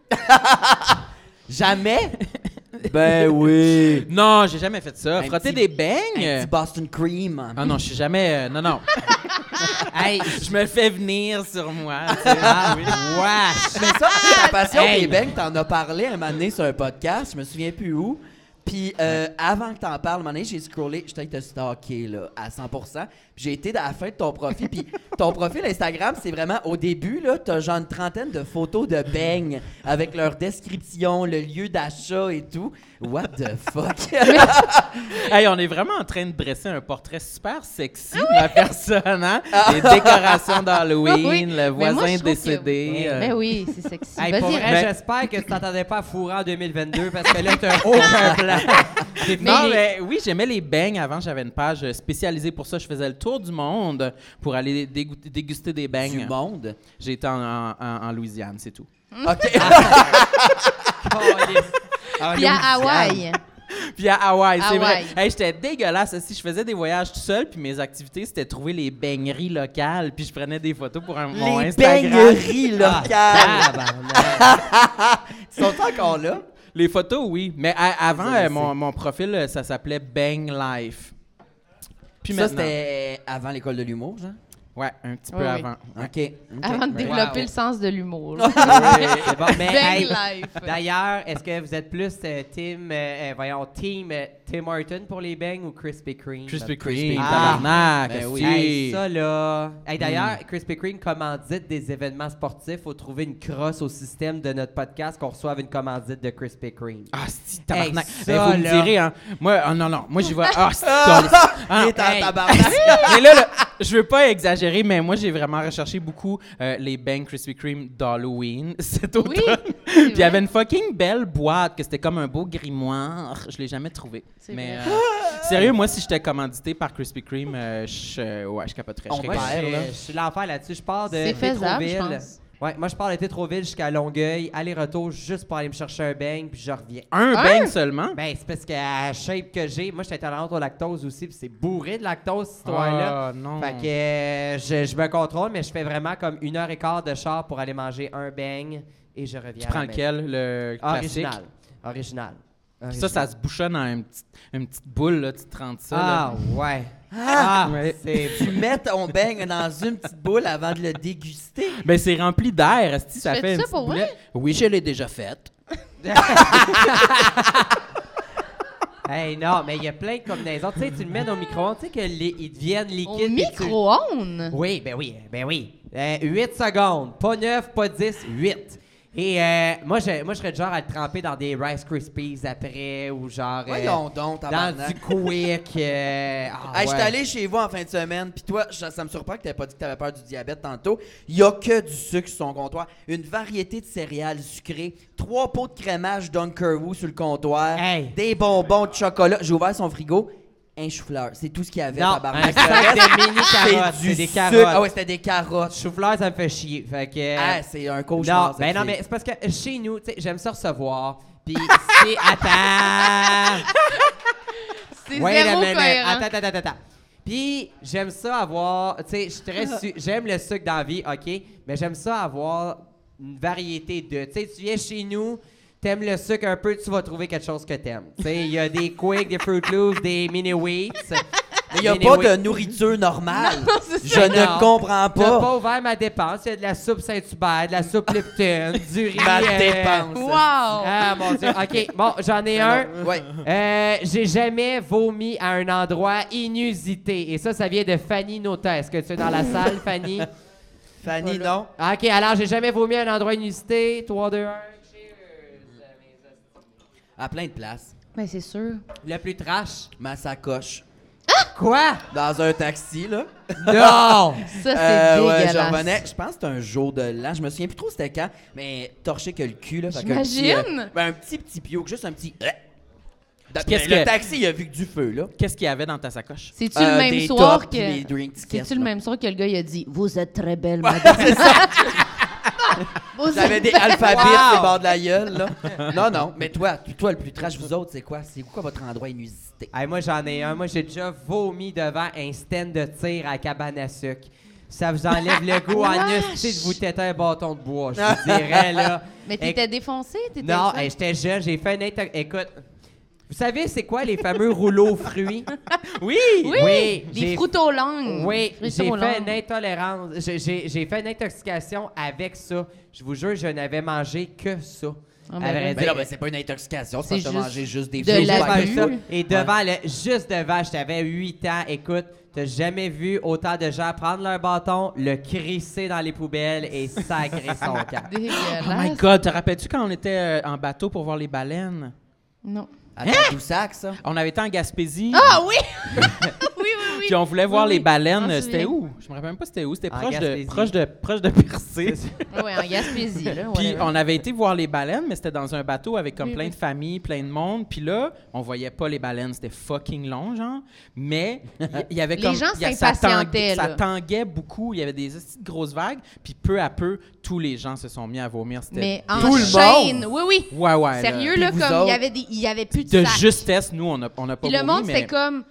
Speaker 3: jamais? Ben oui.
Speaker 4: Non, j'ai jamais fait ça.
Speaker 3: Un
Speaker 4: Frotter
Speaker 3: petit-
Speaker 4: des beignes?
Speaker 3: Petit Boston Cream.
Speaker 4: Ah non, je suis jamais. euh, non, non.
Speaker 2: hey,
Speaker 4: Je me fais venir sur moi. tu sais.
Speaker 2: ah, wesh!
Speaker 3: Mais ça,
Speaker 4: Ah,
Speaker 3: ta passion
Speaker 2: Hey.
Speaker 3: des beignes, t'en as parlé un moment donné sur un podcast, je me souviens plus où. Puis euh, avant que t'en parles, un moment donné, j'ai scrollé, je t'ai te stalké là, à 100%. Puis j'ai été à la fin de ton profil. Puis ton profil Instagram, c'est vraiment au début, là, t'as genre une trentaine de photos de beignes avec leur description, le lieu d'achat et tout. What the fuck?
Speaker 4: Hey, on est vraiment en train de dresser un portrait super sexy de la personne, hein? Les décorations d'Halloween,
Speaker 5: Oui,
Speaker 4: le
Speaker 5: mais moi,
Speaker 4: voisin
Speaker 5: je trouve
Speaker 4: décédé.
Speaker 5: que-
Speaker 4: euh,
Speaker 5: Ben oui, c'est sexy.
Speaker 2: Hey,
Speaker 5: Vas-y,
Speaker 2: pour vrai,
Speaker 4: Ben-
Speaker 2: Eh, j'espère que tu t'attendais pas à fourrer en 2022 parce que là, t'as aucun plan.
Speaker 4: Non,
Speaker 5: les-
Speaker 4: mais oui, j'aimais les beignes avant. J'avais une page spécialisée pour ça. Je faisais le tour du monde pour aller dégoûter- déguster des
Speaker 3: du
Speaker 4: beignes.
Speaker 3: monde.
Speaker 4: J'étais en, en- en- en Louisiane, c'est tout.
Speaker 3: OK.
Speaker 4: Ah,
Speaker 2: Caliste.
Speaker 5: Puis
Speaker 2: Ah,
Speaker 5: à Hawaï. hein,
Speaker 4: Puis à Hawaï, c'est vrai.
Speaker 5: Hawaï.
Speaker 4: Hey, j'étais dégueulasse. Si je faisais des voyages tout seul, puis mes activités, c'était trouver les beigneries locales, puis je prenais des photos pour un, mon
Speaker 3: Les
Speaker 4: Instagram. Ah.
Speaker 3: beigneries locales.
Speaker 2: Tabarnak.
Speaker 3: Ils sont encore là?
Speaker 4: Les photos, oui. Mais à- avant,
Speaker 3: Ça, je
Speaker 4: euh, mon, mon profil, euh, ça s'appelait Bang Life. Puis
Speaker 3: ça,
Speaker 4: maintenant-
Speaker 3: c'était avant l'école de l'humour, genre?
Speaker 4: Ouais, un petit peu
Speaker 5: Oui, oui.
Speaker 4: avant.
Speaker 3: OK. OK.
Speaker 5: Avant de développer
Speaker 2: Wow.
Speaker 5: le sens de l'humour.
Speaker 2: C'est bon, mais,
Speaker 5: Bang
Speaker 2: hey,
Speaker 5: life.
Speaker 2: D'ailleurs, est-ce que vous êtes plus euh, team, euh, euh, voyons, team euh, Tim Horton pour les beignes ou Krispy Kreme?
Speaker 4: Krispy Kreme,
Speaker 2: Ah.
Speaker 4: tabarnak,
Speaker 3: Ben oui.
Speaker 4: esti.
Speaker 2: Hey, ça là. Hey, d'ailleurs, Krispy Kreme commandite des événements sportifs. Faut trouver une crosse au système de notre podcast qu'on reçoive une commandite de Krispy Kreme.
Speaker 4: Ah, si, tabarnak.
Speaker 2: Hey,
Speaker 4: Ben,
Speaker 2: ça,
Speaker 4: vous me
Speaker 2: là.
Speaker 4: direz, hein. Moi, ah, non, non. Moi, j'y vais. Ah, si, ton- Ah,
Speaker 3: Il
Speaker 4: non.
Speaker 3: est en
Speaker 2: hey.
Speaker 3: tabarnak.
Speaker 4: mais là, là, je veux pas exagérer, mais moi, j'ai vraiment recherché beaucoup euh, les Bang Krispy Kreme d'Halloween cet automne.
Speaker 5: c'est
Speaker 4: Puis il y
Speaker 5: vrai.
Speaker 4: avait une fucking belle boîte que c'était comme un beau grimoire. Je l'ai jamais trouvé.
Speaker 5: C'est
Speaker 4: Mais
Speaker 5: vrai.
Speaker 4: euh, sérieux, moi, si j'étais commandité par Krispy Kreme, euh, je, euh, ouais, je capoterais. Je
Speaker 3: On
Speaker 4: serais
Speaker 2: Moi,
Speaker 3: va
Speaker 4: comme-
Speaker 2: je
Speaker 3: Père,
Speaker 2: suis-
Speaker 3: là.
Speaker 2: je suis l'enfer là-dessus. Je pars de
Speaker 5: C'est faisable, je
Speaker 2: Tétroville.
Speaker 5: pense.
Speaker 2: Ouais, moi, je pars de Tétroville jusqu'à Longueuil, aller-retour juste pour aller me chercher un beigne, puis je reviens.
Speaker 4: Un
Speaker 5: Hein?
Speaker 4: bang seulement?
Speaker 2: Ben, c'est parce que la shape que j'ai, moi, je suis intolérante au lactose aussi, puis c'est bourré de lactose, cette histoire-là.
Speaker 4: Ah, non.
Speaker 2: Fait que euh, je, je me contrôle, mais je fais vraiment comme une heure et quart de char pour aller manger un beigne et je reviens. à
Speaker 4: Tu
Speaker 2: la
Speaker 4: prends
Speaker 2: maison.
Speaker 4: lequel? Le classique?
Speaker 2: ben, Original. Original.
Speaker 4: Ça, ça se bouchonne en une petite, une petite boule, là, tu te rends ça. là.
Speaker 2: Ah, ouais. Ah,
Speaker 4: Ouais.
Speaker 2: c'est...
Speaker 3: Tu mets ton beigne dans une petite boule avant de le déguster.
Speaker 4: Ben, c'est rempli d'air, esti, ça
Speaker 5: fais
Speaker 4: fait une
Speaker 5: ça pour
Speaker 4: petite
Speaker 5: vrai?
Speaker 4: boulette. Oui, je l'ai déjà faite.
Speaker 2: Hey, non, mais il y a plein de combinaisons. Tu sais, tu le mets dans le micro-ondes, tu sais que les- ils deviennent
Speaker 5: Au
Speaker 2: liquides. puis tu-
Speaker 5: micro-ondes.
Speaker 2: Oui, ben oui, ben oui. 8 secondes, pas 9, pas 10, 8. Et euh, moi, je, moi, je serais du genre à le tremper dans des Rice Krispies après ou genre. euh,
Speaker 3: Voyons donc,
Speaker 2: dans
Speaker 3: tabarnak.
Speaker 2: du quick. euh, ah
Speaker 3: Hey, je suis
Speaker 2: ouais.
Speaker 3: allé chez vous en fin de semaine, puis toi, je- ça me surprend que t'aies pas dit que t'avais peur du diabète tantôt. Il y a que du sucre sur son comptoir, une variété de céréales sucrées, trois pots de crémage Dunkeroo sur le comptoir,
Speaker 2: Hey.
Speaker 3: des bonbons de chocolat. J'ai ouvert son frigo, un chou-fleur. C'est tout ce qu'il y avait.
Speaker 2: Non,
Speaker 3: tabarnak.
Speaker 2: un sac de mini-carottes. C'est
Speaker 3: C'est du
Speaker 2: des
Speaker 3: sucre.
Speaker 2: carottes.
Speaker 3: Ah ouais, c'était des carottes.
Speaker 2: Chou-fleur, ça me fait chier. Fait que... euh,
Speaker 3: Ah, c'est un cauchemar.
Speaker 2: non,
Speaker 3: cette
Speaker 2: ben non,
Speaker 3: fille.
Speaker 2: mais c'est parce que chez nous, tu sais, j'aime ça recevoir. Puis c'est... Attends!
Speaker 5: C'est
Speaker 2: Ouais, la-
Speaker 5: zéro
Speaker 2: la- la-
Speaker 5: cohérent.
Speaker 2: Attends, attends, attends, attends. Puis j'aime ça avoir, tu sais, je suis très su- j'aime le sucre dans la vie, OK, mais j'aime ça avoir une variété de, tu sais, tu viens chez nous, t'aimes le sucre un peu, tu vas trouver quelque chose que t'aimes. Tu sais, il y a des Quakes, des Fruit Loops, des Mini Wheats.
Speaker 3: Mais il n'y a pas de nourriture normale. Je
Speaker 2: Non.
Speaker 3: ne
Speaker 2: T'as
Speaker 3: comprends pas
Speaker 2: pas ouvert ma dépense, il y a de la soupe Saint-Hubert, de la soupe Lipton, du riz.
Speaker 3: ma
Speaker 2: euh,
Speaker 3: dépense.
Speaker 5: Wow!
Speaker 2: Ah mon dieu. OK, bon, j'en ai un.
Speaker 3: Ouais.
Speaker 2: Euh, j'ai jamais vomi à un endroit inusité. Et ça, ça vient de Fanny Nota. Est-ce que tu es dans la salle, Fanny?
Speaker 3: Fanny, non.
Speaker 2: Ah, OK, alors, j'ai jamais vomi à un endroit inusité. 3, 2, 1. Cheers.
Speaker 3: À plein de places.
Speaker 5: Mais c'est sûr.
Speaker 2: Le plus trash.
Speaker 3: Ma sacoche.
Speaker 2: Quoi?
Speaker 3: Dans un taxi, là.
Speaker 2: Non!
Speaker 5: Ça, c'est
Speaker 3: Euh, ouais,
Speaker 5: dégueulasse.
Speaker 3: je revenais. Je pense que c'était un jour de l'an. Je me souviens plus trop c'était quand, mais torché que le cul, là. fait qu'un petit,
Speaker 5: J'imagine.
Speaker 3: euh, ben, un petit, petit pio, juste un petit. euh,
Speaker 4: Qu'est-ce
Speaker 3: le
Speaker 4: que-
Speaker 3: taxi, il a vu que du feu, là.
Speaker 4: Qu'est-ce qu'il y avait dans ta sacoche?
Speaker 5: C'est-tu
Speaker 3: Euh,
Speaker 5: le même
Speaker 3: des
Speaker 5: soir
Speaker 3: tops, des drink
Speaker 5: que.
Speaker 3: tickets,
Speaker 5: C'est-tu le
Speaker 3: là.
Speaker 5: même soir que le gars, il a dit Vous êtes très belle, madame. Vous
Speaker 3: J'avais
Speaker 5: êtes
Speaker 3: des
Speaker 5: belle.
Speaker 3: alphabets
Speaker 2: Wow!
Speaker 3: sur les bords de la gueule, là. Non, non, mais toi, toi, le plus trash, vous autres, c'est quoi? C'est quoi votre endroit inusité?
Speaker 2: Hey, moi, j'en ai un. Moi, j'ai déjà vomi devant un stand de tir à cabane à sucre. Ça vous enlève le goût en esti de vous têter un bâton de bois, je vous dirais, là.
Speaker 5: Mais t'étais défoncé? T'étais
Speaker 2: Non,
Speaker 5: ça?
Speaker 2: hey, j'étais jeune, j'ai fait une... inter- Écoute, vous savez c'est quoi les fameux rouleaux fruits?
Speaker 4: Oui!
Speaker 5: Oui!
Speaker 2: oui,
Speaker 5: les
Speaker 2: j'ai-
Speaker 5: fruits aux langues.
Speaker 2: Oui, j'ai
Speaker 5: Fruits aux
Speaker 2: fait
Speaker 5: langues.
Speaker 2: une intolérance, j'ai- j'ai j'ai fait une intoxication avec ça. Je vous jure, je n'avais mangé que ça.
Speaker 5: Ah,
Speaker 2: À
Speaker 5: ben,
Speaker 2: vrai
Speaker 5: ben.
Speaker 3: Mais
Speaker 2: dire.
Speaker 3: là, ben, c'est pas une intoxication,
Speaker 5: C'est
Speaker 3: c'est parce que
Speaker 5: juste
Speaker 3: manger juste des
Speaker 5: de
Speaker 3: fruits,
Speaker 2: J'ai
Speaker 5: la
Speaker 3: ouais,
Speaker 2: fait
Speaker 5: vue.
Speaker 2: ça, Et devant, le, juste devant, j'avais 8 ans. Écoute, t'as jamais vu autant de gens prendre leur bâton, le crisser dans les poubelles et sacrer son camp.
Speaker 5: Dégueulasse.
Speaker 4: Oh my God, te rappelles-tu quand on était euh, en bateau pour voir les baleines?
Speaker 5: Non.
Speaker 3: À Tadoussac, ça.
Speaker 4: On avait été en Gaspésie.
Speaker 5: Ah oui! oui, oui, oui.
Speaker 4: Mmh. Puis on voulait voir
Speaker 5: Oui,
Speaker 4: les
Speaker 5: oui.
Speaker 4: baleines. euh,
Speaker 5: M'en
Speaker 4: C'était
Speaker 5: souviens.
Speaker 4: où? Je me rappelle même pas c'était où. C'était
Speaker 2: En
Speaker 4: proche de,
Speaker 2: Gaspésie.
Speaker 4: proche de proche de Percé.
Speaker 5: Ouais, en Gaspésie, là.
Speaker 4: Puis
Speaker 5: whatever.
Speaker 4: on avait été voir les baleines, mais c'était dans un bateau avec comme
Speaker 5: Oui,
Speaker 4: plein
Speaker 5: oui.
Speaker 4: de familles, plein de monde. Puis là, on voyait pas les baleines, c'était fucking long, genre. Mais il y- y avait
Speaker 5: Les
Speaker 4: comme
Speaker 5: gens
Speaker 4: il y a- ça
Speaker 5: s'impatientaient,
Speaker 4: tanguait- Ça
Speaker 5: là.
Speaker 4: tanguait beaucoup. Il y avait des esti de grosses vagues. Puis peu à peu, tous les gens se sont mis à vomir. C'était
Speaker 5: Mais
Speaker 4: dé-
Speaker 5: en
Speaker 3: Tout le
Speaker 5: chaîne.
Speaker 3: monde.
Speaker 5: Oui, oui.
Speaker 4: ouais ouais. là.
Speaker 5: Sérieux,
Speaker 3: Puis
Speaker 5: là,
Speaker 3: vous
Speaker 5: comme il y
Speaker 3: autres?
Speaker 5: avait des- il y avait plus de
Speaker 4: De
Speaker 5: sac.
Speaker 4: justesse, nous, on n'a on a pas
Speaker 5: Puis le
Speaker 4: vomi,
Speaker 5: monde,
Speaker 4: mais-
Speaker 5: c'était comme.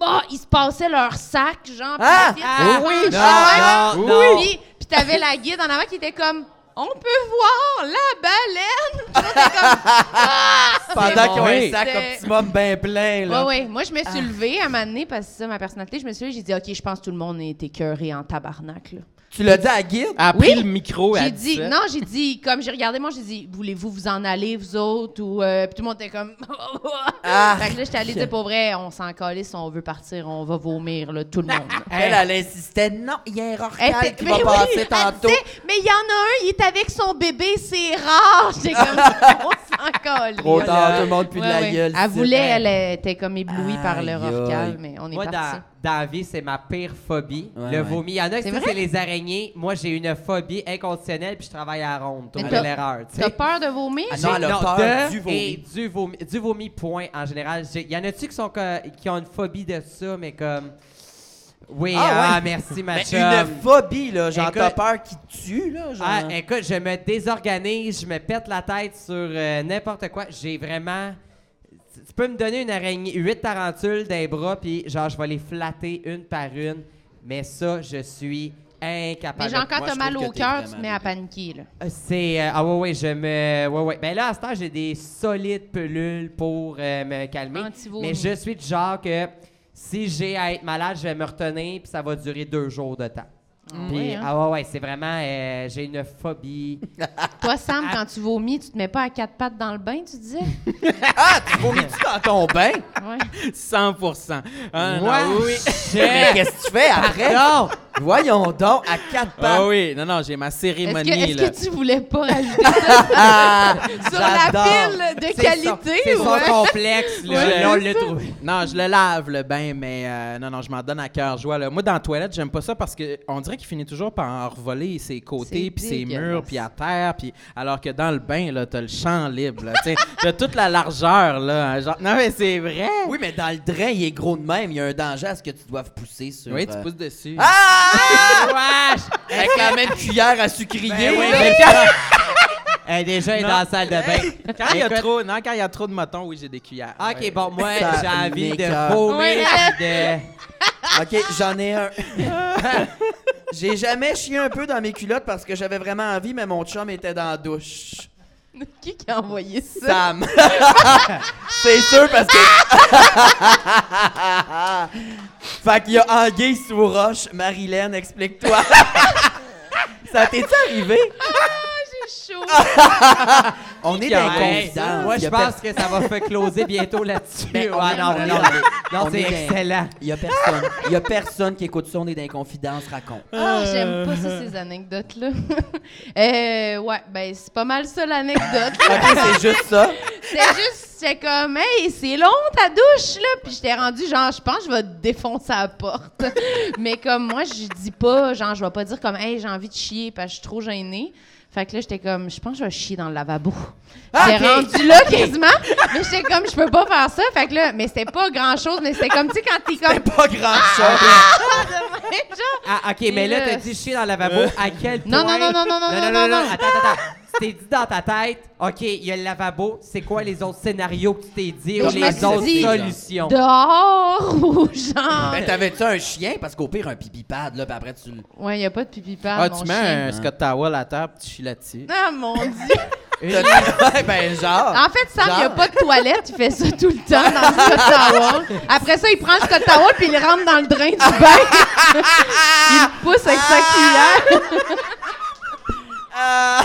Speaker 5: Bah, ils se passaient leur sac, genre. puis
Speaker 3: Ah!
Speaker 5: ils disaient,
Speaker 2: Ah!
Speaker 5: ouais,
Speaker 2: Oui!
Speaker 5: ouais,
Speaker 2: Non,
Speaker 5: ouais.
Speaker 2: non, non.
Speaker 5: Puis, puis t'avais la guide en avant qui était comme. On peut voir la baleine! Puis là, t'es comme. Ah!
Speaker 3: Pendant qu'ils ont
Speaker 4: vrai.
Speaker 3: un sac optimum bien plein,
Speaker 5: Ouais,
Speaker 3: là.
Speaker 5: ouais. Moi, je me suis levée à un moment donné, parce que c'est ça, ma personnalité. Je me suis levée, j'ai dit, OK, je pense que tout le monde est écœuré en tabarnak, là.
Speaker 3: Tu l'as dit à Guide?
Speaker 4: Elle a pris
Speaker 5: Oui.
Speaker 4: le micro, elle a
Speaker 5: J'ai dit,
Speaker 4: ça.
Speaker 5: non, j'ai dit, comme j'ai regardé, moi, j'ai dit, voulez-vous vous en aller, vous autres? Ou, euh, puis tout le monde était comme.
Speaker 3: Ah!
Speaker 5: Fait que là, j'étais allée dire, pour vrai, on s'en calisse, on veut partir, on va vomir, là, tout le monde.
Speaker 3: Elle, elle insistait, non, il y a un
Speaker 5: Elle
Speaker 3: rorcal
Speaker 5: était-
Speaker 3: qui
Speaker 5: mais
Speaker 3: va
Speaker 5: oui,
Speaker 3: passer
Speaker 5: elle
Speaker 3: tantôt.
Speaker 5: disait, mais il y en a un, il est avec son bébé, c'est rare. J'étais comme, on s'en calisse.
Speaker 3: Trop tard, tout le monde pue de
Speaker 5: Ouais,
Speaker 3: la
Speaker 5: ouais.
Speaker 3: gueule.
Speaker 5: Elle
Speaker 3: c'est
Speaker 5: voulait,
Speaker 3: vrai.
Speaker 5: elle était comme éblouie par le
Speaker 3: Aïe,
Speaker 5: rorcal,
Speaker 3: aïe.
Speaker 5: mais on est
Speaker 2: Moi,
Speaker 5: parti.
Speaker 2: dans, dans la vie, c'est ma pire phobie,
Speaker 3: Ouais,
Speaker 2: le
Speaker 3: ouais.
Speaker 2: vomi. Il y en a qui
Speaker 5: C'est
Speaker 2: disent
Speaker 5: vrai?
Speaker 2: c'est les araignées. Moi, j'ai une phobie inconditionnelle, puis je travaille à la ronde. T'as
Speaker 5: Mais
Speaker 2: de
Speaker 5: t'as-
Speaker 2: l'erreur, tu sais.
Speaker 5: T'as peur de vomir?
Speaker 3: Ah non, elle a
Speaker 2: J'ai-
Speaker 3: peur
Speaker 2: de
Speaker 3: du vomi.
Speaker 2: Et du vomi, du vomi, point, en général. J'ai- Il y en a-tu qui, sont co- qui ont une phobie de ça, mais comme... Oui, ah,
Speaker 3: Ah, ouais.
Speaker 2: merci, ma
Speaker 3: Mais
Speaker 2: chum.
Speaker 3: une phobie, là, genre,
Speaker 2: Écoute-
Speaker 3: t'as peur qu'il tue, là, genre.
Speaker 2: Ah, écoute, je me désorganise, je me pète la tête sur euh, n'importe quoi. J'ai vraiment. Tu tu peux me donner une araignée, huit tarentules d'un bras, puis genre, je vais les flatter une par une. Mais ça, je suis
Speaker 5: Mais
Speaker 2: incapable.
Speaker 5: genre, quand
Speaker 3: moi,
Speaker 5: t'as
Speaker 3: je
Speaker 5: mal
Speaker 3: trouve
Speaker 5: au
Speaker 3: que t'es
Speaker 5: cœur, tu te
Speaker 3: vraiment
Speaker 5: mets à
Speaker 3: bébé.
Speaker 5: paniquer, là.
Speaker 2: Euh, C'est. euh, ah, ouais, ouais, je me. Ouais, ouais. Ben là, à ce temps, j'ai des solides pelules pour euh, me calmer.
Speaker 5: Anti-vomi.
Speaker 2: Mais je suis du genre que si j'ai à être malade, je vais me retenir, puis ça va durer deux jours de temps. Puis,
Speaker 5: ouais, hein?
Speaker 2: ah, ouais, ouais, c'est vraiment. euh, j'ai une phobie.
Speaker 5: Toi, Sam, quand tu vomis, tu te mets pas à quatre pattes dans le bain, tu disais?
Speaker 3: Ah, tu vomis-tu dans ton bain?
Speaker 5: Ouais.
Speaker 4: 100 Ah, non,
Speaker 2: Moi,
Speaker 4: oui, oui.
Speaker 2: j'ai-
Speaker 3: Mais qu'est-ce que tu fais après?
Speaker 2: Non!
Speaker 3: Voyons donc, à quatre
Speaker 4: Ah
Speaker 3: pattes.
Speaker 4: oui, non, non, j'ai ma
Speaker 5: Est-ce
Speaker 4: cérémonie.
Speaker 5: que, est-ce
Speaker 4: là.
Speaker 5: que tu voulais pas rajouter ça sur la
Speaker 3: J'adore.
Speaker 5: pile de
Speaker 2: C'est son-
Speaker 5: qualité?
Speaker 2: C'est son
Speaker 5: ouais?
Speaker 2: complexe, là.
Speaker 4: Ouais,
Speaker 2: Là, on
Speaker 4: c'est
Speaker 2: l'a trouvé.
Speaker 4: Non, je le lave le bain, mais euh, non, non, je m'en donne à cœur joie. Là. Moi, dans la toilette, j'aime pas ça parce que on dirait qu'il finit toujours par en revoler ses
Speaker 5: C'est
Speaker 4: côtés, puis ses murs,
Speaker 5: dégueulasse.
Speaker 4: puis à terre, puis alors que dans le bain, là, t'as le champ libre, là, tu sais, t'as toute la largeur, là. hein, genre- Non, mais c'est vrai.
Speaker 3: Oui, mais dans le drain, il est gros de même. Il y a un danger à ce que tu doives pousser sur.
Speaker 4: Oui, tu
Speaker 3: euh,
Speaker 4: pousses dessus.
Speaker 3: Ah! Avec la même cuillère à sucrier.
Speaker 4: Eh
Speaker 2: Ben oui,
Speaker 3: là.
Speaker 2: mais quand- Elle est déjà
Speaker 4: Non.
Speaker 2: dans la salle de bain.
Speaker 4: Quand il y a
Speaker 2: Écoute- Ah,
Speaker 4: trop, non, quand il y a trop de motons, oui, j'ai des cuillères.
Speaker 2: Ok,
Speaker 4: Ouais.
Speaker 2: bon, moi,
Speaker 3: Ça
Speaker 2: j'ai envie
Speaker 3: m'écoeure.
Speaker 2: de vomir.
Speaker 5: Ouais.
Speaker 2: de-
Speaker 3: OK, j'en ai un. J'ai jamais chié un peu dans mes culottes parce que j'avais vraiment envie, mais mon chum était dans la douche.
Speaker 5: Qui qui a envoyé ça?
Speaker 3: Sam. C'est sûr parce que... fait qu'il y a Anguille sous roche. Marilyn, explique-toi. Ça t'est arrivé?
Speaker 5: C'est chaud.
Speaker 3: On est
Speaker 4: qui a
Speaker 3: dans
Speaker 4: envoyé
Speaker 3: confidence.
Speaker 2: Moi,
Speaker 3: Il y
Speaker 2: je
Speaker 3: a
Speaker 2: pense que ça va se closer bientôt là-dessus.
Speaker 3: Ben, on
Speaker 2: Ah,
Speaker 3: est-
Speaker 2: non,
Speaker 3: on est-
Speaker 2: non, non, non,
Speaker 3: on
Speaker 2: c'est
Speaker 3: est bien.
Speaker 2: excellent.
Speaker 3: Il y a personne. Il y a personne qui écoute ça, on est dans les confidences, raconte.
Speaker 5: Ah, j'aime pas ça, ces anecdotes-là. euh, ouais, ben, c'est pas mal ça, l'anecdote.
Speaker 3: OK, c'est juste ça. Ah!
Speaker 5: C'était juste, j'étais comme, hey, c'est long ta douche, là. Puis j'étais rendue, genre, je pense que je vais te défoncer à la porte. Mais comme moi, je dis pas, genre, je vais pas dire comme, hey, j'ai envie de chier parce que je suis trop gênée. Fait que là, j'étais comme, je pense que je vais chier dans le lavabo. J'étais
Speaker 3: Ah, ok.
Speaker 5: rendue là quasiment, mais j'étais comme, je peux pas faire ça. Fait que là, mais c'était pas grand chose, mais c'était comme, tu sais, quand t'es comme, Ah!
Speaker 3: Pas grand-chose.
Speaker 5: genre,
Speaker 2: Ah, ok, mais là, t'as dit chier dans le lavabo. À quel point?
Speaker 5: Non, non, non, non, non, non, non, non, non.
Speaker 2: Attends, attends, attends. Tu t'es dit dans ta tête, OK, il y a le lavabo. C'est quoi les autres scénarios que tu t'es dit
Speaker 5: Mais
Speaker 2: ou
Speaker 5: je me
Speaker 2: les
Speaker 5: suis
Speaker 2: autres
Speaker 5: dit-
Speaker 2: solutions?
Speaker 5: dehors ou genre.
Speaker 3: Ben, t'avais-tu un chien? Parce qu'au pire, un pipi pad, là, puis après, tu le.
Speaker 5: Ouais, y a pas de pipi par
Speaker 4: Ah,
Speaker 5: mon
Speaker 4: tu mets
Speaker 5: chien.
Speaker 4: un Scott Towel à terre, puis tu chies là-dessus.
Speaker 5: Ah, mon Dieu!
Speaker 3: Ouais, ben, genre.
Speaker 5: En fait, Sam, il n'y a
Speaker 3: Genre.
Speaker 5: pas de toilette, il fait ça tout le temps dans le Scott Towel. Après ça, il prend le Scott Towel puis il le rentre dans le drain du bain. il le pousse avec sa cuillère. Ah,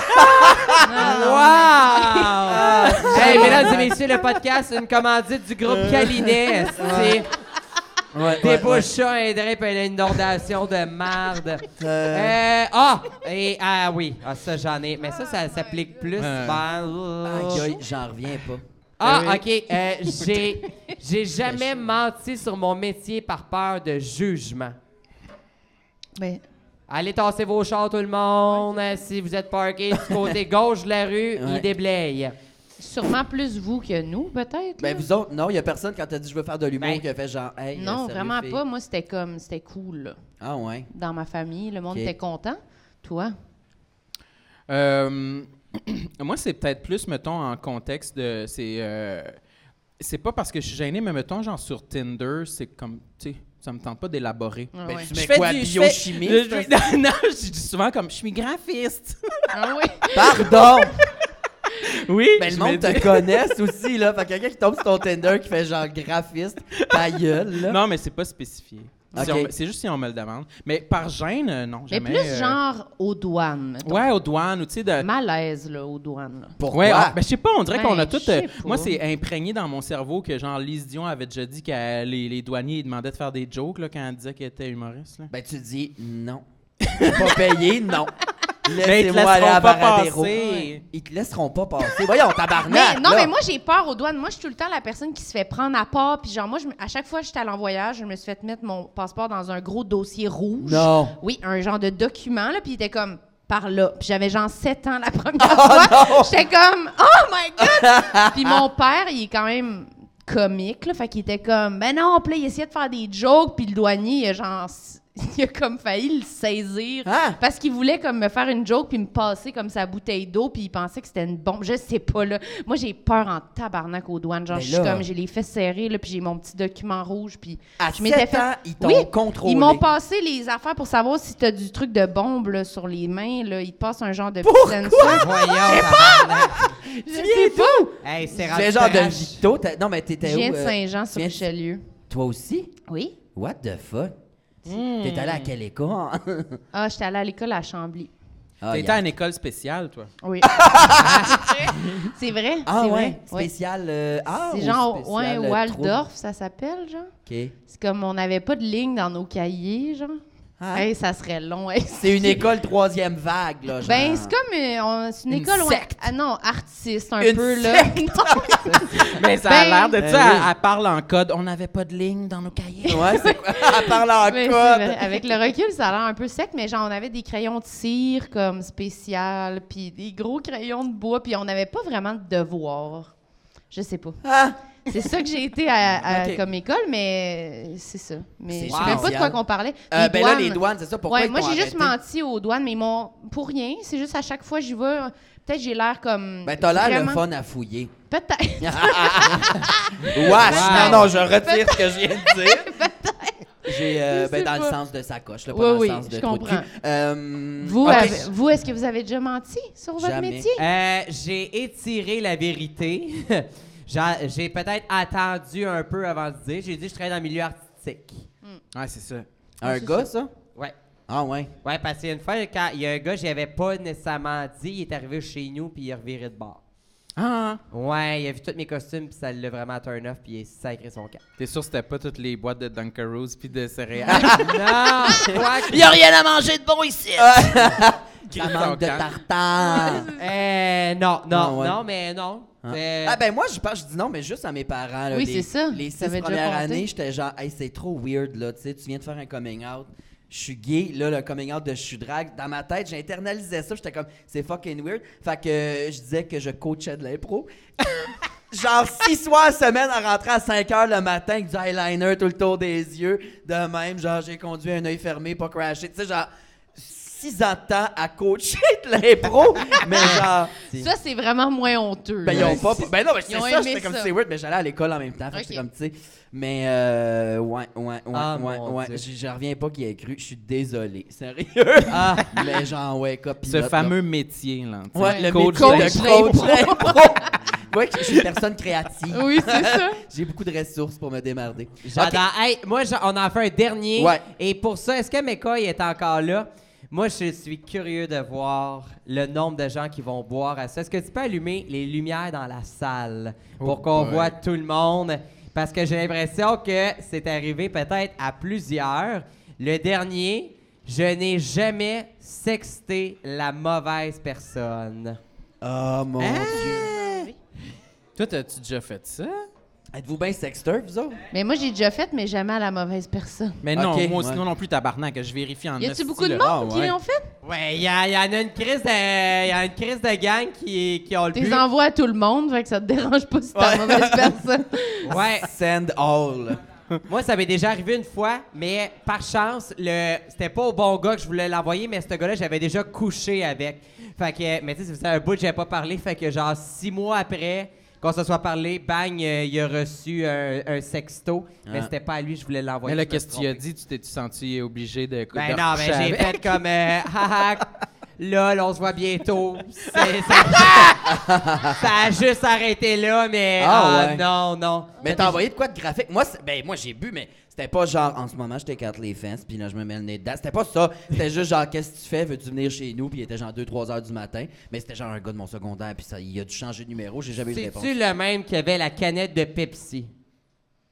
Speaker 2: Wow! Ah, hey, mesdames et messieurs, le podcast, une commandite du
Speaker 5: Euh.
Speaker 2: groupe Calinet. C'est
Speaker 3: Ouais,
Speaker 2: des
Speaker 3: ouais, ouais.
Speaker 2: bouchons et drip et une inondation de marde.
Speaker 3: Euh,
Speaker 2: Euh, ah! Et, ah oui, ah, ça j'en ai. Mais ça, ça s'applique plus.
Speaker 4: Ouais.
Speaker 2: vers-
Speaker 3: aïe, aïe, J'en reviens pas. Eh
Speaker 2: Ah, ok. euh, j'ai, j'ai jamais menti sur mon métier par peur de jugement.
Speaker 5: Mais
Speaker 2: Allez tasser vos chars, tout le monde. Euh, Si vous êtes parké du côté gauche de la rue,
Speaker 3: Ouais.
Speaker 2: ils déblayent.
Speaker 5: sûrement plus vous que nous, peut-être. là.
Speaker 3: Ben, vous autres, non, il y a personne quand t'as dit je veux faire de l'humour qui a fait genre, hey, euh,
Speaker 5: non,
Speaker 3: sérieux,
Speaker 5: vraiment
Speaker 3: fille.
Speaker 5: pas. Moi, c'était comme, c'était cool. là.
Speaker 3: Ah, ouais.
Speaker 5: Dans ma famille, le monde
Speaker 3: Ok.
Speaker 5: était content. Toi?
Speaker 4: Euh, moi, c'est peut-être plus, mettons, en contexte de. C'est, euh, c'est pas parce que je suis gêné, mais mettons, genre sur Tinder, c'est comme. Tu sais, ça me tente pas d'élaborer.
Speaker 5: Ah,
Speaker 3: Ben,
Speaker 5: ouais.
Speaker 3: tu mets
Speaker 4: Je fais
Speaker 3: quoi,
Speaker 4: du- je fais-
Speaker 3: biochimie?
Speaker 4: je- je- non, non, je dis souvent comme je suis graphiste.
Speaker 5: Ah oui?
Speaker 3: Pardon!
Speaker 4: Oui.
Speaker 3: Ben, le
Speaker 4: je
Speaker 3: monde
Speaker 4: me
Speaker 3: te
Speaker 4: dis-
Speaker 3: connaisse aussi, là. Fait que quelqu'un qui tombe sur ton Tinder qui fait genre graphiste, ta gueule, là.
Speaker 4: Non, mais c'est pas spécifié.
Speaker 3: Ok.
Speaker 4: Si on me- c'est juste si on me le demande. Mais par gêne, euh, non,
Speaker 5: Mais
Speaker 4: jamais.
Speaker 5: plus
Speaker 4: euh,
Speaker 5: genre aux douanes. mettons.
Speaker 4: Ouais, aux douanes, ou tu sais, de.
Speaker 5: Malaise, là, aux douanes. là.
Speaker 3: Pourquoi?
Speaker 4: Ouais, ah, ben, je sais pas, on dirait qu'on
Speaker 5: Ben,
Speaker 4: a
Speaker 5: je
Speaker 4: tout.
Speaker 5: sais
Speaker 4: euh, moi,
Speaker 5: pas.
Speaker 4: c'est imprégné dans mon cerveau que, genre, Lise Dion avait déjà dit que euh, les, les douaniers ils demandaient de faire des jokes là, quand elle disait qu'elle était humoriste. Là.
Speaker 3: Ben, tu dis non. pas payé, non.
Speaker 4: Ben, ils te
Speaker 3: Laissez-moi aller
Speaker 4: laisseront
Speaker 3: à
Speaker 4: pas
Speaker 3: Varadero.
Speaker 4: passer.
Speaker 3: Ils te laisseront pas passer. Voyons, tabarnak!
Speaker 5: Mais, non,
Speaker 3: là.
Speaker 5: mais moi, j'ai peur aux douanes. Moi, je suis tout le temps la personne qui se fait prendre à part. Puis, genre, moi, je me- à chaque fois que j'étais allée en voyage, je me suis fait mettre mon passeport dans un gros dossier rouge.
Speaker 3: Non.
Speaker 5: Oui, un genre de document, là. Puis, il était comme par là. Puis, j'avais genre 7 ans la première
Speaker 3: Ah,
Speaker 5: fois. J'étais comme, oh my God! puis, mon père, il est quand même comique, là. Fait qu'il était comme, ben non, puis là, il essayait de faire des jokes. Puis, le douanier, il a genre. Il a comme failli le saisir.
Speaker 3: Ah!
Speaker 5: Parce qu'il voulait comme me faire une joke puis me passer comme sa bouteille d'eau puis il pensait que c'était une bombe. Je sais pas là. Moi j'ai peur en tabarnak aux douanes. Genre
Speaker 3: Mais
Speaker 5: je suis
Speaker 3: là-
Speaker 5: comme j'ai les fesses serrées là puis j'ai mon petit document rouge puis
Speaker 3: À
Speaker 5: je m'étais
Speaker 3: sept
Speaker 5: fait
Speaker 3: ans, ils t'ont contrôlé.
Speaker 5: Ils m'ont passé les affaires pour savoir si t'as du truc de bombe là, sur les mains là, ils te passent un genre de petit
Speaker 3: Ah,
Speaker 5: sensor.
Speaker 2: Voyons, tabarnak.
Speaker 5: Je sais pas.
Speaker 2: Hey, c'est
Speaker 3: Tu es
Speaker 2: rendu
Speaker 3: genre de
Speaker 2: trash.
Speaker 3: Victo. t'as- Non, mais t'étais
Speaker 5: Je
Speaker 3: où?
Speaker 5: viens de
Speaker 3: euh,
Speaker 5: Saint-Jean sur
Speaker 3: viens de-
Speaker 5: Richelieu.
Speaker 3: Toi aussi?
Speaker 5: Oui.
Speaker 3: What the fuck?
Speaker 5: Hmm.
Speaker 3: T'es allé à quelle école?
Speaker 5: Ah, j'étais allée à l'école à Chambly.
Speaker 3: Ah,
Speaker 4: T'étais
Speaker 3: yeah.
Speaker 4: à une école spéciale, toi.
Speaker 5: Oui. Ah, c'est vrai.
Speaker 3: Ah ouais,
Speaker 5: c'est vrai. Ouais.
Speaker 3: spécial euh, art
Speaker 5: C'est
Speaker 3: ou
Speaker 5: genre ouais,
Speaker 3: spécial, euh, trouble?
Speaker 5: Waldorf, ça s'appelle genre.
Speaker 3: OK.
Speaker 5: C'est comme on n'avait pas de ligne dans nos cahiers, genre.
Speaker 3: Hein?
Speaker 5: Hey, ça serait long. hey.
Speaker 3: C'est une école troisième vague, là. genre.
Speaker 5: Ben, c'est comme euh, on- c'est une
Speaker 3: Une
Speaker 5: école. où-
Speaker 3: secte.
Speaker 5: Ah non, artiste, un
Speaker 3: Une
Speaker 5: peu, là. Non.
Speaker 4: Mais ça
Speaker 5: Ben-
Speaker 4: a l'air de
Speaker 3: Ben
Speaker 4: ça.
Speaker 3: oui.
Speaker 4: Elle, elle parle en code. On n'avait pas de ligne dans nos cahiers.
Speaker 3: Ouais, c'est quoi? À part là en
Speaker 5: Mais c'est
Speaker 3: code.
Speaker 5: vrai, Avec le recul, ça a l'air un peu sec, mais genre, on avait des crayons de cire comme spécial, puis des gros crayons de bois, puis on n'avait pas vraiment de devoirs. Je sais pas.
Speaker 3: Ah!
Speaker 5: C'est ça que j'ai été à, à-
Speaker 3: Ok.
Speaker 5: comme école, mais c'est ça. Mais
Speaker 3: C'est
Speaker 5: je sais même pas de quoi
Speaker 3: spécial.
Speaker 5: qu'on parlait.
Speaker 3: Euh,
Speaker 5: Les
Speaker 3: ben là, les douanes, c'est ça. Pourquoi
Speaker 5: Ouais,
Speaker 3: ils
Speaker 5: moi,
Speaker 3: t'ont
Speaker 5: j'ai juste
Speaker 3: arrêté?
Speaker 5: menti aux douanes, mais ils m'ont. Pour rien. C'est juste à chaque fois j'y vais, euh, peut-être j'ai l'air comme.
Speaker 3: Ben, t'as l'air le
Speaker 5: vraiment-
Speaker 3: fun à fouiller.
Speaker 5: Peut-être.
Speaker 3: Wesh! Ah Non, non, je retire ce que je viens de dire. J'ai, euh,
Speaker 5: Je
Speaker 3: ben,
Speaker 5: sais
Speaker 3: dans le
Speaker 5: pas.
Speaker 3: sens de sacoche, là, pas
Speaker 5: Oui,
Speaker 3: dans
Speaker 5: oui,
Speaker 3: le sens de
Speaker 5: je
Speaker 3: trou de
Speaker 5: comprends.
Speaker 3: cul. Euh,
Speaker 5: Vous,
Speaker 3: ok.
Speaker 5: avez- vous est-ce que vous avez déjà menti sur votre
Speaker 3: Jamais.
Speaker 5: métier?
Speaker 2: Euh, j'ai étiré la vérité. J'a- j'ai peut-être attendu un peu avant de dire. J'ai dit je travaille dans le milieu artistique.
Speaker 4: Ouais, c'est ça.
Speaker 3: Un gars, ça?
Speaker 2: Ouais.
Speaker 3: Ah, ouais.
Speaker 2: Ouais, parce qu'une fois, quand il y a un gars, j'avais pas nécessairement dit, il est arrivé chez nous puis il est reviré de bord.
Speaker 4: Ah,
Speaker 2: Ouais, il a vu tous mes costumes puis ça l'a vraiment turn off puis il est sacré son camp.
Speaker 4: t'es sûr que c'était pas toutes les boîtes de Dunkaroos puis de céréales?
Speaker 2: non! Quoi que-
Speaker 3: Il n'y a rien à manger de bon ici! Euh, Ça
Speaker 4: Crie
Speaker 3: manque de
Speaker 4: ton camp.
Speaker 3: tartare!
Speaker 2: Euh, non, non,
Speaker 3: Non, ouais.
Speaker 2: non, mais non. Euh,
Speaker 3: Ah ben moi je pense je dis non mais juste à mes parents là,
Speaker 5: Oui,
Speaker 3: les,
Speaker 5: c'est ça.
Speaker 3: les
Speaker 5: Ça
Speaker 3: six
Speaker 5: avait déjà
Speaker 3: premières
Speaker 5: compté.
Speaker 3: années j'étais genre hey c'est trop weird là tu sais tu viens de faire un coming out je suis gay là le coming out de je suis drague dans ma tête j'internalisais ça j'étais comme c'est fucking weird fait que euh, je disais que je coachais de l'impro genre six soirs semaine en rentrant à 5 heures le matin avec du eyeliner tout le tour des yeux de même genre j'ai conduit un œil fermé pas crashé tu sais genre six ans de temps à coacher de l'impro mais genre
Speaker 5: Ça, c'est vraiment moins honteux.
Speaker 3: ben, ils
Speaker 5: là.
Speaker 3: ont pas. Ben, non, mais c'est
Speaker 5: Ils ont
Speaker 3: ça,
Speaker 5: aimé
Speaker 3: j'étais comme
Speaker 5: ça.
Speaker 3: c'est weird, mais j'allais à l'école en même temps. Fait que
Speaker 5: Ok.
Speaker 3: j'étais comme, tu sais. Mais, euh, ouais, ouais, ouais,
Speaker 2: Ah,
Speaker 3: ouais,
Speaker 2: mon
Speaker 3: ouais.
Speaker 2: Dieu.
Speaker 3: J- Je reviens pas qu'il ait cru. Je suis désolé. Sérieux.
Speaker 5: Ah.
Speaker 3: mais genre, ouais, up.
Speaker 4: Ce
Speaker 3: pilote, là.
Speaker 4: fameux métier, là. tu sais.
Speaker 3: Ouais, le
Speaker 4: Coach
Speaker 3: métier
Speaker 5: d'impro.
Speaker 3: de coach d'impro. ouais, je suis une personne créative.
Speaker 5: Oui, c'est ça.
Speaker 3: J'ai beaucoup de ressources pour me démarrer.
Speaker 2: J'adore. Hey, moi, j'en- on en fait un dernier.
Speaker 3: Ouais.
Speaker 2: Et pour ça, est-ce que McCoy est encore là? Moi, je suis curieux de voir le nombre de gens qui vont boire à ça. Est-ce que tu peux allumer les lumières dans la salle pour
Speaker 4: Oh
Speaker 2: qu'on
Speaker 4: boy.
Speaker 2: voit tout le monde? Parce que j'ai l'impression que c'est arrivé peut-être à plusieurs. Le dernier, je n'ai jamais sexté la mauvaise personne.
Speaker 5: Ah!
Speaker 2: Hein?
Speaker 3: Oh mon dieu.
Speaker 4: Toi, t'as-tu déjà fait ça?
Speaker 3: Êtes-vous bien sexteur, vous autres?
Speaker 5: Mais moi, j'ai déjà fait, mais jamais à la mauvaise personne.
Speaker 4: Mais non,
Speaker 3: Ok.
Speaker 4: moi,
Speaker 3: Ouais.
Speaker 4: sinon non plus, tabarnak. Je vérifie en
Speaker 5: Y a-tu
Speaker 4: esti,
Speaker 5: beaucoup de
Speaker 4: là.
Speaker 5: monde
Speaker 4: Ah,
Speaker 5: qui
Speaker 4: ouais.
Speaker 5: l'ont fait?
Speaker 2: Ouais, il y, a- il y en a une crise de, il y a une crise de gang qui, qui ont le
Speaker 5: Tu les
Speaker 2: but.
Speaker 5: envoies à tout le monde, fait que ça te dérange pas si t'es la mauvaise personne.
Speaker 2: Ouais.
Speaker 3: Send all.
Speaker 2: Moi, ça m'est déjà arrivé une fois, mais par chance, le c'était pas au bon gars que je voulais l'envoyer, mais ce gars-là, j'avais déjà couché avec. Fait que, mais tu sais, ça faisait un bout que j'avais pas parlé, fait que genre six mois après qu'on se soit parlé, bang, euh, il a reçu un, un sexto, mais
Speaker 3: Ah.
Speaker 2: c'était pas à lui que je voulais l'envoyer.
Speaker 4: Mais là,
Speaker 2: je me suis
Speaker 4: qu'est-ce que tu as
Speaker 2: trompé.
Speaker 4: dit? Tu t'es-tu senti obligé de.
Speaker 2: Ben
Speaker 4: de
Speaker 2: non, mais
Speaker 4: recoucher
Speaker 2: j'ai
Speaker 4: avec?
Speaker 2: fait comme, euh, haha, lol, on se voit bientôt. C'est- Ça, ça a juste arrêté là, mais
Speaker 3: Ah
Speaker 2: ah,
Speaker 3: ouais.
Speaker 2: non, non.
Speaker 3: Mais t'as envoyé de quoi de graphique? Moi, c'est- ben, moi j'ai bu, mais c'était pas genre en ce moment, je t'écarte les fesses, puis là, je me mets le nez dedans. C'était pas ça. C'était juste genre, qu'est-ce que tu fais? Veux-tu venir chez nous? Puis il était genre 2-3 heures du matin. Mais c'était genre un gars de mon secondaire, puis ça, il a dû changer de numéro, j'ai jamais eu de réponse.
Speaker 2: C'est-tu le même qui avait la canette de Pepsi?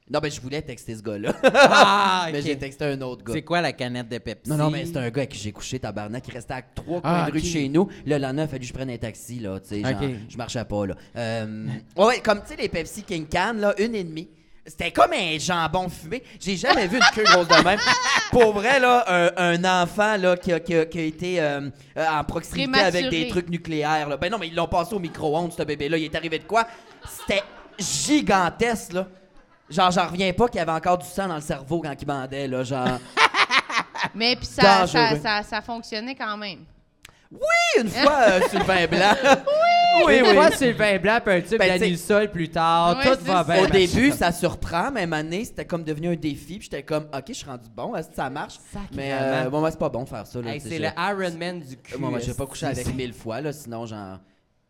Speaker 3: Non, ben, je voulais texter ce gars-là.
Speaker 2: Ah,
Speaker 3: mais
Speaker 2: ok.
Speaker 3: j'ai texté un autre gars.
Speaker 4: C'est quoi la canette de Pepsi?
Speaker 3: Non, non, mais c'est un gars avec qui j'ai couché, tabarnak, qui restait à trois coins
Speaker 4: Ah,
Speaker 3: de rue de
Speaker 4: ok.
Speaker 3: chez nous. Là, le lendemain, il a fallu que je prenne un taxi, là, tu sais, genre,
Speaker 4: Ok.
Speaker 3: je marchais pas, là. Euh, ouais, comme, tu sais, les Pepsi King Can, là, une et demie. C'était comme un jambon fumé. J'ai jamais vu une queue grosse de même. Pour vrai, là, un, un enfant, là, qui a, qui a- qui a été euh, euh, en proximité
Speaker 5: Prématuré.
Speaker 3: avec des trucs nucléaires, là. Ben non, mais ils l'ont passé au micro-ondes, ce bébé-là. Il est arrivé de quoi? C'était gigantesque, là. Genre, j'en reviens pas qu'il y avait encore du sang dans le cerveau quand il bandait, là, genre...
Speaker 5: Mais puis ça, ça,
Speaker 3: Dangereux.
Speaker 5: ça, ça fonctionnait quand même.
Speaker 3: Oui, une fois euh, Sylvain Blanc. oui, oui.
Speaker 2: Moi, Sylvain Blanc, puis un tube
Speaker 3: Ben,
Speaker 2: d'Annie
Speaker 3: t'sais-
Speaker 2: Sol plus tard,
Speaker 5: Ouais,
Speaker 2: tout
Speaker 5: c'est
Speaker 2: va
Speaker 5: ça.
Speaker 2: bien.
Speaker 3: Au
Speaker 2: ma
Speaker 3: début,
Speaker 2: chère.
Speaker 3: ça surprend. Même année, c'était comme devenu un défi. Puis j'étais comme, OK, je suis rendu bon. Est-ce que ça marche?
Speaker 2: Sacrément.
Speaker 3: Mais euh, bon, moi, c'est pas bon faire ça. Là,
Speaker 2: Hey,
Speaker 3: tu sais,
Speaker 2: c'est
Speaker 3: je-
Speaker 2: le Iron Man du cul.
Speaker 3: Moi, moi, j'ai pas couché avec mille fois, là, sinon, genre,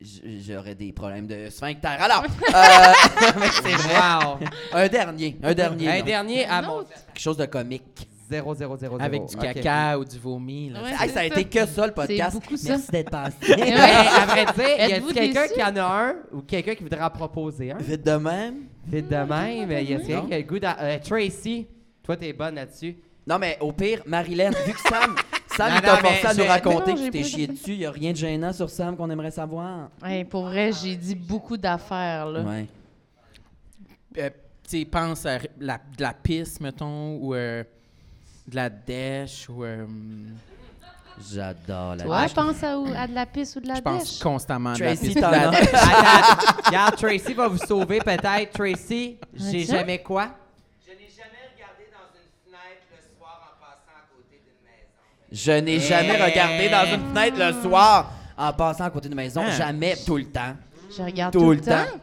Speaker 3: j- j'aurais des problèmes de sphincter. Alors, euh, mais c'est vrai.
Speaker 2: Wow.
Speaker 3: Un dernier. Un dernier.
Speaker 2: Un
Speaker 3: non.
Speaker 2: dernier à
Speaker 5: Un
Speaker 2: mon
Speaker 5: autre.
Speaker 3: Quelque chose de comique.
Speaker 2: 0, 0, 0,
Speaker 4: Avec du caca ou du vomi, là.
Speaker 5: Ouais,
Speaker 3: Hey,
Speaker 5: c'est
Speaker 3: ça a été que ça, le podcast.
Speaker 5: C'est beaucoup ça.
Speaker 3: Merci d'être passé.
Speaker 2: Mais à vrai dire, y a
Speaker 5: Êtes-vous
Speaker 2: quelqu'un
Speaker 5: déçus?
Speaker 2: qui en a un ou quelqu'un qui voudrait en proposer un?
Speaker 3: Vite de même.
Speaker 2: Vite de même, y a quelqu'un
Speaker 3: Non.
Speaker 2: qui a le goût d'en- euh, Tracy, toi, t'es bonne là-dessus.
Speaker 3: Non, mais au pire, Marilyn, vu que Sam, Sam
Speaker 4: Non,
Speaker 3: il t'a
Speaker 4: non, mais
Speaker 3: forcé à
Speaker 4: c'est-
Speaker 3: nous raconter
Speaker 5: Mais non,
Speaker 3: que tu
Speaker 5: j'ai
Speaker 3: t'es
Speaker 5: pas-
Speaker 3: chié dessus, il a rien de gênant sur Sam qu'on aimerait savoir.
Speaker 5: Hey, pour vrai, j'ai dit beaucoup d'affaires. là.
Speaker 3: Ouais.
Speaker 4: Euh, tu sais, pense à la, de la pisse, mettons, ou euh, de la dèche, ou. euh,
Speaker 3: J'adore la
Speaker 5: Toi,
Speaker 3: vache.
Speaker 5: pense à, ou- à de la pisse ou de la
Speaker 4: je pense
Speaker 5: dèche.
Speaker 4: constamment à de la
Speaker 3: Tracy
Speaker 4: pisse. de la-
Speaker 3: Thomas.
Speaker 2: Attends, regarde, Tracy va vous sauver peut-être. Tracy, j'ai
Speaker 5: Tiens.
Speaker 2: jamais quoi?
Speaker 3: Je n'ai
Speaker 5: Eh.
Speaker 3: jamais regardé dans une fenêtre le soir en passant à côté d'une
Speaker 5: Hein.
Speaker 3: maison. Jamais, tout le temps.
Speaker 5: Je regarde
Speaker 3: Tout
Speaker 5: tout,
Speaker 3: le
Speaker 5: le temps.
Speaker 3: temps.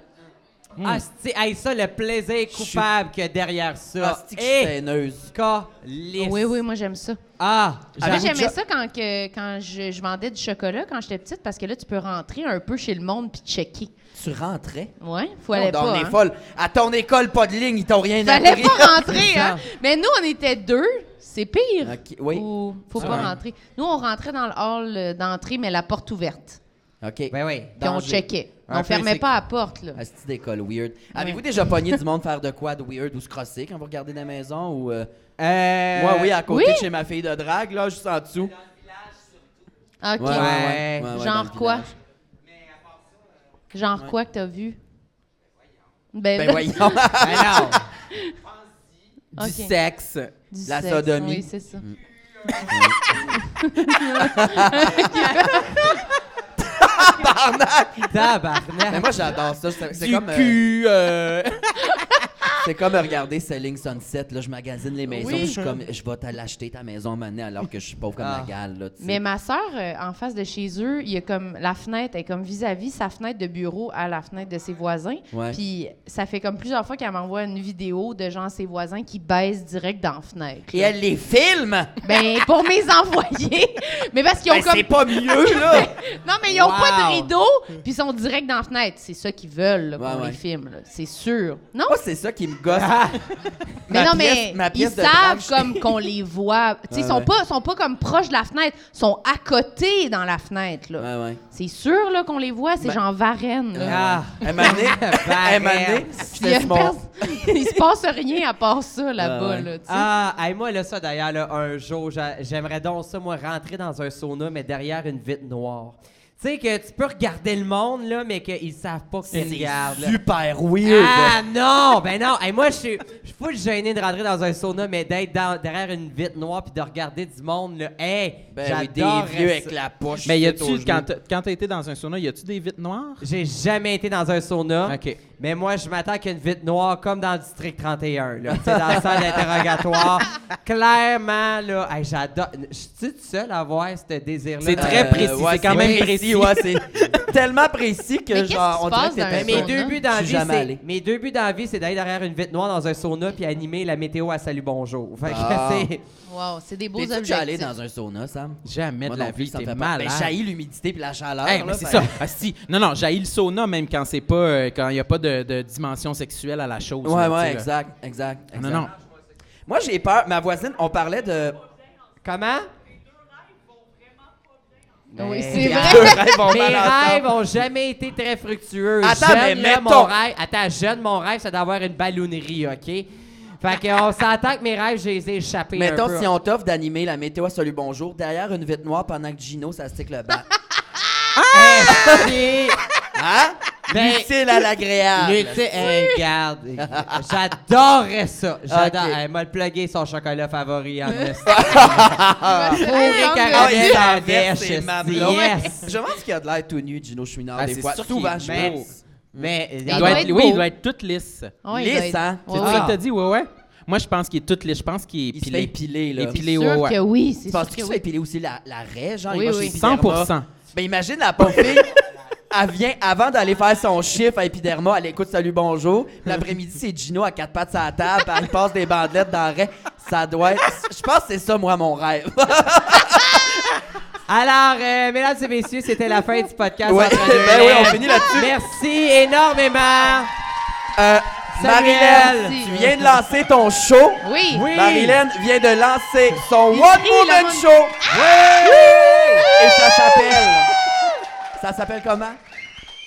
Speaker 2: Ah, c'est hey, ça, le plaisir coupable qu'il y a derrière
Speaker 5: Ah,
Speaker 2: ça.
Speaker 3: Asti Ah, que
Speaker 5: eh.
Speaker 3: je suis
Speaker 2: Et
Speaker 3: peineuse.
Speaker 2: calice.
Speaker 5: Oui, oui, moi j'aime ça.
Speaker 2: Ah,
Speaker 5: Moi,
Speaker 3: Avez-vous déjà-
Speaker 5: j'aimais ça quand, que, quand je, je vendais du chocolat quand j'étais petite parce que là, tu peux rentrer un peu chez le monde puis checker.
Speaker 3: Tu rentrais?
Speaker 5: Ouais, faut
Speaker 3: Non,
Speaker 5: aller
Speaker 3: donc, on
Speaker 5: pas.
Speaker 3: est
Speaker 5: hein.
Speaker 3: folle. À ton école, pas de ligne, ils t'ont rien
Speaker 5: Fallait
Speaker 3: appris.
Speaker 5: pas rentrer,
Speaker 2: ça.
Speaker 5: hein? Mais nous, on était deux. C'est pire.
Speaker 3: Ok, oui.
Speaker 5: Ou faut
Speaker 3: Ah
Speaker 5: pas
Speaker 3: ouais.
Speaker 5: rentrer. Nous, on rentrait dans le hall euh, d'entrée, mais la porte ouverte.
Speaker 3: OK.
Speaker 2: Ben oui.
Speaker 5: Puis on
Speaker 3: Danger.
Speaker 5: checkait.
Speaker 2: Un
Speaker 5: on
Speaker 2: peu,
Speaker 5: fermait
Speaker 2: c'est-
Speaker 5: pas la porte, là.
Speaker 3: Asti d'école, weird. Avez-vous déjà pogné du monde faire de quoi de weird ou se crosser quand vous regardez des maisons ou... euh,
Speaker 2: Euh,
Speaker 3: Moi, oui, à côté
Speaker 5: oui.
Speaker 3: de chez ma fille de drague, là, juste en dessous.
Speaker 2: ouais,
Speaker 5: OK.
Speaker 2: ouais,
Speaker 5: Genre quoi? Genre quoi que t'as vu? Ben,
Speaker 3: Ben voyons,
Speaker 2: ben non.
Speaker 5: OK.
Speaker 4: Du sexe.
Speaker 5: Du
Speaker 3: la
Speaker 5: sexe,
Speaker 3: sodomie.
Speaker 5: Oui, c'est ça.
Speaker 3: mais
Speaker 2: Tabarnak.
Speaker 3: moi j'adore ça. C'est c'est
Speaker 4: Du
Speaker 3: comme, euh,
Speaker 4: cul. euh,
Speaker 3: c'est comme regarder Selling Sunset. Là, je magasine les maisons.
Speaker 5: Oui.
Speaker 3: puis Je suis comme, je vais te l'acheter ta maison maintenant alors que je suis pauvre comme
Speaker 2: Ah.
Speaker 3: la gale. Là, tu sais.
Speaker 5: Mais ma sœur, euh, en face de chez eux, il y a comme la fenêtre, elle est comme vis-à-vis sa fenêtre de bureau à la fenêtre de ses voisins.
Speaker 3: Ouais.
Speaker 5: Puis ça fait comme plusieurs fois qu'elle m'envoie une vidéo de genre ses voisins qui baissent direct dans la fenêtre.
Speaker 3: Et elle les filme.
Speaker 5: Ben, pour mes envoyés. Mais parce qu'ils ont
Speaker 3: Ben,
Speaker 5: comme.
Speaker 3: C'est pas mieux là.
Speaker 5: Non, mais ils ont pas de
Speaker 2: Wow.
Speaker 5: rideau, puis ils sont direct dans la fenêtre. C'est ça qu'ils veulent, là, qu'on
Speaker 3: Ouais, ouais.
Speaker 5: les filme, là. C'est sûr. Non?
Speaker 3: Moi c'est ça qui me gosse.
Speaker 5: Ah. Mais
Speaker 3: Ma
Speaker 5: non,
Speaker 3: pièce-
Speaker 5: mais
Speaker 3: ma
Speaker 5: ils
Speaker 3: pièce de
Speaker 5: savent
Speaker 3: drague,
Speaker 5: comme qu'on les voit. Tu sais, ils
Speaker 3: Ouais,
Speaker 5: sont,
Speaker 3: ouais.
Speaker 5: pas, sont pas comme proches de la fenêtre, ils sont à côté dans la fenêtre, là.
Speaker 3: Ouais, ouais.
Speaker 5: C'est sûr là, qu'on les voit, c'est
Speaker 3: Ben-
Speaker 5: genre Varenne. Là.
Speaker 2: Ah.
Speaker 3: Elle m'a donné, elle m'a donné,
Speaker 5: Bah, Il, y
Speaker 3: j'étais
Speaker 5: a
Speaker 3: sur mon-
Speaker 5: pers- Il se passe rien à part ça
Speaker 3: Ouais,
Speaker 5: là-bas.
Speaker 3: ouais.
Speaker 5: là, tu sais.
Speaker 2: Ah, hey, moi, là, ça, d'ailleurs, là, un jour, j'a- j'aimerais donc ça, moi, rentrer dans un sauna, mais derrière une vitre noire. Tu sais que tu peux regarder le monde, là, mais qu'ils savent pas que tu regardes. là.
Speaker 3: super weird.
Speaker 2: Ah non, ben non. Hey, moi, je suis je suis full gêné de rentrer dans un sauna, mais d'être dans- derrière une vitre noire puis de regarder du monde, là. Hey,
Speaker 3: Ben oui, des
Speaker 2: j'adore
Speaker 3: vieux avec la poche.
Speaker 4: Mais y
Speaker 3: tout au
Speaker 4: a-tu,
Speaker 3: genou.
Speaker 4: quand t'as- quand t'as été dans un sauna, y a-tu des vitres noires?
Speaker 2: J'ai jamais été dans un sauna.
Speaker 4: Ok.
Speaker 2: Mais moi, je m'attends qu'une vitre noire comme dans le district 31, là. Tu sais, dans la salle d'interrogatoire. Clairement, là, hey, j'adore. Je suis seul à avoir ce désir-là.
Speaker 4: C'est
Speaker 2: Euh,
Speaker 4: très précis, c'est quand même précis.
Speaker 3: ouais, c'est tellement précis que
Speaker 5: Mais qu'est-ce
Speaker 3: genre
Speaker 5: qui se
Speaker 3: on dirait
Speaker 5: passe
Speaker 3: que t'es
Speaker 5: dans
Speaker 2: Mais
Speaker 5: un
Speaker 2: mes
Speaker 5: sauna?
Speaker 2: deux buts dans la
Speaker 3: Je suis
Speaker 2: vie,
Speaker 3: jamais allé.
Speaker 2: c'est mes deux buts dans la vie, c'est d'aller derrière une vitre noire dans un sauna puis animer la météo à salut bonjour. Fait que
Speaker 3: Ah.
Speaker 2: c'est-
Speaker 5: Wow, c'est des beaux
Speaker 3: T'es-tu
Speaker 5: objectifs.
Speaker 3: déjà allé dans un sauna, Sam?
Speaker 4: Jamais
Speaker 3: Moi
Speaker 4: de la
Speaker 3: non plus,
Speaker 4: vie,
Speaker 3: ça me
Speaker 4: t'es
Speaker 3: fait peur.
Speaker 4: malade.
Speaker 3: Ben, jaillit l'humidité puis la chaleur.
Speaker 4: Hey, mais
Speaker 3: là, ben,
Speaker 4: c'est
Speaker 3: fait-
Speaker 4: ça. Ah, si. Non, non, j'ai le sauna même quand c'est pas euh, quand il n'y a pas de, de dimension sexuelle à la chose.
Speaker 3: Ouais,
Speaker 4: là, tu
Speaker 3: ouais,
Speaker 4: sais, là.
Speaker 3: exact, exact,
Speaker 4: Non,
Speaker 3: exact.
Speaker 4: non.
Speaker 3: Moi, j'ai peur. Ma voisine, on parlait de.
Speaker 2: Comment?
Speaker 5: Oui,
Speaker 2: Ben,
Speaker 5: c'est
Speaker 2: regarde.
Speaker 5: vrai.
Speaker 2: Mes rêves ont jamais été très fructueux.
Speaker 3: Attends,
Speaker 2: jeune,
Speaker 3: mais
Speaker 2: là,
Speaker 3: mettons-
Speaker 2: mon rêve. Attends, jeune, mon rêve, c'est d'avoir une ballonnerie, OK? Fait qu'on s'entend que mes rêves, je les ai échappés. un
Speaker 3: Mettons,
Speaker 2: peu.
Speaker 4: hein.
Speaker 3: si on t'offre d'animer la météo à Salut Bonjour derrière une vitre noire pendant que Gino s'astique le bas.
Speaker 2: Hey,
Speaker 3: Hein?
Speaker 2: Ben-
Speaker 3: Utile à l'agréable.
Speaker 2: mais tu sais, hey, regarde, j'adorais ça. J'adore.
Speaker 3: Ok.
Speaker 2: Elle m'a le plugué son chocolat favori en plus.
Speaker 5: C'est
Speaker 2: Pourri
Speaker 5: comme
Speaker 2: qu'elle
Speaker 5: le-
Speaker 3: Ah, il
Speaker 2: revienne
Speaker 3: s'en
Speaker 2: en
Speaker 3: veste,
Speaker 2: veste,
Speaker 3: ses
Speaker 2: esti,
Speaker 3: mamelons.
Speaker 2: yes.
Speaker 3: Je me demande ce qu'il y a de l'air tout nu, Gino Chouinard,
Speaker 4: Ah,
Speaker 3: des
Speaker 4: c'est
Speaker 3: fois.
Speaker 4: sûr qu'il
Speaker 3: Souvent,
Speaker 4: est
Speaker 3: je
Speaker 2: Mais,
Speaker 3: pense.
Speaker 2: mais euh, il
Speaker 4: Il
Speaker 5: doit
Speaker 4: doit
Speaker 5: être
Speaker 4: être,
Speaker 5: beau.
Speaker 4: oui, il doit être tout lisse.
Speaker 5: Ouais, il doit
Speaker 3: Lisse,
Speaker 5: être-
Speaker 3: hein?
Speaker 4: C'est
Speaker 5: Ouais,
Speaker 4: ça que t'as
Speaker 5: ouais.
Speaker 4: dit, ouais, ouais. Moi, je pense qu'il est tout lisse. Je pense qu'il est
Speaker 3: Il se fait
Speaker 4: pilé.
Speaker 3: épiler, là.
Speaker 4: Épilé,
Speaker 5: C'est
Speaker 4: ouais,
Speaker 5: sûr
Speaker 4: ouais.
Speaker 5: que oui, c'est
Speaker 3: Tu
Speaker 5: sûr
Speaker 3: penses qu'il
Speaker 5: que
Speaker 3: se
Speaker 5: oui.
Speaker 3: fait épiler aussi la, la raie, genre?
Speaker 5: Oui,
Speaker 3: il va
Speaker 5: oui.
Speaker 3: chez Epiderma.
Speaker 4: 100
Speaker 3: Ben imagine la pauvre fille, elle vient avant d'aller faire son chiffre à Epiderma, elle écoute Salut Bonjour. Puis L'après-midi, c'est Gino à quatre pattes à la table, puis elle passe des bandelettes dans le raie. Ça doit être. Je pense que c'est ça, moi, mon rêve.
Speaker 2: Alors, euh, mesdames et messieurs, c'était la fin du podcast.
Speaker 3: Ouais,
Speaker 2: Entre
Speaker 3: ben
Speaker 2: deux
Speaker 3: oui, on
Speaker 2: lèvres.
Speaker 3: finit là-dessus.
Speaker 2: Merci énormément.
Speaker 3: Euh,
Speaker 2: Samuel,
Speaker 3: Marilyn,
Speaker 5: merci.
Speaker 3: tu viens de lancer ton show.
Speaker 5: Oui.
Speaker 2: Oui.
Speaker 3: Marilyn vient de lancer son One
Speaker 5: Il crie le
Speaker 3: Woman
Speaker 5: monde.
Speaker 3: Show. Oui! Et ça s'appelle. Ça s'appelle comment?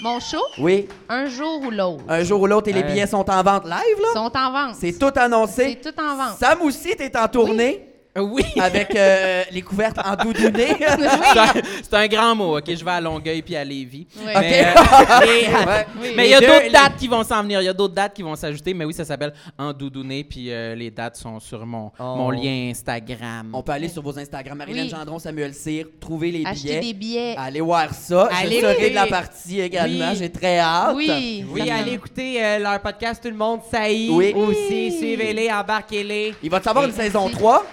Speaker 5: Mon show,
Speaker 3: Oui.
Speaker 5: un jour ou l'autre,
Speaker 3: Un jour ou l'autre, et les
Speaker 2: Ouais.
Speaker 3: billets sont en vente live, là?
Speaker 5: sont en vente.
Speaker 3: C'est tout annoncé.
Speaker 5: C'est tout en vente.
Speaker 3: Sam aussi, t'es en tournée.
Speaker 4: Ah Oui!
Speaker 3: avec euh, les couvertes en doudouné.
Speaker 4: C'est un- c'est un grand mot, OK? Je vais à Longueuil puis à Lévis.
Speaker 5: Oui.
Speaker 4: Mais, euh,
Speaker 3: Ouais.
Speaker 5: Oui.
Speaker 4: mais il y a
Speaker 3: Les deux,
Speaker 4: d'autres
Speaker 3: les-
Speaker 4: dates qui vont s'en venir. Il y a d'autres dates qui vont s'ajouter. Mais oui, ça s'appelle En Doudouné. Puis euh, les dates sont sur mon,
Speaker 2: Oh.
Speaker 4: mon lien Instagram.
Speaker 3: On peut aller sur vos Instagram, Marilyn
Speaker 5: Oui.
Speaker 3: Gendron, Samuel Cyr, trouver les
Speaker 5: Acheter
Speaker 3: billets.
Speaker 5: des billets.
Speaker 3: Allez voir ça.
Speaker 2: Allez
Speaker 3: Je serai
Speaker 2: écouter.
Speaker 3: de la partie également.
Speaker 2: Oui.
Speaker 3: J'ai très hâte.
Speaker 5: Oui.
Speaker 2: Oui,
Speaker 5: certainement.
Speaker 2: allez écouter euh, leur podcast Tout le monde saillit
Speaker 3: Oui.
Speaker 2: aussi. Suivez-les, embarquez-les.
Speaker 3: Il va te savoir une
Speaker 5: Merci.
Speaker 3: saison 3?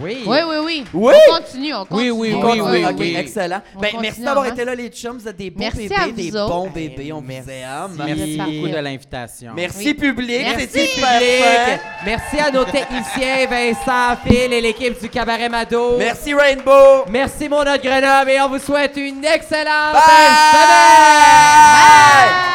Speaker 2: Oui.
Speaker 5: Oui, oui, oui.
Speaker 3: Oui.
Speaker 5: On continue, on continue.
Speaker 4: oui,
Speaker 5: on
Speaker 4: oui,
Speaker 5: continue.
Speaker 4: oui,
Speaker 3: Ok,
Speaker 4: oui.
Speaker 3: excellent.
Speaker 5: On
Speaker 3: Ben,
Speaker 5: continue
Speaker 3: merci d'avoir
Speaker 5: en masse.
Speaker 3: été là, les chums. Vous êtes des beaux
Speaker 5: Merci à
Speaker 3: bébés,
Speaker 5: vous
Speaker 3: des
Speaker 5: autres.
Speaker 3: bons
Speaker 2: Hey,
Speaker 3: bébés. On
Speaker 2: merci.
Speaker 3: vous aime.
Speaker 4: Ben, Merci
Speaker 5: Parfait.
Speaker 4: beaucoup de l'invitation.
Speaker 3: Merci,
Speaker 5: Oui.
Speaker 3: public.
Speaker 5: Merci,
Speaker 3: C'était super
Speaker 2: Public.
Speaker 3: fun.
Speaker 2: Merci à nos techniciens Vincent, Phil et l'équipe du Cabaret Mado.
Speaker 3: Merci, Rainbow.
Speaker 2: Merci mon autre Grenoble et on vous souhaite une excellente
Speaker 3: Bye.
Speaker 2: semaine.
Speaker 3: Bye.